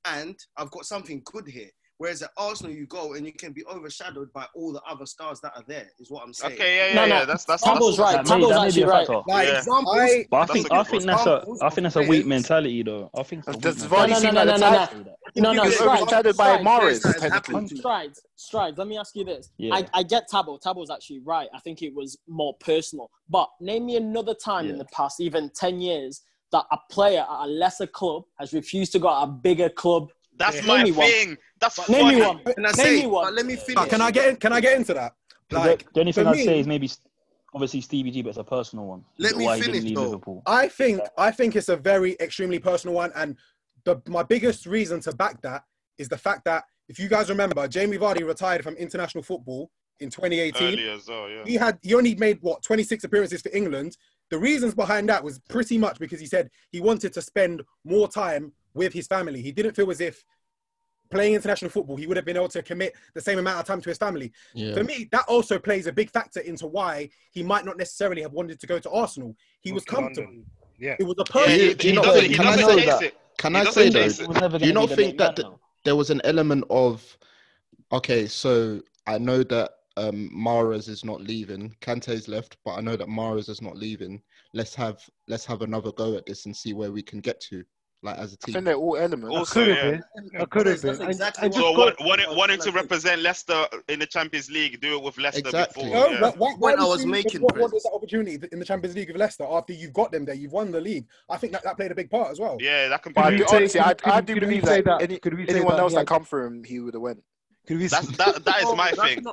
S8: and I've got something good here. Whereas at Arsenal, you go and you can be overshadowed by all the other stars that are there. Is what I'm saying.
S4: Okay, yeah, yeah, No, no, yeah, that's- that's- Tumbo's that's- right,
S14: That may,
S4: Tumbo's
S14: that may be a
S4: actually right.
S14: factor.
S4: Like, Yeah. examples- I-
S14: but I
S4: That's a
S14: think
S4: good
S14: I think that's
S4: one.
S14: a
S4: Examples
S14: I think that's a weak mentality though. I think it's a
S6: Does
S14: weak
S6: Vardy
S14: mentality.
S6: seem like the type?
S7: No,
S6: He
S7: no,
S6: was
S7: strides,
S6: overshadowed by
S7: strides,
S6: Morris,
S7: strides,
S6: technically.
S7: strides, strides. Let me ask you this.
S14: Yeah.
S7: I, I get Tabo. Tabo's actually right. I think it was more personal. But name me another time in the past, even 10 years, that a player at a lesser club has refused to go at a bigger club.
S4: That's
S7: Name
S4: my
S7: me one.
S4: thing. That's
S7: Name me
S4: funny.
S7: one.
S4: Can I
S7: Name
S4: say-
S7: me one.
S4: but let me
S7: finish.
S10: Can I get in, can I get into that? Like
S14: the, the only
S10: for
S14: thing I'd say
S10: me-
S14: is maybe s- obviously Stevie G, but it's a personal one.
S10: Let me
S14: why he
S10: finish,
S14: didn't leave
S10: though.
S14: Liverpool.
S10: I think I think it's a very extremely personal one, and the, my biggest reason to back that is the fact that if you guys remember, Jamie Vardy retired from international football in 2018.
S4: Early as well, yeah.
S10: He had he only made what 26 appearances for England. The reasons behind that was pretty much because he said he wanted to spend more time with his family. He didn't feel as if playing international football, he would have been able to commit the same amount of time to his family.
S5: Yeah.
S10: For me, that also plays a big factor into why he might not necessarily have wanted to go to Arsenal. He was comfortable.
S9: Yeah.
S10: It was a
S5: Do
S10: personal.
S5: you- do you not think- Can I say that? Can I say though? Do you not think that th- there was an element of, okay, so I know that um, Mares is not leaving, Kante's left, but I know that Mares is not leaving. Let's have let's have another go at this and see where we can get to, like as a team.
S6: think they're all elements.
S4: Also,
S5: could've
S4: yeah.
S5: been. I could've been. I- I just
S4: so
S5: got-
S4: want- wanting, wanting to represent Leicester in the Champions League, do it with Leicester
S5: Exactly.
S4: before.
S10: No,
S4: yeah.
S10: why, why, why would you What, what is that opportunity in the Champions League of Leicester after you've got them there? You've won the league. I think that, that played a big part as well.
S4: Yeah, that can
S6: But I
S4: be.
S6: do, honestly, I, I do
S10: could we
S6: believe
S10: say
S6: that,
S10: that-
S6: any,
S10: could we say
S6: anyone
S10: that
S6: else
S10: he
S6: that
S10: had-
S6: come for him, he would have went.
S18: Could we?
S4: That's, that, that is my thing.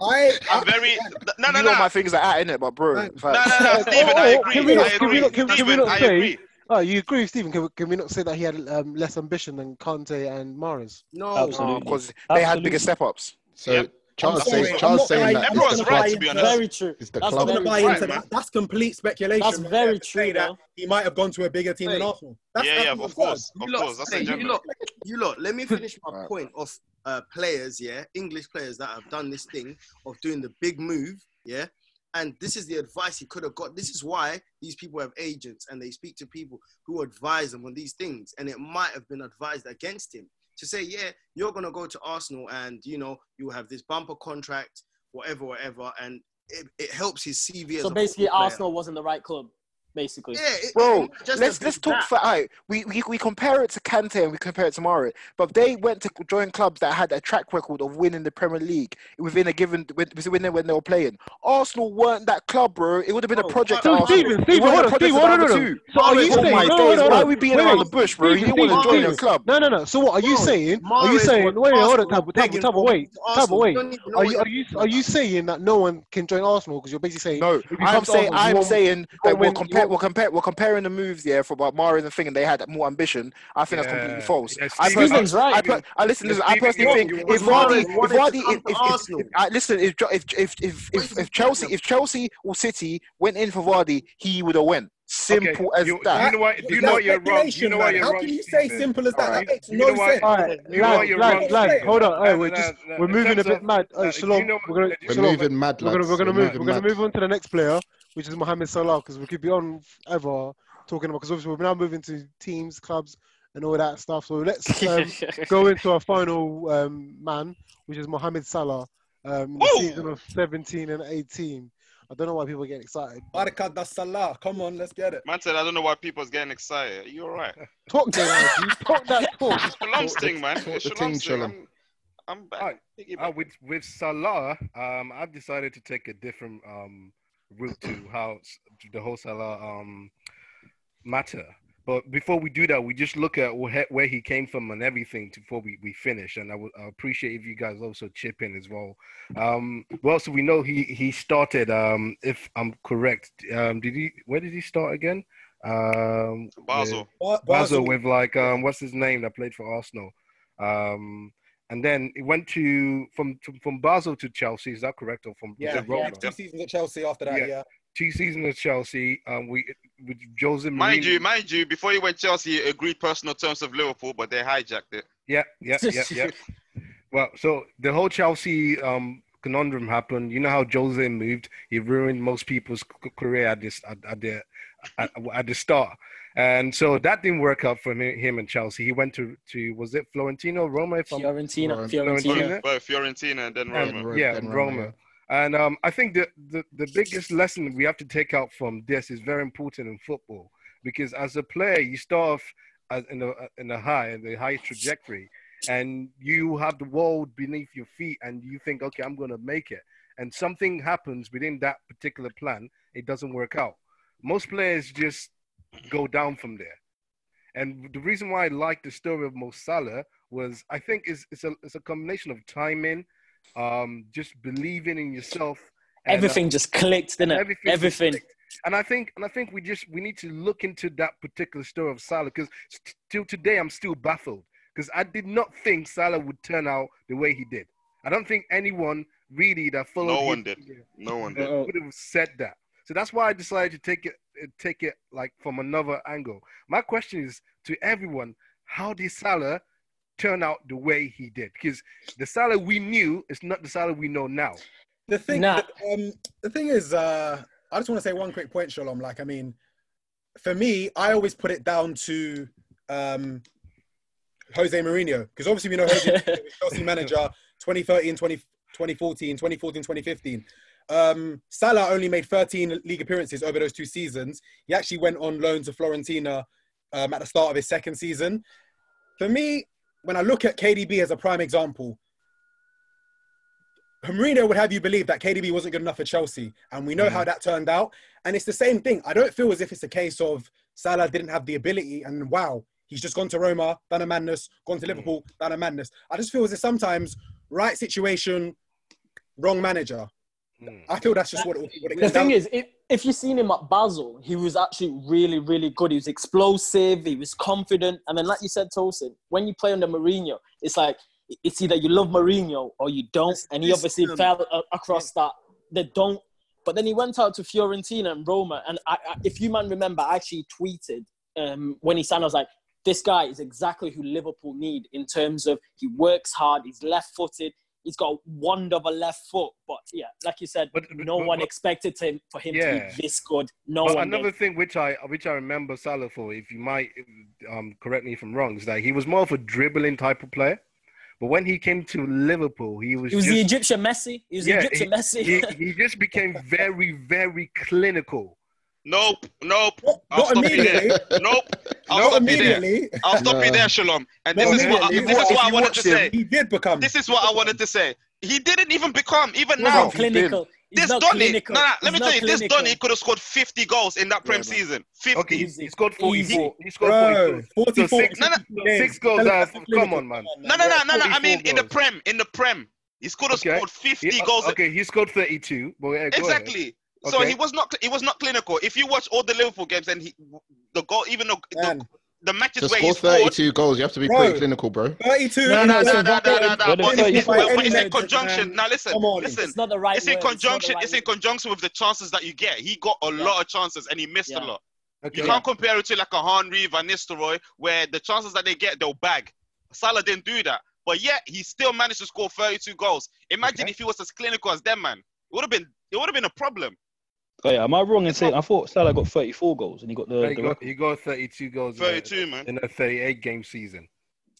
S4: I'm very. No, no,
S6: you know
S4: no.
S6: my fingers are at, innit? But bro, no,
S4: no, Steven, I agree.
S18: Can we
S4: I
S18: not, can we
S4: agree.
S18: not, can, can we
S4: Steven, I
S18: not say?
S4: agree.
S18: Oh, you agree with Stephen? Can we, can we not say that he had um, less ambition than Kante and Mares?
S8: No,
S6: Absolutely. because Oh, they had bigger step ups.
S5: So Charles
S10: I'm sorry,
S5: saying,
S10: I'm
S5: Charles
S10: not
S5: saying
S10: buying-
S5: that
S10: I'm
S5: is
S10: not
S5: the
S10: gonna buy
S5: club.
S10: into that. Very
S7: true.
S5: Is the
S10: That's
S5: club.
S10: not going to buy into that. That's complete speculation.
S7: That's
S10: right
S7: very
S10: there to say
S7: true,
S10: That
S7: though.
S10: he might have gone to a bigger team than Arsenal. That's absolutely absurd.
S8: You lot, hey, you
S4: legitimate.
S8: lot, you lot, let me finish my
S6: Alright.
S8: point of uh, players, yeah, English players that have done this thing of doing the big move, yeah. And this is the advice he could have got. This is why these people have agents and they speak to people who advise them on these things. And it might have been advised against him to say, yeah, you're going to go to Arsenal and, you know, you have this bumper contract, whatever, whatever. And it, it helps his CV as a
S7: So basically,
S8: football player.
S7: Arsenal wasn't the right club, basically.
S8: Yeah, it-
S6: Bro,
S8: just
S6: let's
S8: as
S6: let's
S8: big
S6: talk
S8: that.
S6: for I. We, we we compare it to Kante and we compare it to Mara, but they went to join clubs that had a track record of winning the Premier League within a given within when they were playing. Arsenal weren't that club, bro. It would have been a project.
S8: So
S6: at Arsenal.
S8: Steven,
S6: It
S8: Steven,
S6: wasn't
S8: hold
S6: a
S8: on,
S6: project
S8: Steven,
S6: at
S8: hold on,
S6: Arsenal
S8: hold on.
S6: too.
S8: So are you
S6: oh my
S8: saying-
S6: days,
S8: hold on, hold on,
S6: why
S8: hold
S6: are
S8: on.
S6: we beating
S8: Wait,
S6: around the bush, bro?
S18: Steven,
S6: you didn't want
S18: Steven,
S6: to join a
S18: Steven.
S6: club.
S3: No, no, no. So what are you saying? Are you
S18: Mahrez
S3: saying?
S18: was
S3: Wait, hold on,
S18: Arsenal
S3: Tabo, Tabo,
S18: begging
S3: Tabo.
S18: for
S3: Wait, Tabo,
S18: Arsenal.
S3: wait.
S18: Don't even know
S3: Are
S18: what
S3: you
S18: you're
S3: are you are you saying that no one can join Arsenal? Because you're basically saying
S6: No,
S3: if you come
S6: I'm
S3: to
S6: saying
S3: Arsenal, you
S6: I'm
S3: won't-
S6: saying
S3: you
S6: that
S3: won't
S6: we're
S3: win- you
S6: compare
S3: won't
S6: we're compare we're comparing the moves yeah for about Mara and the thing and they had more ambition. I think that's completely
S9: Yeah.
S6: false.
S9: Yeah,
S6: I
S9: Steven,
S6: personally,
S9: I-
S6: I, per- I listen,
S9: Yeah,
S6: listen. I
S9: Steven,
S6: personally
S9: you-
S6: think
S9: you-
S6: if
S9: you-
S6: Vardy,
S9: Mahrez
S6: if
S9: wanted
S6: Vardy,
S9: to
S6: if,
S9: come to
S6: if,
S9: Arsenal.
S6: if, I listen, if Jo- if if if if, if Chelsea, if Chelsea or City went in for Vardy, he would have went. Simple as
S9: you,
S6: that.
S9: Do you know why? Do you know why you're wrong? Do you know why you're wrong? Stephen? Do you- do you know why-
S3: All right,
S9: Do you know why
S3: lads,
S9: you're
S3: lads,
S9: wrong?
S3: lads,
S9: Stephen?
S3: hold on. Hey,
S9: No,
S3: we're
S9: no,
S3: just
S9: no,
S3: we're
S9: in
S3: moving a
S9: terms
S3: bit
S9: of-
S3: mad.
S9: no,
S3: Hey,
S9: do you
S3: Shalom,
S9: know-
S3: we're gonna,
S5: We're
S3: Shalom,
S5: moving mad,
S3: We're gonna
S5: lads.
S3: we're gonna
S5: We're
S3: move
S5: moving
S3: we're gonna
S5: mad.
S3: move on to the next player, which is Mohamed Salah, because we could be on forever talking about. Because obviously we're now moving to teams, clubs, and all that stuff. So let's um, go into our final um, man, which is Mohamed Salah, um, in the season of 17 and 18. I don't know why people are getting excited.
S10: Barca da Salah. Come on, let's get it.
S4: Man said, I don't know why people's getting excited. Are you alright?
S3: Talk to him. Talk that talk.
S4: It's Shalom's thing, man.
S5: Talk
S4: It's
S5: the team,
S4: Shalom's thing.
S5: Shalom.
S4: I'm, I'm back.
S9: Alright, uh, with with Salah, um, I've decided to take a different um route to how s- to the whole Salah um matter. But before we do that, we just look at where where he came from and everything before we, we finish. And I would I appreciate if you guys also chip in as well. Um, well, so we know he he started. Um, if I'm correct, um, did he? Where did he start again? Um,
S4: Basel.
S9: with-
S4: Ba-
S9: Basel
S4: Basel.
S9: with like um, what's his name that played for Arsenal. Um, and then it went to from to, from Basel to Chelsea. Is that correct? Or from
S10: Yeah, he had two seasons at Chelsea after that. Yeah.
S9: Two seasons at Chelsea. Um, we with Jose Mourinho.
S4: Mind you, mind you, before he went Chelsea, he agreed personal terms of Liverpool, but they hijacked it.
S9: Yeah, yeah, yeah, yeah. Well, so the whole Chelsea um, conundrum happened. You know how Jose moved; he ruined most people's career at this at, at the at, at, the start, and so that didn't work out for him and Chelsea. He went to to was it Florentino, Roma,
S7: if I'm, Fiorentina, Fiorentina,
S4: Fiorentina, Fiorentina and then Roma.
S9: And, yeah, and Roma. Roma. And um, I think the, the, the biggest lesson we have to take out from this is very important in football because as a player, you start off as in a in a high in the high trajectory, and you have the world beneath your feet, and you think, okay, I'm gonna make it, and something happens within that particular plan, it doesn't work out. Most players just go down from there, and the reason why I like the story of Mo Salah was I think it's it's a it's a combination of timing, um, just believing in yourself.
S7: And, everything uh, just clicked, didn't it? Everything. everything
S9: and I think and I think we just we need to look into that particular story of Salah because st- till today I'm still baffled because I did not think Salah would turn out the way he did. I don't think anyone really that followed.
S4: No
S9: him,
S4: one did. No one did.
S9: Would have said that. So that's why I decided to take it uh, take it like from another angle. My question is to everyone: How did Salah turn out the way he did? Because the Salah we knew is not the Salah we know now.
S10: The thing, nah. um, the thing is, uh, I just want to say one quick point, Shalom. Like, I mean, for me, I always put it down to um, Jose Mourinho because obviously we know Jose was Chelsea manager 2013, 20, 2014, 2014, 2015. Um, Salah only made 13 league appearances over those two seasons. He actually went on loan to Florentina um, at the start of his second season. For me, when I look at KDB as a prime example, Mourinho would have you believe that KDB wasn't good enough for Chelsea, and we know mm. how that turned out. And it's the same thing. I don't feel as if it's a case of Salah didn't have the ability, and wow, he's just gone to Roma, done a madness, gone to Liverpool, mm. done a madness. I just feel as if sometimes right situation, wrong manager.
S9: Hmm.
S10: Mm. I feel that's just that, what it, what it
S7: The thing down. is, if, if you've seen him at Basel, he was actually really, really good. He was explosive, he was confident. And then, like you said, Tolson, when you play under Mourinho, it's like it's either you love Mourinho or you don't. And he obviously fell across that the don't. But then he went out to Fiorentina and Roma. And I, I, if you man remember, I actually tweeted um, when he signed. I was like, this guy is exactly who Liverpool need in terms of he works hard, he's left footed. He's got one of a left foot, but yeah, like you said, but, but, no but, one expected him for him yeah. to be this good. No but
S9: Another did. thing which I which I remember Salah for, if you might um, correct me if I'm wrong, is that he was more of a dribbling type of player. But when he came to Liverpool, he was.
S7: He was
S9: just,
S7: the Egyptian Messi. He was yeah, the Egyptian Messi.
S9: he, he, just became very, very clinical.
S4: Nope, nope. What, I'll stop you there. Nope. I'll not stop immediately. you there. I'll stop no. you there, Shalom. And this, no, is, what I, this is what I wanted to him, say.
S10: He did become.
S4: This is what I wanted to say. He didn't even become, even now.
S7: clinical. He's
S4: this Donny, no, no, let He's me tell you, clinical. this Donny could have scored 50 goals in that Prem yeah, season. 50.
S9: Okay, he, he scored 44. He, he scored Bro, 44. So six, no, no, six goals. Uh, come on, man.
S4: No, no, no, no, no. I mean, goals. in the Prem, in the Prem, he could have okay. scored 50
S9: he,
S4: goals.
S9: Okay, he scored 32. Well, yeah,
S4: exactly. Okay. So he was not he was not clinical. If you watch all the Liverpool games, and he the goal, even though. The, the matches
S5: to
S4: where score
S5: he scored 32 goals, you have to be bro, pretty clinical, bro.
S10: 32.
S4: No, no, no, no, no, no. no, no. But, it's, but, but it's in conjunction. Now listen, listen.
S7: It's not the right.
S4: It's in
S7: word.
S4: conjunction.
S7: It's,
S4: it's in conjunction with the chances that you get. He got a yeah. lot of chances and he missed yeah. a lot. Okay. You can't yeah. compare it to like a Henry Van Nistelrooy, where the chances that they get, they'll bag. Salah didn't do that, but yet he still managed to score 32 goals. Imagine okay. if he was as clinical as them, man. It would have been. It would have been a problem.
S14: Oh yeah, am I wrong in saying I thought Salah got 34 goals and he got the,
S9: he,
S14: the
S9: got, he got 32 goals.
S4: 32 in a, man
S9: in a 38 game season.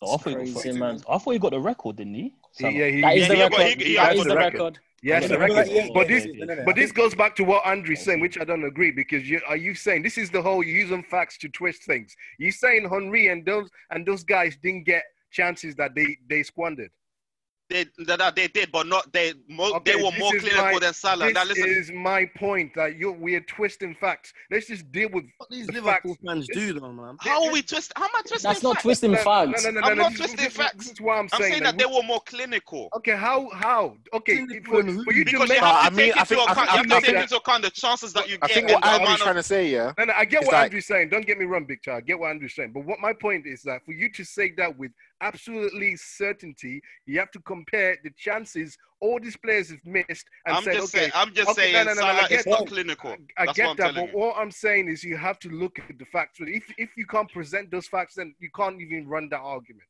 S14: Oh, I thought crazy, he got 32. man. I thought he got the record, didn't he?
S9: Salah. Yeah,
S7: he, that is yeah, the record. He, he, that is the record. record.
S9: Yeah, that's the record. But this, but this goes back to what Andrew's saying, which I don't agree because you are you saying this is the whole using facts to twist things. You saying Henri and those and those guys didn't get chances that they they squandered.
S4: They, that they did, but not they. Mo, okay, they were more clinical my, than Salah.
S9: This
S4: now, listen.
S9: is my point that you we're twisting facts. Let's just deal with
S8: what these the Liverpool facts. fans do, though, man.
S4: How are we twist? How am I twisting?
S7: That's facts? not twisting
S9: no,
S7: facts.
S9: No, no, no, I'm
S4: no, not no, twisting
S9: this,
S4: facts.
S9: This is why I'm,
S4: I'm
S9: saying,
S4: saying that, that we, they were more clinical.
S9: Okay, how how? Okay, for, for you
S4: because to make, you have to Uh, I mean, take I think, into account. I, I, you have I, to take I, into account the chances that you
S6: I
S4: get.
S6: I think what Andrew's trying to say, yeah.
S9: No, no, I get what Andrew's saying. Don't get me wrong, Big Child. I get what Andrew's saying, but what my point is that for you to say that with absolutely certainty, you have to compare the chances all these players have missed and
S4: I'm
S9: said,
S4: just
S9: okay,
S4: saying, I'm just
S9: okay,
S4: saying, no, no, no, Salah, I get not clinical.
S9: I,
S4: That's
S9: get that,
S4: but
S9: you. what I'm saying is you have to look at the facts. If if you can't present those facts, then you can't even run that argument.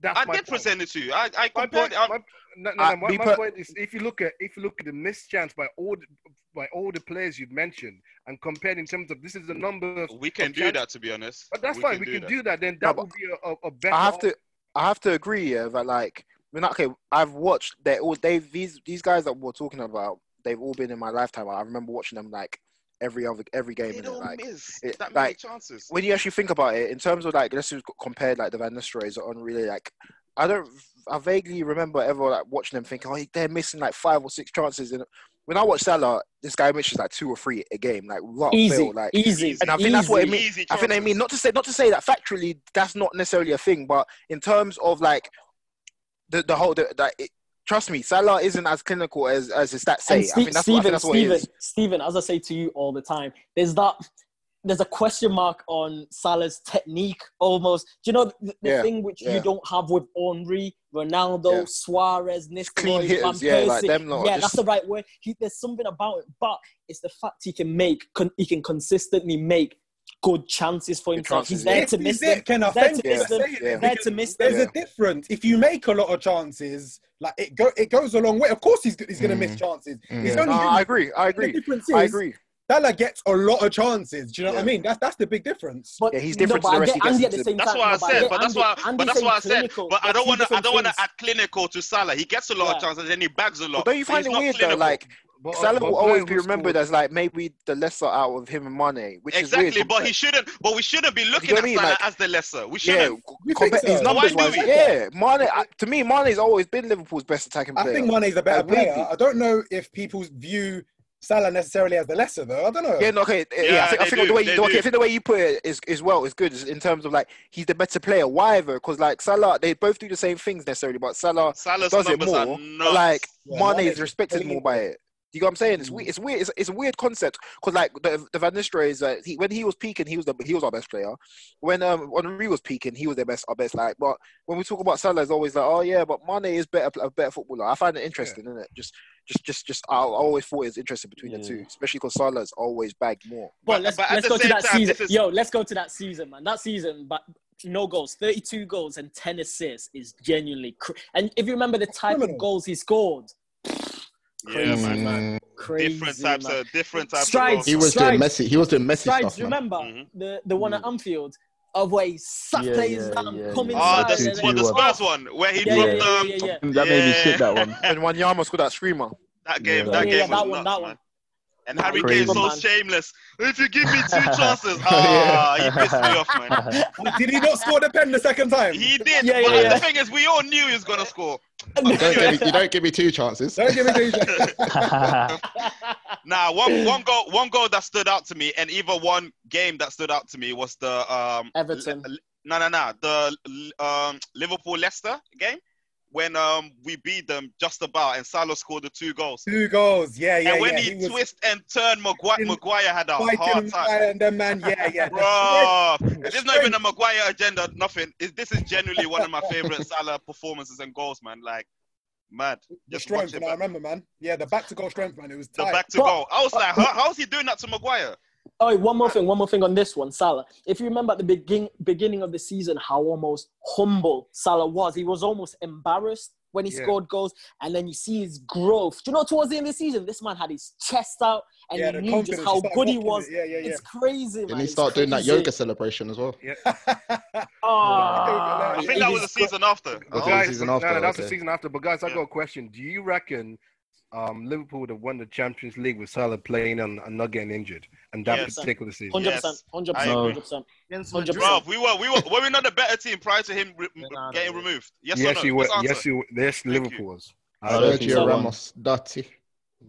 S9: That's
S4: I
S9: my
S4: did
S9: point.
S4: present it to you. I, I
S9: My
S4: compared.
S9: point-
S4: I-
S9: my- no, no, no,
S4: I-
S9: my,
S4: Uh, be
S9: my
S4: per-
S9: point is, if you look at if you look at the missed chance by all the, by all the players you've mentioned and compared in terms of this is the number of
S4: we can
S9: of
S4: do
S9: chances-
S4: that. To be honest,
S9: But that's fine. We can do that. Then
S6: No,
S9: that
S6: but
S9: would be a, a, a better.
S6: I have to I have to agree, yeah, that like we're not okay. I've watched they all they've these these guys that we're talking about, they've all been in my lifetime. I remember watching them like every other every game
S4: They
S6: in it.
S4: don't
S6: Like
S4: miss
S6: it-
S4: that many
S6: like,
S4: chances.
S6: when you actually think about it, in terms of like let's just compare like the Van Nistelrooy's on really like I don't I vaguely remember ever like watching them thinking, oh they're missing like five or six chances and when I watch Salah, this guy misses like two or three a game, like without
S7: Easy,
S6: fail, like
S7: easy,
S6: And I think that's what it
S7: easy.
S6: means.
S7: Easy
S6: I think I
S7: chances.
S6: mean not to say not to say that factually that's not necessarily a thing, but in terms of like the the whole the, that it, trust me, Salah isn't as clinical as as his stats say.
S7: And
S6: I
S7: Ste-
S6: think that's what I think
S7: Steven,
S6: that's what it
S7: Steven,
S6: is.
S7: Steven, as I say to you all the time, there's that there's a question mark on Salah's technique almost. Do you know the, the
S6: Yeah,
S7: thing which
S6: yeah.
S7: you don't have with Henri, Ronaldo,
S6: Yeah.
S7: Suarez,
S6: clean
S7: Nistelrooy, Van
S6: hitters, yeah, like
S7: Persie?
S6: them lot are
S7: yeah, that's
S6: just-
S7: the right word. He, there's something about it, but it's the fact he can make, con- he can consistently make good chances for himself.
S6: chances,
S7: he's there
S6: yeah.
S7: to
S6: This
S7: miss
S10: is
S7: them.
S10: it, Ken, I
S7: He's there to
S10: think
S7: miss
S10: it's
S7: them.
S10: saying it
S7: He's there to miss them.
S10: There's a difference. If you make a lot of chances, like it go, it goes a long way. Of course, he's he's gonna miss
S6: Mm.
S10: chances.
S6: Mm.
S10: He's
S6: No,
S10: only
S6: I agree. I agree.
S10: The difference is
S6: I agree.
S10: Salah gets a lot of chances. Do you know what I
S6: Yeah.
S10: mean? That's that's the big difference.
S7: But
S6: Yeah, he's
S7: no,
S6: different
S7: but
S6: to the
S7: I
S6: rest.
S7: get
S6: he gets
S7: Andy at
S6: into
S7: the
S6: the-
S7: same
S4: That's
S7: time.
S4: what
S7: no,
S4: I
S7: but
S4: said.
S7: get
S4: But that's
S7: Andy-
S4: why.
S7: Andy's
S4: But that's
S7: saying
S4: why I said.
S7: clinical.
S4: But I
S7: They're
S4: don't
S7: two
S4: want to. I
S7: different
S4: don't want to
S7: things.
S4: add clinical to Salah. He gets a lot of
S7: Yeah.
S4: chances and he bags a lot.
S6: But don't you
S4: But
S6: find
S4: he's
S6: it
S4: not
S6: weird though?
S4: clinical.
S6: Like
S10: uh,
S9: But,
S6: Salah
S9: but
S6: will always
S9: player
S6: be
S9: who
S6: remembered
S9: scored-
S6: as like maybe the lesser out of him and Mane, which is
S4: Exactly,
S6: weird.
S4: but
S6: compared-
S4: he shouldn't. But we shouldn't be
S6: you know
S4: looking
S6: what
S4: at
S6: I mean?
S4: Salah
S6: Like,
S4: as the lesser. We
S6: yeah,
S4: shouldn't.
S10: You think
S6: compare his
S10: so?
S6: numbers
S4: Why
S6: wise.
S4: do it?
S6: Yeah, Mane. I, to me, Mane's always been Liverpool's best attacking
S10: I
S6: player.
S10: think Mane's a better
S6: Like, weirdly.
S10: player. I don't know if people view Salah necessarily as the lesser though. I don't know.
S6: Yeah, no, okay. Yeah,
S4: Yeah,
S6: I think, I
S4: they
S6: think the
S4: do,
S6: way
S4: they
S6: you, okay,
S4: do.
S6: I think the way you put it is, is well, is good is in terms of like he's the better player. Why though? Because like Salah, they both do the same things necessarily, but Salah
S4: Salah's
S6: does it
S4: numbers
S6: more.
S4: are
S6: but, like
S10: Yeah,
S6: Mane
S10: Mane
S6: is
S10: is
S6: respected more
S10: clean.
S6: by it. You know what I'm saying? It's weird. It's weird. It's, it's a weird concept because like the, the Van Nistelrooy is uh, he, when he was peaking, he was the, he was our best player. When um Henry was peaking, he was their best our best. Like, but when we talk about Salah, it's always like, oh yeah, but Mane is better a better footballer. I find it interesting, isn't it? Just just just just I I always thought it was interesting between the two, especially because Salah's always bagged more.
S7: Well,
S4: But-
S7: let's,
S4: but at
S7: let's
S4: the
S7: go to
S4: same
S7: that
S4: time,
S7: season.
S4: this is-
S7: Yo, let's go to that season, man. That season, but no goals, 32 goals and 10 assists is genuinely. Cr- and if you remember the type of
S10: Criminal.
S7: goals he scored,
S4: Yeah,
S7: crazy,
S4: man.
S7: man. Crazy,
S4: Different types
S7: man.
S4: of different types
S7: Strides.
S4: of Mm-hmm.
S5: He was doing
S7: Strides.
S5: messy. He was doing messy
S7: Strides,
S5: stuff, man.
S7: remember the, the one at Anfield of where he sat
S14: Yeah,
S7: players
S14: yeah,
S7: down,
S14: yeah,
S7: come
S14: yeah.
S4: Ah,
S7: inside.
S4: the,
S7: and then-
S4: what, the
S14: Two-two-one.
S4: Spurs one where he
S7: Yeah, yeah,
S4: dropped
S7: yeah,
S4: um
S7: yeah, yeah.
S14: That made me shit. That one.
S6: When Wanyama scored that screamer.
S4: that
S14: Yeah,
S4: game,
S14: that-
S4: that
S7: yeah,
S4: game
S7: yeah,
S4: was
S7: that one,
S4: nuts,
S7: that
S4: man.
S7: one.
S4: And
S7: Nah,
S4: Harry Kane
S7: he's good,
S4: so
S7: man.
S4: shameless. If you give me two chances, ah, he pissed me off, man.
S10: Did he not score the pen the second time?
S4: He did,
S7: Yeah,
S4: but
S7: yeah, yeah.
S4: the thing is, we all knew he was gonna score.
S5: You don't give me, you don't give me two chances.
S10: Don't give me danger.
S4: Nah, one one goal, one goal that stood out to me, and even one game that stood out to me was the um
S7: Everton.
S4: Le- no, no, no, the um Liverpool Leicester game when um we beat them just about, and Salah scored the two goals.
S10: Two goals. Yeah, yeah,
S4: and when
S10: yeah.
S4: he,
S10: was
S4: twist and turn, Maguire,
S10: In-
S4: Maguire had a hard
S10: fighting
S4: time.
S10: and the man. Yeah, yeah.
S4: Bro, this is not even a
S10: strength.
S4: Maguire agenda, nothing. It's, this is genuinely one of my favorite Salah performances and goals, man. Like, mad.
S10: The
S4: Just watch
S10: strength,
S4: it.
S10: and I
S4: man.
S10: remember, man. Yeah, the back to goal strength, man. It was
S4: The
S10: tight.
S4: back to
S7: But-
S4: goal. I was like, how, how's he doing that to Maguire?
S7: Oh, one more thing, one more thing on this one, Salah. If you remember at the begin, beginning of the season, how almost humble Salah was. He was almost embarrassed when he
S9: Yeah.
S7: scored goals, and then you see his growth. Do you know, towards the end of the season, this man had his chest out, and
S10: Yeah,
S7: you
S10: the
S7: knew just
S10: confidence.
S7: how
S10: started
S7: good he
S10: rocking it.
S7: was.
S10: Yeah, yeah, yeah.
S7: It's crazy, man.
S5: Then he
S7: it's
S5: started doing that
S7: crazy.
S5: yoga celebration as well.
S9: Yeah.
S7: Ah,
S4: I think that was the
S7: it is-
S4: season after.
S5: Was
S9: But
S5: that the
S9: guys,
S5: season
S9: but-
S5: after?
S9: No, no, that's the
S5: Okay.
S9: season after. But guys, I
S4: Yeah.
S9: got a question. Do you reckon um, Liverpool would have won the Champions League with Salah playing and, and not getting injured, and that
S4: Yes.
S9: particular season?
S7: 100%,
S4: Yes,
S7: 100%,
S4: I agree.
S7: 100%.
S8: Against
S7: 100%.
S8: Madrid.
S4: Bro, we were, we were, were we not the better team prior to him re-
S8: Then I don't
S4: getting
S8: know.
S4: removed? Yes,
S9: yes,
S4: or
S9: you
S4: no?
S9: were.
S4: Just answer.
S9: Yes, you. were. Yes,
S4: you.
S9: Liverpool was.
S14: I don't think
S5: Sergio
S14: so.
S5: Ramos, dirty.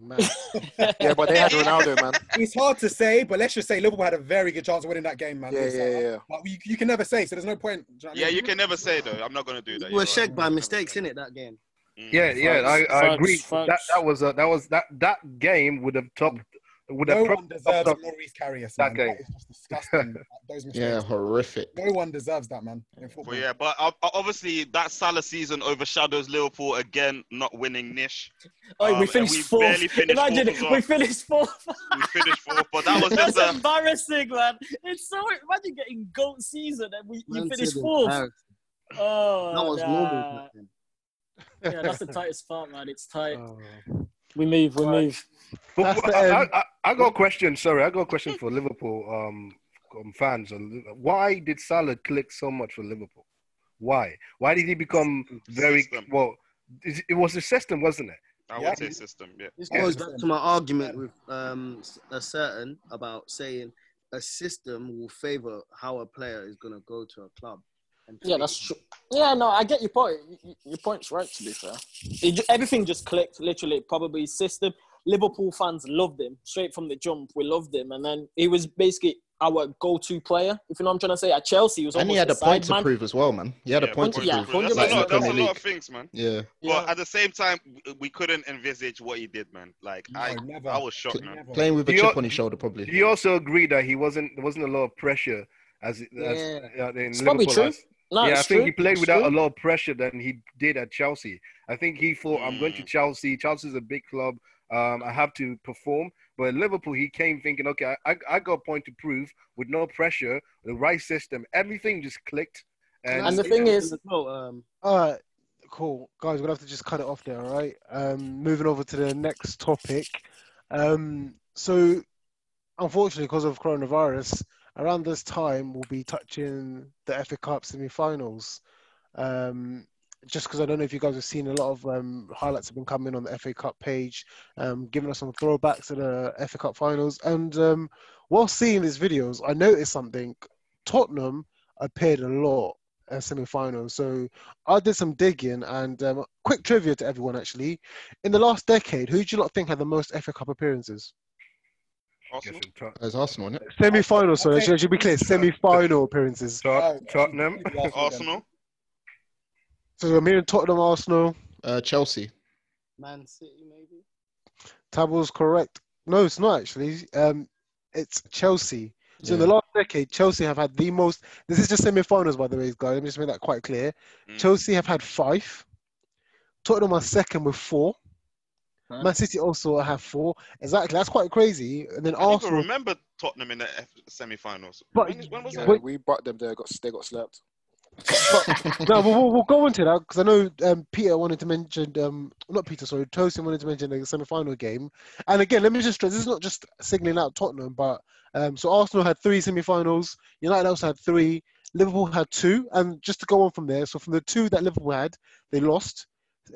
S6: Yeah, but they had Ronaldo, man.
S10: It's hard to say, but let's just say Liverpool had a very good chance of winning that game, man.
S6: Yeah,
S10: With
S6: yeah,
S10: Salah.
S6: yeah.
S10: Like, you, you can never say, so there's no point. do know what I
S4: Yeah,
S10: mean?
S4: you can never say though. I'm not gonna do that.
S8: We
S4: You're
S8: were
S4: right.
S8: shagged by mistakes in it that game.
S4: Mm.
S9: Yeah, yeah, I,
S7: Facts,
S9: I
S7: facts,
S9: agree. That
S7: facts.
S9: that was a, that was that that game would have topped would have
S10: No
S9: pro-
S10: one deserves
S9: topped-
S10: Maurice Karius,
S9: that
S10: man.
S9: game.
S10: That is just disgusting. like, Those mistakes.
S5: Yeah, horrific.
S10: No one deserves that, man. In football.
S4: But yeah, but uh, uh, obviously that Salah season overshadows Liverpool again not winning Nish.
S7: Oh,
S4: Um,
S7: we
S4: and
S7: finished
S4: we
S7: fourth.
S4: barely finished
S7: Imagine
S4: fourth as well.
S7: we finished fourth.
S4: We finished fourth, but that was
S7: That's
S4: just uh, a
S7: embarrassing, man. It's so imagine getting goat season and we you
S8: Man
S7: finish
S8: said
S7: fourth.
S8: embarrassing.
S7: Oh,
S15: that was
S7: nah.
S15: normal back then. Oh.
S7: yeah, that's the tightest part, man. It's tight.
S9: We move, we move.
S7: That's the
S9: I,
S7: end.
S9: I, I got a question. Sorry, I got a question for Liverpool um, um, fans. Why did Salah click so much for Liverpool? Why? Why did he become very well? It it was the system, wasn't it?
S4: I
S9: Yeah.
S4: would say system, yeah.
S9: This
S4: Yeah.
S9: goes
S8: goes back to my argument with um, s- a certain about saying a system will favor how a player is going to go to a club. And
S19: Yeah, that's true. Yeah, no, I get your point. Y- y- Your point's right, to be fair. It, ju- everything just clicked, literally, probably system. Liverpool fans loved him straight from the jump. We loved him. And then he was basically our go to player, if you know what I'm trying to say. At Chelsea, he was
S5: and
S19: almost
S5: he had a
S19: side
S5: point to
S19: man.
S5: prove as well, man. He had a point to
S19: yeah,
S5: prove.
S4: That's,
S5: like,
S4: a,
S5: in the
S4: lot, that's a
S5: Premier
S4: lot of
S5: League.
S4: things, man.
S5: Yeah.
S4: But at the same time, w- we couldn't envisage what he did, man. Like I, I was shocked, man.
S5: Playing with a
S9: Do you-
S5: chip on his shoulder, probably.
S9: Do you also agree that he wasn't there wasn't a lot of pressure as, as uh, in
S5: It's
S9: Liverpool?
S5: probably true.
S9: as-
S5: No,
S9: yeah, I
S5: it's
S9: think
S5: true.
S9: he played
S5: It's
S9: without a
S5: true.
S9: lot of pressure than he did at Chelsea. I think he thought, "I'm going to Chelsea. Chelsea's a big club. Um, I have to perform." But at Liverpool, he came thinking, "Okay, I, I got a point to prove with no pressure, the right system, everything just clicked." And,
S8: well, um,
S3: All right, cool, guys. We'll have to just cut it off there. All right. Um, moving over to the next topic. Um, so, unfortunately, because of coronavirus, around this time we'll be touching the FA Cup semi-finals. Um, just because I don't know if you guys have seen a lot of um, highlights have been coming on the FA Cup page, um, giving us some throwbacks to the FA Cup finals. And um, while seeing these videos, I noticed something. Tottenham appeared a lot at semi-finals. So I did some digging and um, quick trivia to everyone actually. In the last decade, who do you lot think had the most FA Cup appearances?
S4: Arsenal?
S5: There's Arsenal, innit?
S3: Semi-final, sorry. Should, should be clear. Semi-final appearances.
S9: Tottenham,
S4: Arsenal.
S3: So I'm hearing Tottenham, Arsenal.
S5: Uh, Chelsea.
S15: Man City, maybe.
S3: Table's correct. No, it's not actually. Um, it's Chelsea. So in the last decade, Chelsea have had the most. This is just semi-finals, by the way, guys. Let me just make that quite clear.
S4: Mm.
S3: Chelsea have had five. Tottenham are second with four. Man City also have four. Exactly. That's quite crazy. And then
S4: I don't even
S3: Arsenal.
S4: remember Tottenham in the F- semi-finals.
S3: But-
S4: when, when was
S3: Yeah,
S4: that?
S3: but-
S6: We brought them there. Got they got slapped.
S3: no, we'll, we'll, we'll go into that because I know um, Peter wanted to mention, um, not Peter, sorry, Tosin wanted to mention the semi final game. And again, let me just stress this is not just singling out Tottenham, but um, so Arsenal had three semi finals, United also had three, Liverpool had two. And just to go on from there, so from the two that Liverpool had, they lost.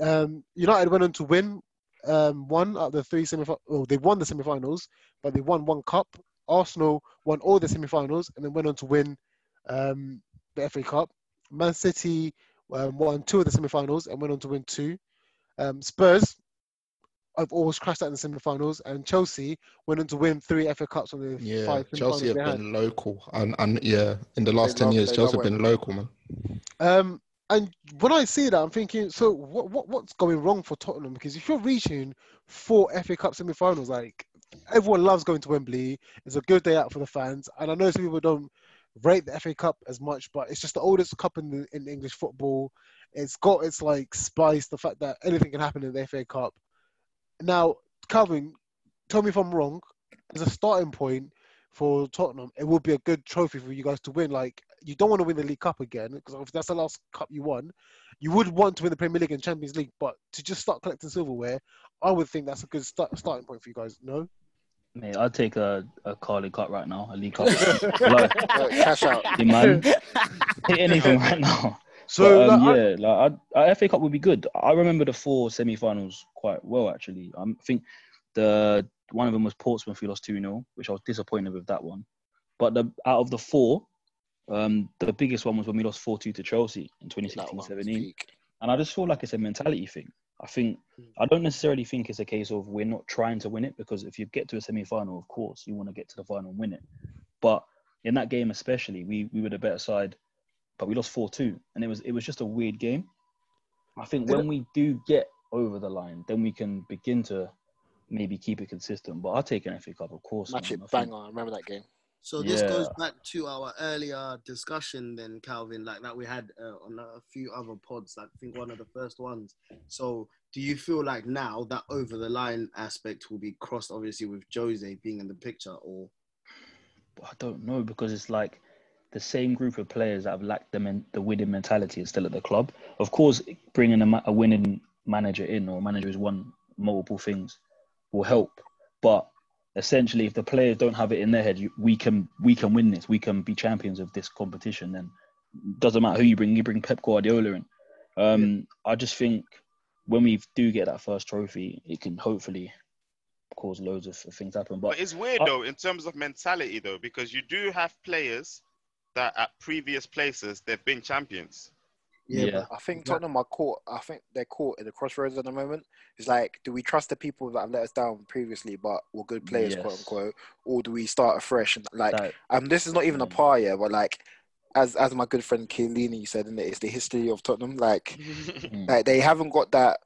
S3: Um, United went on to win um, one out of the three semi well, they won the semi finals, but they won one cup. Arsenal won all the semi finals and then went on to win um, the FA Cup. Man City um, won two of the semi-finals and went on to win two. Um, Spurs, I've always crashed out in the semi-finals, and Chelsea went on to win three FA Cups on the
S5: Yeah,
S3: five semi-finals
S5: Chelsea have
S3: they had.
S5: been local, and, and yeah, in the last
S3: They
S5: ten
S3: love-
S5: years,
S3: they
S5: Chelsea
S3: love
S5: have been local, man.
S3: Um, and when I see that, I'm thinking, so what, what what's going wrong for Tottenham? Because if you're reaching four FA Cup semi-finals, like everyone loves going to Wembley, it's a good day out for the fans, and I know some people don't rate the FA Cup as much, but it's just the oldest cup in the, in English football. It's got its like spice, the fact that anything can happen in the FA Cup. Now, Calvin, tell me if I'm wrong. As a starting point for Tottenham, it would be a good trophy for you guys to win. Like, you don't want to win the League Cup again because that's the last cup you won. You would want to win the Premier League and Champions League, but to just start collecting silverware, I would think that's a good start, starting point for you guys. No,
S14: Mate, I'll take a, a Carly cut right now, a Lee cut. like,
S6: cash out.
S14: Hey, man. Hit anything right now.
S3: So,
S14: So um,
S3: like, I-
S14: yeah, like I, I, FA Cup would be good. I remember the four semi-finals quite well actually. Um, I think the one of them was Portsmouth. We lost two 0 which I was disappointed with that one. But the out of the four, um, the biggest one was when we lost four two to Chelsea in 2016-17. And I just feel like it's a mentality thing. I think I don't necessarily think it's a case of we're not trying to win it because if you get to a semi-final, of course you want to get to the final and win it. But in that game especially, we we were the better side, but we lost four two, and it was it was just a weird game. I think
S3: Did
S14: when
S3: it-
S14: we do get over the line, then we can begin to maybe keep it consistent. But I'll take an FA Cup, of course.
S6: Match
S14: man.
S6: it
S14: I think-
S6: bang on. I remember that game.
S8: So this
S14: Yeah.
S8: goes back to our earlier discussion, then Calvin, like that we had uh, on a few other pods, like, I think one of the first ones. So, do you feel like now that over the line aspect will be crossed, obviously, with Jose being in the picture, or
S14: I don't know because it's like the same group of players that have lacked the, men- the winning mentality is still at the club. Of course, bringing a, ma- a winning manager in or manager who's won multiple things will help, but essentially, if the players don't have it in their head, you, we can we can win this, we can be champions of this competition. Then doesn't matter who you bring, you bring Pep Guardiola in. Um, yeah. I just think when we do get that first trophy, it can hopefully cause loads of things happen. But,
S4: but it's
S7: Uh,
S4: weird I, though in terms of mentality though, because you do have players that at previous places they've been champions.
S6: Yeah, yeah. I think Tottenham are caught. I think they're caught in the crossroads at the moment. It's like, do we trust the people that have let us down previously, but were good players, yes. quote unquote, or do we start afresh? And like, that, um, this is not even yeah. a par yet, but like, as as my good friend Chiellini said, and it? it's the history of Tottenham. Like,
S14: Mm.
S6: like they haven't got that.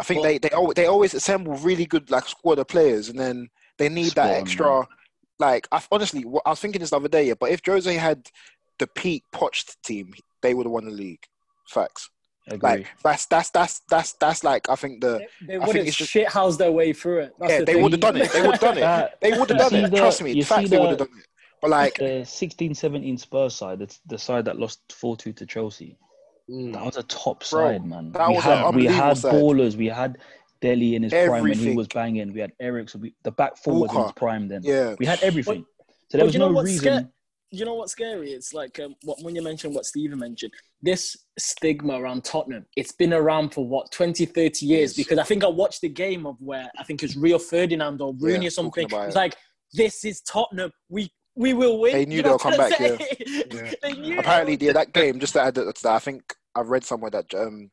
S6: I think they they always, they always assemble really good like squad of players, and then they need Spot that extra. On, like, I honestly, I was thinking this the other day, yeah, but if Jose had the peak Poch team, they would have won the league. Facts. Agreed. Like that's that's that's that's that's like I think the
S19: they
S6: I
S19: would
S6: think
S19: have just, shithoused their way through it. That's
S6: yeah,
S19: the
S6: they
S19: thing.
S6: would have done it. They would have done it. They would have done it.
S14: Uh, The,
S6: Trust me, facts.
S14: The,
S6: they would have done it. But like
S14: the 16, 17 Spurs side, the, the side that lost four two to Chelsea, mm. that was a top Bro, side, man. we had we had side. ballers. We had Delhi in his everything. prime when he was banging. We had Ericsson. We, the back four was in his prime then.
S6: Yeah,
S14: we had everything. But, so there was
S19: you know
S14: no reason.
S19: Scared? you know what's scary? It's like um, what, when you mentioned what Steven mentioned, this stigma around Tottenham, it's been around for what, 20, 30 years? Yes. Because I think I watched the game of where I think it was Rio Ferdinand or Rooney yeah, or something. It's it. like, this is Tottenham. We we will win.
S6: They knew you know they'll come back, yeah. yeah. they knew Apparently, yeah, that game, just to add to that, I think I read somewhere that um,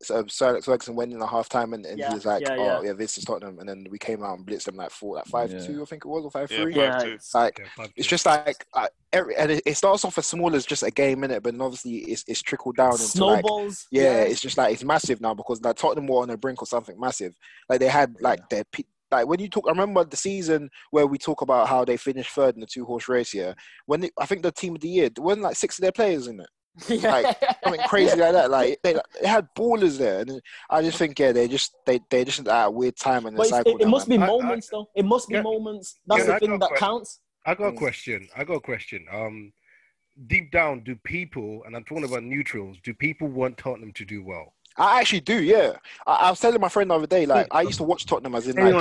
S6: so Sir Alex Ferguson went in the half time and, and yeah, he was like, yeah, yeah. Oh yeah, this is Tottenham and then we came out and blitzed them like four like five two, I think it was, or five three.
S4: Yeah, five,
S6: like it's just like uh, every, and it, it, starts off as small as just a game in it, but obviously it's it's trickled down into
S19: snowballs.
S6: Like, yeah, it's just like it's massive now because like Tottenham were on the brink of something massive. Like they had like their like when you talk, I remember the season where we talk about how they finished third in the two horse race here. When they, I think the team of the year, there wasn't like six of their players in it. like something crazy like that. Like they, they had ballers there, and I just think yeah, they just they they just at a weird time and
S19: but
S6: cycle.
S19: It, it must be moments I, I, though. It must be yeah, moments. That's yeah, the I thing that counts. Mm.
S9: I got a question. I got a question. Um, deep down, do people and I'm talking about neutrals? Do people want Tottenham to do well?
S6: I actually do, yeah. I, I, was telling my friend the other day, like I used to watch Tottenham as in like,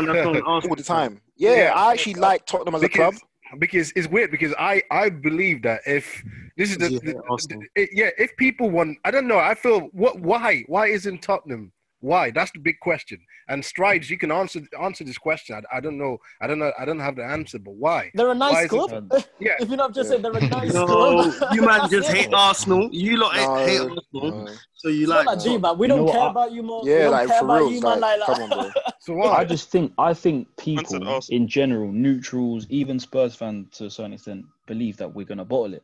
S6: all the time. Yeah, yeah I actually like Tottenham as
S9: because,
S6: a club
S9: because it's weird because I I believe that if this is the, yeah, the, the, yeah if people want I don't know I feel what why why isn't Tottenham why that's the big question and strides you can answer answer this question I, I don't know I don't know I don't have the answer but why
S19: they're a nice
S9: why
S19: club
S9: yeah
S19: if you're not just yeah. saying they're a nice no, club
S8: you man just hate Arsenal you lot no, hate Arsenal no. so you like,
S19: like G, man. we don't you know care I, about you more
S6: yeah
S19: we
S6: like for real
S19: you,
S6: like,
S19: man,
S6: like, come on bro
S9: so why
S14: I just think I think people in general neutrals even Spurs fans to a certain extent believe that we're gonna bottle it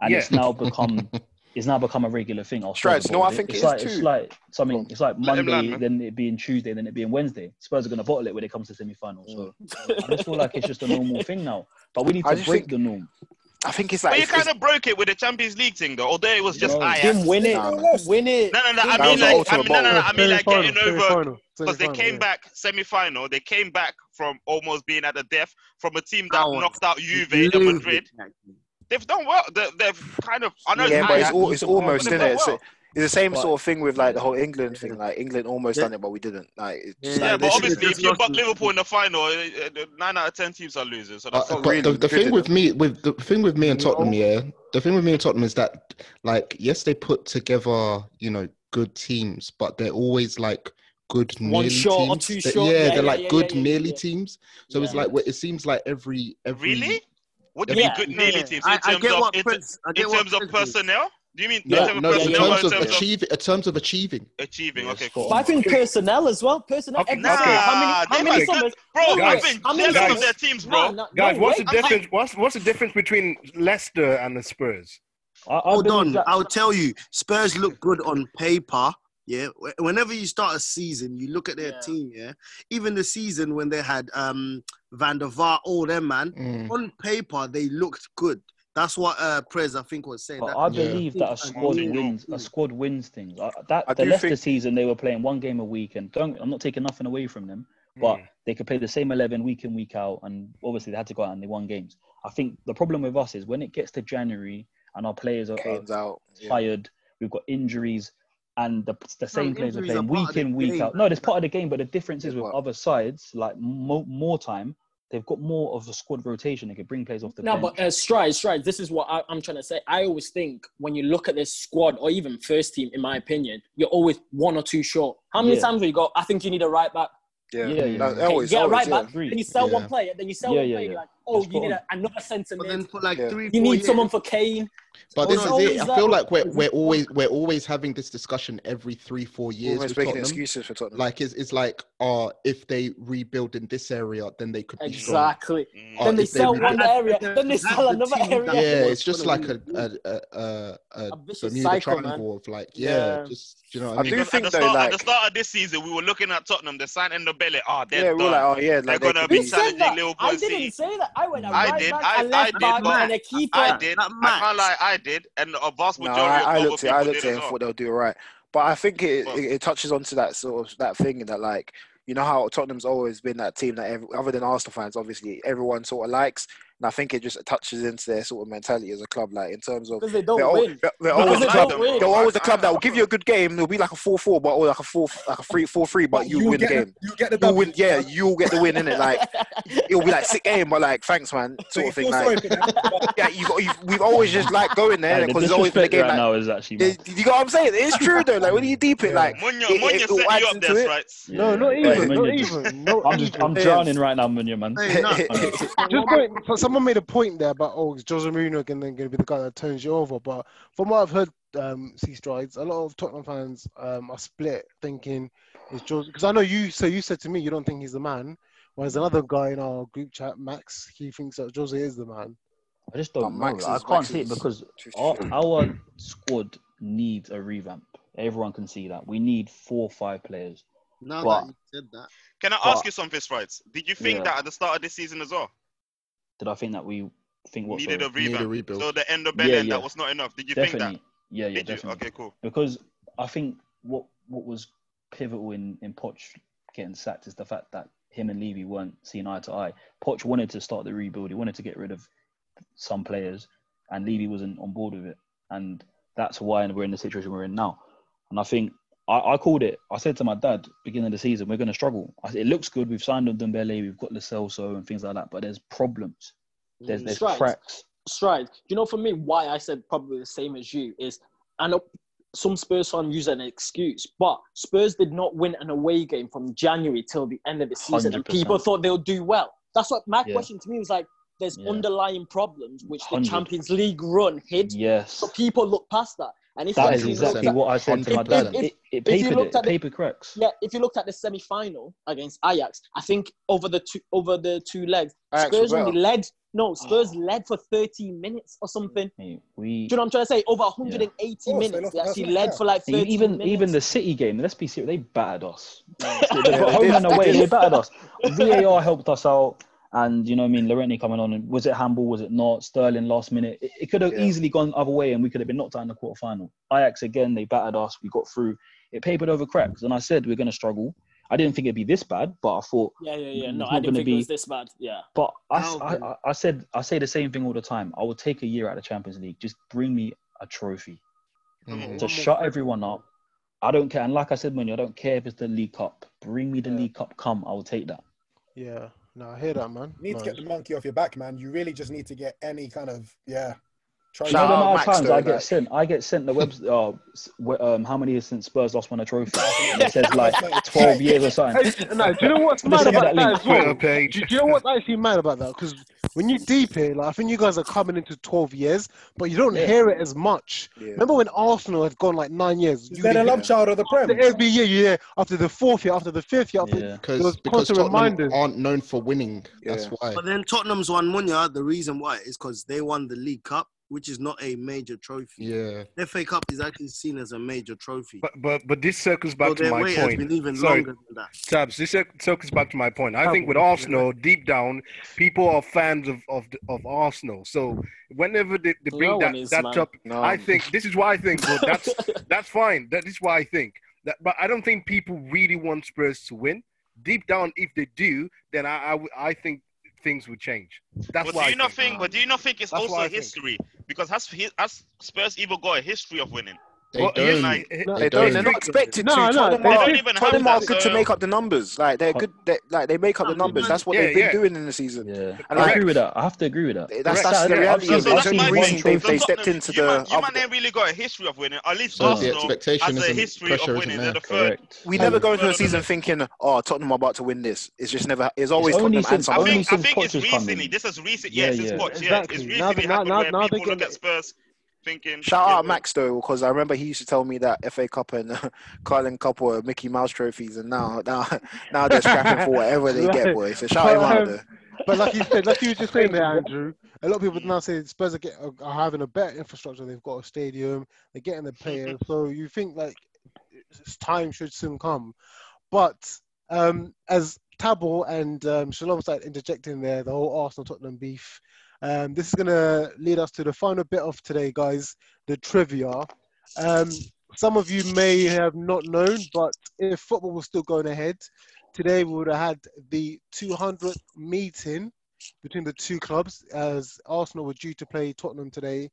S14: and yeah. it's now become it's now become a regular thing. I'll
S6: Stripes, no, I think
S14: it's,
S6: it
S14: like,
S6: too.
S14: It's like something. It's like Monday, then it being Tuesday, then it being Wednesday. Spurs are going to bottle it when it comes to semi-final. So I just feel like it's just a normal thing now. But we need to break
S6: Mm. think,
S14: the norm.
S6: I think it's like.
S4: But
S6: it's,
S4: you kind of broke it with the Champions League thing, though. Although it was just no, Ajax.
S19: Him win it, no, win it.
S4: No, no, no. I mean, like, I mean, no, no, no, I mean, like getting over because they came yeah. back semi-final. They came back from almost being at the death from a team that oh, knocked out Juve and Madrid they've done well. They, have kind of. I know
S6: yeah,
S4: it's
S6: but
S4: high,
S6: it's, all, it's almost in it. It's,
S4: well.
S6: it's, the same but, sort of thing with like the whole England thing. Like England almost yeah. done it, but we didn't. Like,
S4: yeah, yeah
S6: like,
S4: but obviously, if you buck Liverpool in the final, eh, nine out of ten teams are losers. So that's
S5: uh,
S4: not really
S5: the, the thing with me, with the thing with me and Tottenham, no. yeah, the thing with me and Tottenham is that, like, yes, they put together, you know, good teams, but they're always like good
S19: One
S5: nearly
S19: short
S5: teams.
S19: Or two
S5: they're,
S19: short.
S5: Yeah,
S19: yeah
S5: they're like good nearly teams. So it's like it seems like every every
S4: really. What do you yeah. mean good nearly yeah. teams? In I, terms I of, Prince, in, terms of personnel? Is. Do you mean
S5: no,
S4: in,
S5: no,
S4: terms
S5: in
S4: terms
S5: of, of achieving? In terms of achieving.
S4: Achieving, okay,
S19: cool. But I think personnel as well. Personnel.
S4: Okay. Nah, how many, how many summers? Bro, guys, I've been jealous guys, of their teams, bro.
S9: No, no, guys, what's the difference? what's what's the difference between Leicester and the Spurs?
S8: I, I Hold on, that... I'll tell you. Spurs look good on paper. Yeah, whenever you start a season, you look at their yeah. team. Yeah, even the season when they had um, Van der Vaart, all them man. Mm. On paper, they looked good. That's what uh, Prez, I think, was saying.
S14: But I believe yeah. that a squad mm-hmm. wins. A squad wins things. I, that I the Leicester think... season, they were playing one game a week, and don't. I'm not taking nothing away from them, But mm. they could play the same 11 week in, week out. And obviously, they had to go out and they won games. I think the problem with us is when it gets to January and our players are, are out, tired, yeah. we've got injuries, and the, the same no, players are playing are week in, week game. out. No, it's part of the game, but the difference is with what? other sides, like mo- more time, they've got more of a squad rotation. They could bring players off the
S7: no,
S14: bench.
S7: but uh, stride, stride. This is what I, am trying to say. I always think when you look at this squad, or even first team, in my opinion, you're always one or two short. How many yeah. times have you got? I think you need a right back.
S6: Yeah, yeah, yeah. No,
S7: okay, always, get always, right yeah. back. Then you sell yeah. one player. Then you sell yeah, one player. You're like, oh, That's you need a, another centre mid.
S8: Then for like three,
S7: you
S8: need
S7: years. someone for Kane.
S5: But this is it. I feel like we're, we're always we're always having this discussion every three four years.
S6: Always making Tottenham. excuses for Tottenham.
S5: Like it's, it's like, uh, if they rebuild in this area, then they could be
S7: exactly.
S5: Strong.
S7: Mm. Uh, then they sell they one area, then they sell another area.
S5: Yeah, it's just like a a a, a, Bermuda Triangle of like yeah, just you know. I
S6: do think
S4: at
S6: though,
S4: at the start of this season, we were looking at Tottenham. They signed Ndombele. Ah,
S6: they're yeah, we were like, oh yeah,
S4: like, they're gonna be challenging Liverpool. I
S7: didn't say that. I went. I did. I left back and a keeper.
S4: I did. I can't lie. I did, and a vast majority. No, I,
S6: I looked
S4: at, I
S6: looked at it and thought they'll do it right. But I think it, well, it, it, touches onto that sort of that thing that like you know how Tottenham's always been that team that every, other than Arsenal fans, obviously everyone sort of likes. And I think it just touches into their sort of mentality as a club, like in terms of
S7: because they don't they're win. All,
S6: they're, they're always they the club. Win. They're always the club that will give you a good game. They'll be like a four-four, but or like a four, like a three-four-three, but, but you win the game.
S10: The, you get the
S6: you win, yeah, you'll get the win in it. Like it'll be like sick game, but like thanks, man, sort of thing. Like yeah, you, you, we've always just like going there because like, it's always been a game.
S14: Right
S6: like,
S14: now is actually mad.
S6: you know what I'm saying? It's true though. Like when you deep it, like
S4: Munya, it, Munya it, it, set you up there, right?
S14: No, not even, not even. I'm just, I'm drowning right now, Munya, man.
S16: Just going someone made a point there about oh, is Jose Mourinho going to be the guy that turns you over? But from what I've heard, um, see strides. A lot of Tottenham fans um, are split, thinking it's Jose because I know you. So you said to me you don't think he's the man, whereas another guy in our group chat, Max, he thinks that Jose is the man.
S14: I just don't know. Like, I can't Max see it because our, our squad needs a revamp. Everyone can see that we need four or five players.
S8: Now but, that you said that,
S4: can I but, ask you something, Strides? Did you think yeah. that at the start of this season as well?
S14: did I think that we think what
S4: needed, sorry, a, needed a rebuild? So the end of Berlin, yeah, yeah. that was not enough. Did you
S14: definitely.
S4: think that?
S14: Yeah, yeah,
S4: Did
S14: definitely.
S4: You? Okay, cool.
S14: Because I think what what was pivotal in in Poch getting sacked is the fact that him and Levy weren't seen eye to eye. Poch wanted to start the rebuild. He wanted to get rid of some players, and Levy wasn't on board with it, and that's why we're in the situation we're in now. And I think. I, I called it. I said to my dad, beginning of the season, we're going to struggle. Said, it looks good. We've signed on Dembele. We've got Lo Celso and things like that. But there's problems there's, there's
S7: stride,
S14: cracks.
S7: Stride. You know, for me, why I said probably the same as you is, I know some Spurs fans use an excuse, but Spurs did not win an away game from January till the end of the season, 100%. and people thought they'll do well. That's what my yeah. question to me was like. There's yeah. underlying problems which the 100%. Champions League run hid.
S14: Yes.
S7: So people look past that. And if
S14: that
S7: you
S14: is exactly at, what I said to my dad. If, if, it, it papered it, the, paper cracks.
S7: Yeah, if you looked at the semi-final against Ajax, I think over the two over the two legs, Ajax Spurs only led. No, Spurs oh. led for 30 minutes or something.
S14: Ah. Mate, we,
S7: Do you know what I'm trying to say? Over 180 yeah. minutes, oh, so they actually led yeah. for like 30
S14: even
S7: minutes.
S14: even the City game. Let's be serious, they battered us. home and away, they battered us. VAR helped us out. And you know, I mean, Lorente coming on, and was it handball? Was it not? Sterling last minute. It, it could have yeah. easily gone other way, and we could have been knocked out in the quarterfinal. Ajax again, they battered us. We got through. It papered over cracks, and I said we're going to struggle. I didn't think it'd be this bad, but I thought
S7: yeah, yeah, yeah. No, I didn't think be... it was this bad. Yeah,
S14: but I,
S6: Oh,
S14: no, I, I, I, said I say the same thing all the time. I will take a year out of Champions League. Just bring me a trophy
S16: Mm.
S14: mm-hmm. to shut everyone up. I don't care, and like I said, Manu, I don't care if it's the League Cup. Bring me the yeah. League Cup. Come, I will take that.
S16: Yeah. No, I hear that, man.
S10: You need
S16: no.
S10: to get the monkey off your back, man. You really just need to get any kind of yeah.
S14: Try you know the amount of times I get like... sent, I get sent the web. Uh, um, how many years since Spurs lost won a trophy? it says like twelve years or something.
S16: Oh, No, do you know what's mad about that, that as well? Do you know what's actually mad about that? Because when you deep it, like, I think you guys are coming into twelve years, but you don't yeah. hear it as much. Yeah. Remember when Arsenal had gone like nine years?
S10: Is that a love child of the Prem?
S16: Every year, yeah. After the fourth year, after the fifth year, after
S5: yeah. because because Tottenham reminders. aren't known for winning. Yeah. That's why.
S8: But then Tottenham's won Munya. The reason why is because they won the League Cup which is not a major trophy.
S5: Yeah,
S8: the FA Cup is actually seen as a major trophy.
S9: But but but this circles back so to my point. Sorry, Tabs, this circles back to my point. I think with Arsenal, deep down, people are fans of of, of Arsenal. So whenever they, they bring no that, is, that man. up, no. I think this is why I think. Well, that's that's fine. That is why I think that. But I don't think people really want Spurs to win deep down, if they do, then I I, I think things would change. That's
S4: but
S9: why.
S4: do you
S9: I
S4: not
S9: think.
S4: think? But do you not think it's
S9: That's what
S4: also
S9: I think.
S4: history? Because has, he- has Spurs even got a history of winning?
S6: They Well, don't.
S4: Even like-
S6: No, they don't. They're not expected
S4: No,
S6: to.
S4: no,
S6: Tottenham
S4: they
S6: are,
S4: don't even have
S6: Tottenham
S4: that, uh,
S6: are good
S4: so-
S6: to make up the numbers. Like they're good. They, like they make up the numbers. That's what
S14: Yeah,
S6: they've been
S14: yeah.
S6: doing in the season.
S14: Yeah,
S6: And
S14: I
S6: like,
S14: agree with that. I have to agree with that.
S6: that's that's the reality. of it. It's the only reason they've, they stepped into
S4: you
S6: the.
S4: Man, you man ain't really got a history of winning. At least
S6: So the
S4: Arsenal has
S6: expectation
S4: a
S6: isn't-
S4: history of
S6: pressure
S4: winning.
S6: isn't
S4: They're the
S6: there,
S4: third.
S6: we never go into a season thinking, "Oh, Tottenham are about to win this." It's just never. It's always
S4: It's only
S6: Tottenham and
S4: since- I
S6: someone
S4: think-
S6: else.
S4: I think it's recently. This is recent.
S6: Yeah,
S4: Yes, it's
S6: yeah.
S4: Poch. Yeah,
S6: Exactly.
S4: it's
S6: Now
S4: recently
S6: they- now-
S4: happened
S6: now-
S4: where
S6: now they
S4: people look
S6: get-
S4: at Spurs thinking.
S6: Shout out
S4: yeah,
S6: Max though, because I remember he used to tell me that FA Cup and Carling Cup were Mickey Mouse trophies, and now now now they're scrapping for whatever they get, boy. So shout him out
S3: But,
S6: though.
S3: um, But like you said, like you were just saying there, Andrew, a lot of people now say Spurs are, get, are, are having a better infrastructure. They've got a stadium, they're getting the players. So you think like it's time should soon come. But um, as Tabo and um, Shalom started interjecting there, the whole Arsenal Tottenham beef, um, this is going to lead us to the final bit of today, guys the trivia. Um, some of you may have not known, but if football was still going ahead, today we would have had the 200th meeting between the two clubs as Arsenal were due to play Tottenham today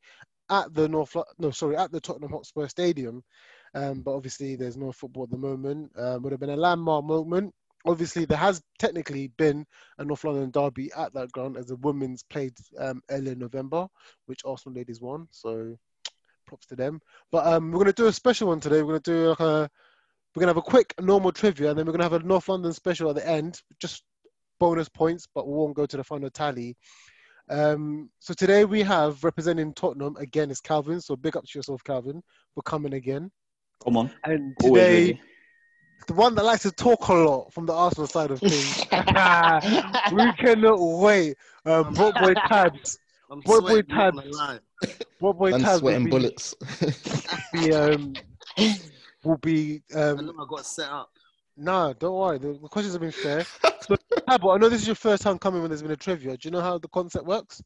S3: at the North Lo- no sorry at the Tottenham Hotspur Stadium, um, but obviously there's no football at the moment. Um, would have been a landmark moment. Obviously, there has technically been a North London derby at that ground as the women's played um, earlier in November, which Arsenal ladies won. So props to them. But um, we're gonna do a special one today. We're gonna do like a we're gonna have a quick normal trivia, and then we're gonna have a North London special at the end, just bonus points, but we won't go to the final tally. Um, so today we have representing Tottenham again is Calvin. So big up to yourself, Calvin, for coming again.
S14: Come on.
S3: And
S14: Always
S3: today,
S14: ready.
S3: the one that likes to talk a lot from the Arsenal side of things. we cannot wait. Um, Broke boy tabs.
S8: I'm
S3: Broke boy
S8: sweating, not gonna
S3: tabs.
S8: lie.
S3: Broke boy
S5: And
S3: tabs. will
S5: sweating
S3: be-
S5: bullets.
S3: be um will be
S8: I
S3: um
S8: know I got set up.
S3: no, don't worry. The, the questions have been fair. So, Tabo, I know this is your first time coming when there's been a trivia. Do you know how the concept works?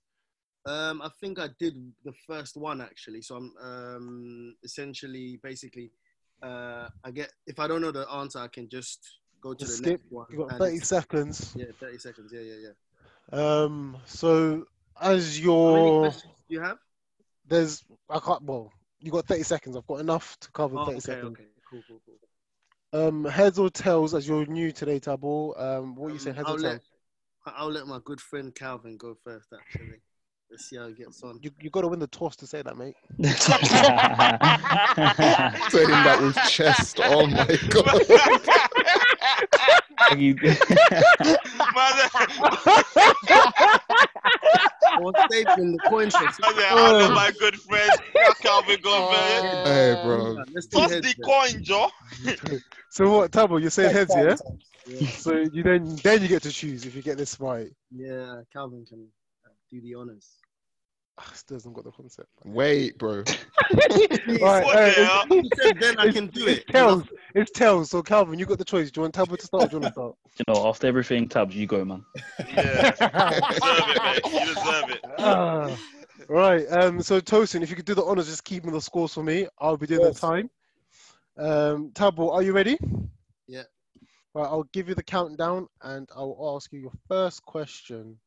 S8: Um, I think I did the first one actually. So I'm um, essentially, basically, uh, I get if I don't know the answer, I can just go to
S3: Just
S8: the
S3: skip.
S8: next one.
S3: You got
S8: and-
S3: 30 seconds.
S8: Yeah, thirty seconds. Yeah, yeah, yeah.
S3: Um, so as
S8: How many
S3: your
S8: questions do you have?
S3: there's I can't well you got 30 seconds. I've got enough to cover
S8: Oh,
S3: 30
S8: okay,
S3: seconds.
S8: okay, cool, cool, cool.
S3: Um, heads or tails as you're new today, Tabo. Um, what are you saying? Heads
S8: I'll
S3: or tails?
S8: let I'll let my good friend Calvin go first. Actually, let's see how he gets on.
S3: You you got to win the toss to say that, mate.
S5: Saying that with chest. Oh my god.
S8: Or saving the coin toss.
S4: I know my good friend Calvin Gomez.
S5: Hey, bro.
S8: Let's do
S4: Toss
S8: heads
S4: the
S8: then.
S4: coin, Joe.
S3: So what, Tabo? You're saying
S8: Yeah,
S3: heads, yeah?
S8: Tabo, Yeah.
S3: So you then then you get to choose if you get this right.
S8: Yeah, Calvin can uh, do the honors.
S3: Ah, Still hasn't got the concept.
S5: Wait, bro.
S3: Alright, uh,
S8: What the
S3: it's-
S8: hell? He said then I
S3: it's-
S8: can do
S3: it's
S8: it.
S3: Tails. It's tails. So Calvin, you got the choice. Do you want Tabo to start? Or do you want to start?
S14: You know, after everything, tabs, you go, man.
S4: deserve it, mate. You deserve it.
S3: Ah. right. Um. So Tosin, if you could do the honors, just keeping the scores for me. I'll be doing
S8: Yes.
S3: the time. Um. Tabo, are you ready?
S8: Yeah.
S3: Right. I'll give you the countdown, and I'll ask you your first question.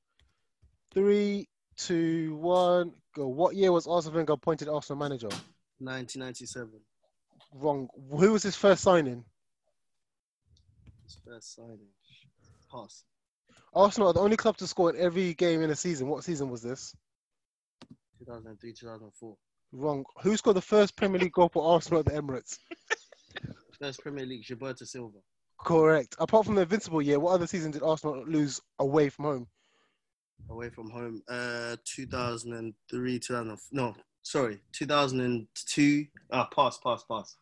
S3: Three, two, one, go. What year was Arsenal Wenger appointed Arsenal manager?
S8: 1997.
S3: Wrong. Who was his first signing?
S8: His first signing. Pass.
S3: Arsenal are the only club to score in every game in a season. What season was this?
S8: 2003, 2004.
S3: Wrong. Who scored the first Premier League goal for Arsenal at the Emirates?
S8: First Premier League, Gilberto Silva.
S3: Correct. Apart from the invincible year, what other season did Arsenal lose away from home?
S8: Away from home. Uh, 2003, 2004. No, sorry. 2002. Ah, pass, pass, pass.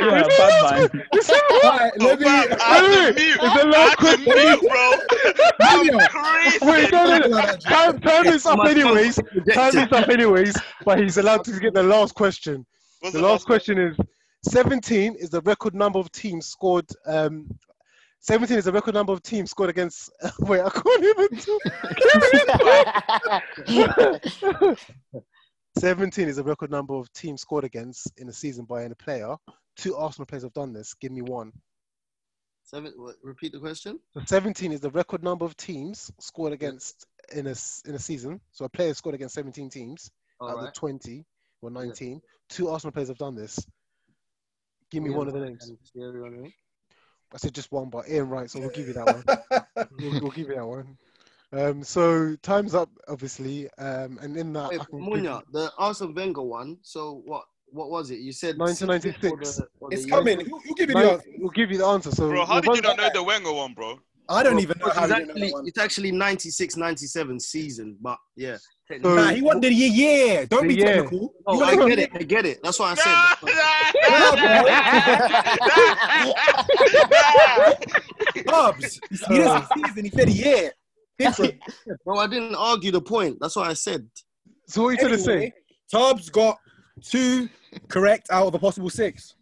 S14: You're a bad man.
S10: Alright, let me.
S4: I had to mute. I had to mute, bro. I'm crazy.
S3: Wait, no, no, no. Time, time is up
S8: My tongue
S3: anyways. Time is up anyways. But he's allowed to get the last question.
S4: What's
S3: the
S4: the
S3: last question is 17 is the record number of teams scored. Um, 17 is the record number of teams scored against. Wait, I can't even. do- 17 is the record number of teams scored against in a season by any player. Two Arsenal players have done this. Give me one.
S15: Seven. What, repeat the question.
S3: The 17 is the record number of teams scored against in a in a season. So a player scored against 17 teams
S15: All
S3: out
S15: right.
S3: of the 20 or 19. Two Arsenal players have done this. Give me one of the names.
S15: Yeah, everyone, right?
S3: I said just one, but Ian right, so we'll give you that one. we'll, we'll give you that one. Um, so time's up, obviously, um, and in that,
S15: Wait,
S3: I can give
S15: Munya, the Arsene Wenger one. So what? What was it? You said
S3: 1996.
S15: It's
S10: coming. Who- who give you the
S3: Nin-
S10: answer?
S3: We'll give you the answer. So
S4: Bro, how did you not know the Wenger one, bro?
S10: I don't even know
S15: It's
S10: how you didn't know
S15: actually, it's actually 96, 97 season, but yeah.
S3: So-
S10: Nah, he wanted the year. Yeah, don't be
S3: The year.
S10: technical.
S15: No, Oh, I get it. I get it. That's what I said.
S10: Bubs. He didn't say season. He said year. Different.
S15: Bro, I didn't argue the point. That's what I said.
S3: So what are you trying to say?
S10: Tubbs got two correct out of a possible six.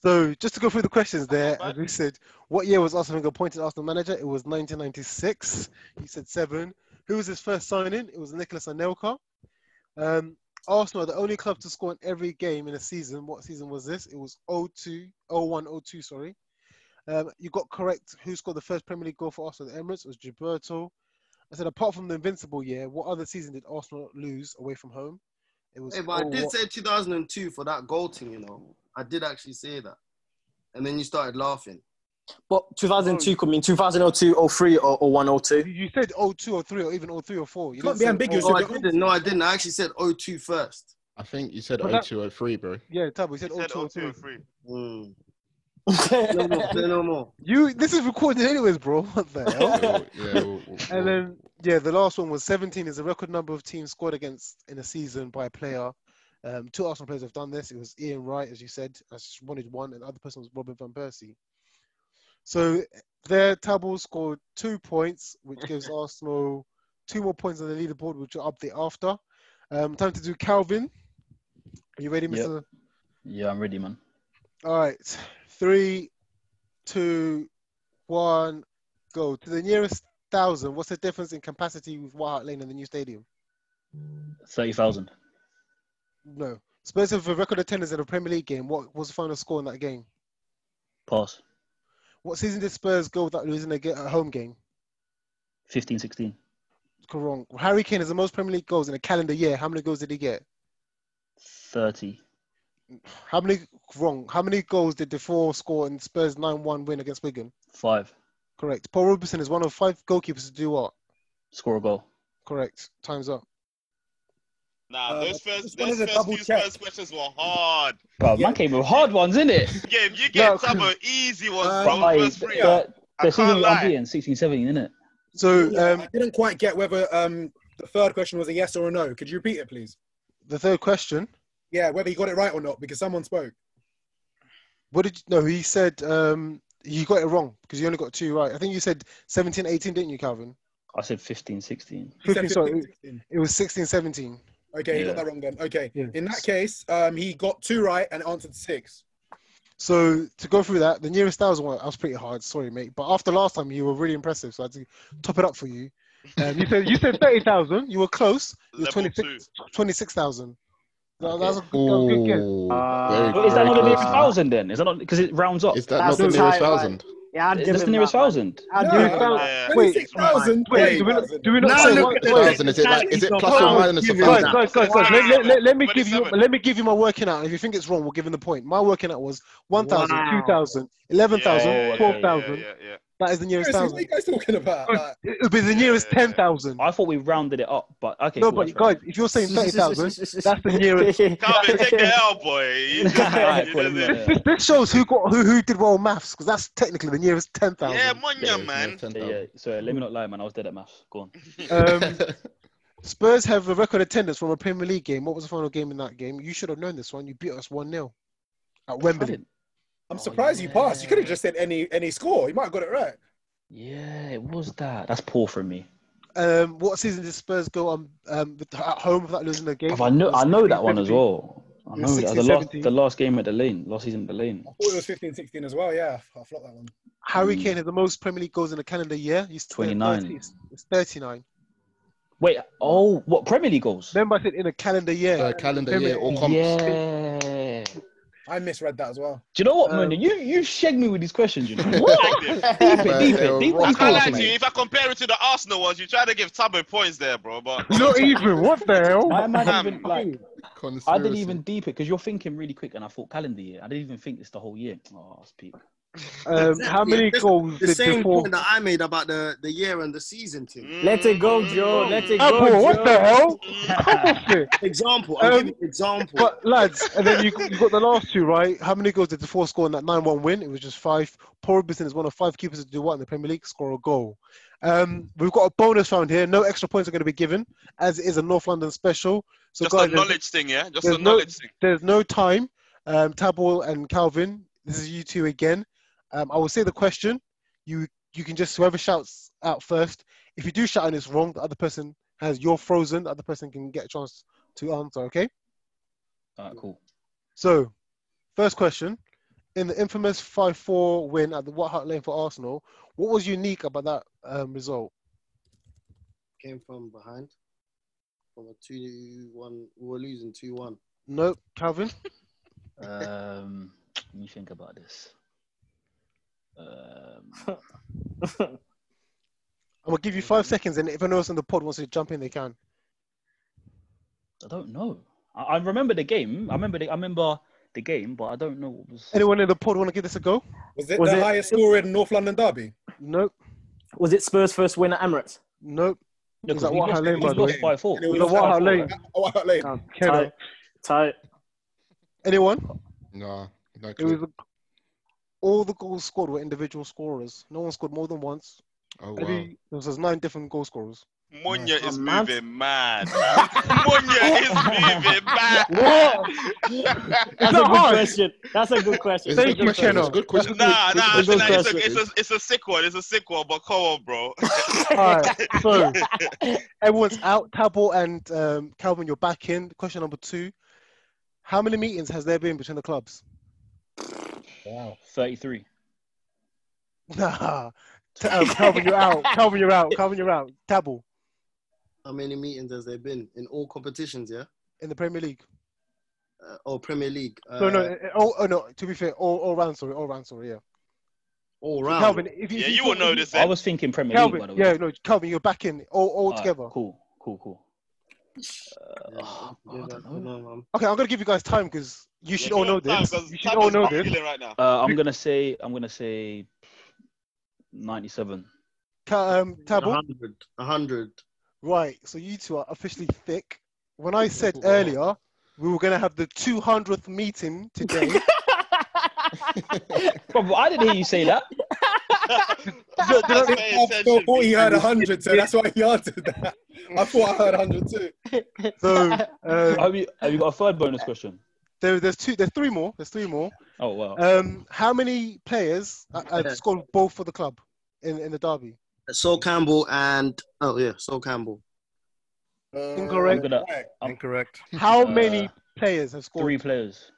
S3: So just to go through the questions there, as we said, what year was Arsene Wenger appointed Arsenal manager? It was 1996. You said seven. Who was his first signing? It was Nicholas Anelka. Um, Arsenal are the only club to score in every game in a season. What season was this? It was 02, 01, 02, sorry. Um, you got correct. Who scored the first Premier League goal for Arsenal? The Emirates It was Gilberto. I said, apart from the invincible year, what other season did Arsenal lose away from home? It was.
S15: Hey, but I
S3: oh,
S15: did
S3: what-
S15: say 2002 for that goal thing, you know. I did actually say that. And then you started laughing.
S19: But 2002 could mean 2002, 03, or, or 102.
S3: You said 02 or 3 or even 03 or 4. oh You
S10: Can't
S3: didn't
S10: be
S3: say
S10: ambiguous.
S15: Oh, I
S10: with the
S15: didn't. No, I didn't. I actually said 02 first.
S5: I think you said
S3: But that-
S5: 0203, bro.
S3: Yeah, Tab, we said,
S4: Said
S3: 02 or
S4: 02
S3: 3.
S4: or 03.
S15: Mm. No more. Say no more.
S3: You, this is recorded anyways, bro. What the hell?
S5: Yeah, yeah, we'll- we'll-
S3: and then, yeah, the last one was 17 is the record number of teams scored against in a season by a player. Um, two Arsenal players have done this. It was Ian Wright, as you said. I just wanted one, and the other person was Robin van Persie. So their Tabor scored two points, which gives Arsenal two more points on the leaderboard, which are up there after. Um, time to do Calvin. Are you ready,
S14: Yep.
S3: Mr.
S14: Yeah, I'm ready, man.
S3: All right, three, two, one, go to the nearest thousand. What's the difference in capacity with White Hart Lane and the new stadium?
S14: 30,000.
S3: No. Spurs have a record attendance at a Premier League game. What was the final score in that game?
S14: Pass.
S3: What season did Spurs go without losing a, ge- a home game?
S14: 15, 16.
S3: Wrong. Harry Kane has the most Premier League goals in a calendar year. How many goals did he get?
S14: 30.
S3: How many wrong? How many goals did Defoe score in Spurs' nine-one win against Wigan?
S14: 5.
S3: Correct. Paul Robeson is one of five goalkeepers to do what?
S14: Score a goal.
S3: Correct. Time's up.
S4: Nah,
S10: Uh,
S4: those first,
S10: this one
S4: those
S10: is a
S4: first
S10: double
S4: few
S10: check.
S4: Spurs questions were hard.
S14: Bro, man came with hard ones, innit?
S4: Yeah, if you
S3: No,
S4: get some of easy ones, bro,
S14: Aye,
S4: first
S14: the,
S4: three.
S14: the,
S4: I
S14: the season
S4: can't
S14: we are
S4: lie.
S14: being 16, 17, innit?
S3: So
S10: Yeah,
S3: um,
S10: I didn't quite get whether um, the third question was a yes or a no. Could you repeat it, please?
S3: the third question.
S10: Yeah, whether he got it right or not, because someone spoke.
S3: What did you, no? He said um, you got it wrong because you only got two right. I think you said 17, 18, didn't you, Calvin?
S14: I said 15, 16.
S10: He said
S3: 15, sorry.
S10: 16.
S3: It was 16, 17.
S10: Okay, he
S14: Yeah.
S10: got that wrong then. Okay,
S3: Yeah.
S10: in that case, um, he got two right and answered six.
S3: So to go through that, the nearest thousand one, I was pretty hard. Sorry, mate, but after last time you were really impressive, so I had to top it up for you. Um, you said you said thirty thousand. You were close. You were
S4: Level
S3: 26 26,000. That, that was a, that was a good guess.
S5: Ooh, very,
S14: But is that
S5: very
S14: not the
S5: close.
S14: nearest thousand then? Is that not because it rounds up?
S5: Is that
S3: That's
S5: not the
S3: the
S5: nearest
S3: tie, right.
S5: thousand?
S2: Yeah, I'd give
S14: That's the
S2: him
S14: nearest
S2: that, man.
S14: thousand.
S2: I'd
S10: No,
S3: you
S2: give him
S3: found-
S2: that.
S4: Yeah.
S3: Wait,
S10: 26,000.
S3: Wait, do we not, do we not
S15: Now
S3: say
S15: look
S3: one-
S15: at
S3: wait,
S15: that.
S5: Thousand, is it like is it
S15: Wow.
S5: plus or minus a
S15: Give it
S3: guys,
S5: thousand?
S3: guys, guys, guys, let, let, let, let me give you
S4: 27.
S3: let me give you my working out. If you think it's wrong, we'll give him the point. My working out was 1,000,
S2: Wow.
S3: 2,000, 11,000,
S4: yeah, yeah,
S3: 12,000.
S4: Yeah, yeah, yeah.
S3: That is the nearest
S10: Seriously, what are
S3: thousand.
S10: you guys talking about? Like,
S3: It'll be the
S4: Yeah,
S3: nearest
S4: yeah, yeah.
S3: 10,000.
S14: I thought we rounded it up, but okay.
S3: No,
S14: cool,
S3: but
S14: that's right.
S3: guys, if you're saying 30,000, that's the nearest.
S4: Calvin, take the L, boy. You-
S14: Alright,
S4: you
S14: cool,
S4: know
S14: let me
S4: that.
S14: know.
S3: This, this shows who got who, who did well in maths because that's technically the nearest
S4: Yeah,
S3: 10,000.
S5: Yeah,
S4: Munya,
S5: it's
S4: man.
S5: nearest 10,000.
S14: Yeah, yeah. Sorry, let me not lie, man. I was dead at maths. Go on.
S3: Um, Spurs have a record attendance from a Premier League game. What was the final game in that game? You should have known this one. You beat us 1 0 at
S14: I
S3: Wembley.
S14: didn't-
S10: I'm surprised you passed. You could have just said any any score. You might have got it right.
S14: Yeah, it was that. That's poor from me.
S3: Um, what season did Spurs go on um, with- at home without losing a game?
S14: Bruv, I know, I know that one as
S3: 16-17.
S14: well. I
S3: It
S14: know
S3: was
S14: that the last,
S3: 16-17.
S14: the last game at the lane, last season at the lane.
S10: I thought it was 15, 16 as well. Yeah, I flopped that one.
S3: Harry
S14: Mm.
S3: Kane had the most Premier League goals in a calendar year. He's
S14: 29.
S3: It's 39.
S14: Wait, oh, what Premier League goals?
S3: Remember, I said in a calendar year.
S5: Uh, calendar Premier year or comps.
S14: Yeah.
S10: I misread that as well.
S14: Do you know
S3: Uh,
S14: what, um, Mona? You you shag me with these questions. You know what? deep it, deep it, deep
S4: I
S14: it.
S4: can't lie to you. If I compare it to the Arsenal ones, you try to give Tabo points there, bro. But
S3: Not even. What the hell?
S14: I imagine even, like, I didn't even deep it because you're thinking really quick, and I thought calendar year. I didn't even think it's the whole year. Oh, speak.
S3: Um, How many goals
S15: The
S3: did
S15: same
S3: the four?
S15: point that I made about the, the year and the season team. Oh. Ah,
S19: Let it go, Joe.
S15: Mm.
S19: Let it go.
S3: Apple, Ah, what
S19: Joe.
S3: the hell? Come off it.
S15: Example. I'm
S3: Um,
S15: giving an example.
S3: But lads, and then you, you got the last two right. How many goals did the four score in that nine-one win? It was just five. Paul Robinson is one of five keepers to do what in the Premier League? Score a goal. Um, we've got a bonus round here. No extra points are going to be given, as it is a North London special. So
S4: Just
S3: guys,
S4: a
S3: there's-
S4: knowledge thing, yeah. Just a
S3: there's no,
S4: knowledge thing.
S3: there's no time. Um, Tabor and Calvin, this is you two again. Um, I will say the question. You you can just whoever shouts out first. If you do shout and it's wrong, the other person has you're frozen. The other person can get a chance to answer. Okay.
S14: Alright, cool.
S3: So, first question. In the infamous 5 4 win at the White Hart Lane for Arsenal, what was unique about that um, result?
S15: Came from behind. From a 2 1. We were losing 2 1.
S3: Nope, Calvin.
S14: Um, let me think about this. Um,
S3: I'm going to give you five seconds, and if anyone else on the pod wants to jump in, they can.
S14: I don't know. I, I remember the game. I remember. The, I remember the game, but I don't know what was.
S3: Anyone in the pod want to give this a go?
S10: Was it
S3: Was
S10: the
S3: it-
S10: highest scorer in North London derby?
S3: Nope,
S19: Was it Spurs' first win at Emirates?
S3: nope.
S14: No,
S3: It was
S14: 'cause
S3: at
S14: we
S3: White
S14: lost-
S3: Hart Lane,
S14: we
S3: by the
S14: lost
S3: way.
S14: by four.
S10: And it
S3: It was
S10: was
S3: at White Hart
S10: White
S3: Lane.
S10: Hart Lane.
S3: Um,
S19: Tight. Tight.
S3: Anyone?
S5: Nah, no
S3: It
S5: clue.
S3: was all the goals scored were individual scorers. No one scored more than once.
S5: oh wow.
S3: Every, there was nine different goal scorers.
S4: Munya is
S19: I'm mad.
S4: moving mad. Munya is moving mad.
S19: What? That's a
S3: not
S19: good
S3: hard.
S19: question. That's a good question.
S5: It's a
S3: Thank
S5: good
S3: you,
S5: question. It's a
S3: Kenneth.
S5: good question.
S4: Nah, nah, I
S19: It's a
S4: feel
S19: good
S4: like it's a,
S19: question.
S4: it's, a, it's a sick one. It's a sick one, but come on, bro.
S3: All right, so everyone's out. Tabo and um, Calvin, you're back in. Question number two: How many meetings has there been between the clubs?
S10: Wow.
S14: Thirty-three.
S3: Nah, T- um, Calvin, you're out. Calvin, you're out. Calvin, you're out. Tabo
S15: How many meetings has there been in all competitions, yeah?
S3: in the Premier League.
S15: Uh, or Premier League? Uh,
S3: No, no, eh, eh, oh, oh no. To be fair, all, all round, sorry, all round, sorry, yeah.
S15: All
S3: So
S15: round.
S3: Calvin, if you
S4: yeah,
S3: if
S4: you will know this.
S14: I
S4: eh?
S14: was thinking Premier League, by
S3: Calvin,
S14: the way.
S3: yeah, no, Calvin, you're back in all all
S14: Alright,
S3: together.
S14: cool, cool, cool.
S15: Yeah,
S14: Oh,
S15: yeah,
S14: I
S15: that's-
S14: don't know.
S15: no, man.
S3: Okay, I'm gonna give you guys time because you should
S4: Yeah,
S3: all
S4: give
S3: know
S4: him time,
S3: this.
S4: 'cause
S3: You should
S4: Tabo's
S3: all know this.
S4: feeling right now.
S14: Uh, I'm gonna say. I'm gonna say. Ninety-seven.
S3: Ca- um, Tabo.
S15: 100. 100.
S3: Right, so you two are officially thick. When I said
S5: Wow.
S3: earlier we were going to have the 200th meeting today,
S14: Bro, I didn't hear you say that.
S4: Just pay
S10: I
S4: attention,
S10: thought he
S4: people.
S10: heard 100, so that's why he answered that. I thought I heard 100 too.
S3: so um,
S14: Have you, have Oh, you got a third bonus question?
S3: there, there's two, there's three more, there's three more.
S14: Oh wow.
S19: Uh,
S3: Um, how many players uh, uh, scored both for the club in, in the derby?
S15: Sol Campbell and. Oh, yeah, Sol Campbell.
S3: Incorrect.
S14: I'm gonna-
S10: Uh, Right.
S14: Um,
S9: Incorrect.
S3: How
S14: Uh,
S3: many players have scored?
S14: Three players.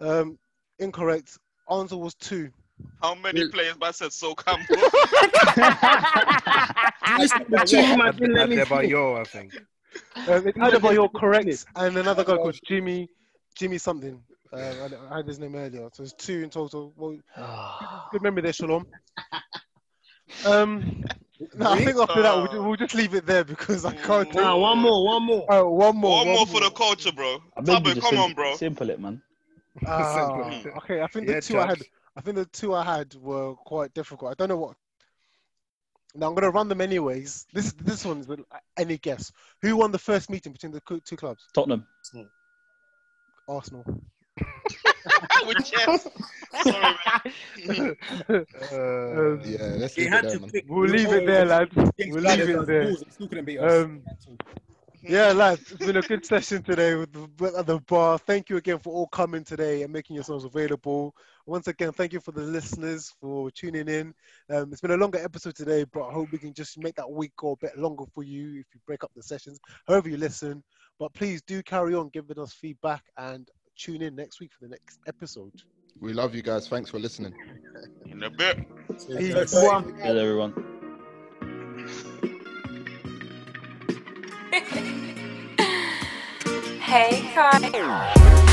S3: Um, incorrect. Answer was two.
S4: How many
S15: Really?
S4: players? But I said so Campbell.
S15: The two you man
S9: Ad-
S15: didn't let me finish.
S9: Adebayo, I think.
S3: Um, it's Adebayo, correct, and another guy called Jimmy, Jimmy something. Uh, I- I had his name earlier, so it's two in total. Well, Good memory there, Shalom. Um, no, I think after that we'll, we'll just leave it there because I can't. do
S15: Nah, one more, one more.
S3: Oh, one more.
S4: One more for the culture, bro.
S14: I bet you
S4: Tabo,
S14: just
S4: come
S14: sim-
S4: on, bro.
S14: Simple it, man.
S3: Ah, okay, I think the
S9: Yeah,
S3: two I had.
S9: chaps.
S3: I think the two I had were quite difficult. I don't know what. Now I'm gonna run them anyways. This this one's the- any guess. Who won the first meeting between the cl- two clubs?
S14: Tottenham.
S3: Arsenal.
S4: With chest. Sorry, man.
S9: Uh,
S5: Yeah, let's
S8: They
S5: leave it
S8: had
S5: there,
S8: to
S5: man.
S8: pick.
S3: We'll leave it there, lads. We'll leave it there.
S10: Still couldn't beat us.
S3: Um, yeah, lads, it's been a good session today with the, with- at the bar. Thank you again for all coming today and making yourselves available. Once again, thank you for the listeners for tuning in. Um, it's been a longer episode today, but I hope we can just make that week go a bit longer for you if you break up the sessions, however you listen. But please do carry on giving us feedback and tune in next week for the next episode.
S5: We love you guys. Thanks for listening.
S4: In a bit.
S3: Peace.
S14: Hello, everyone.
S6: hey, Kyle.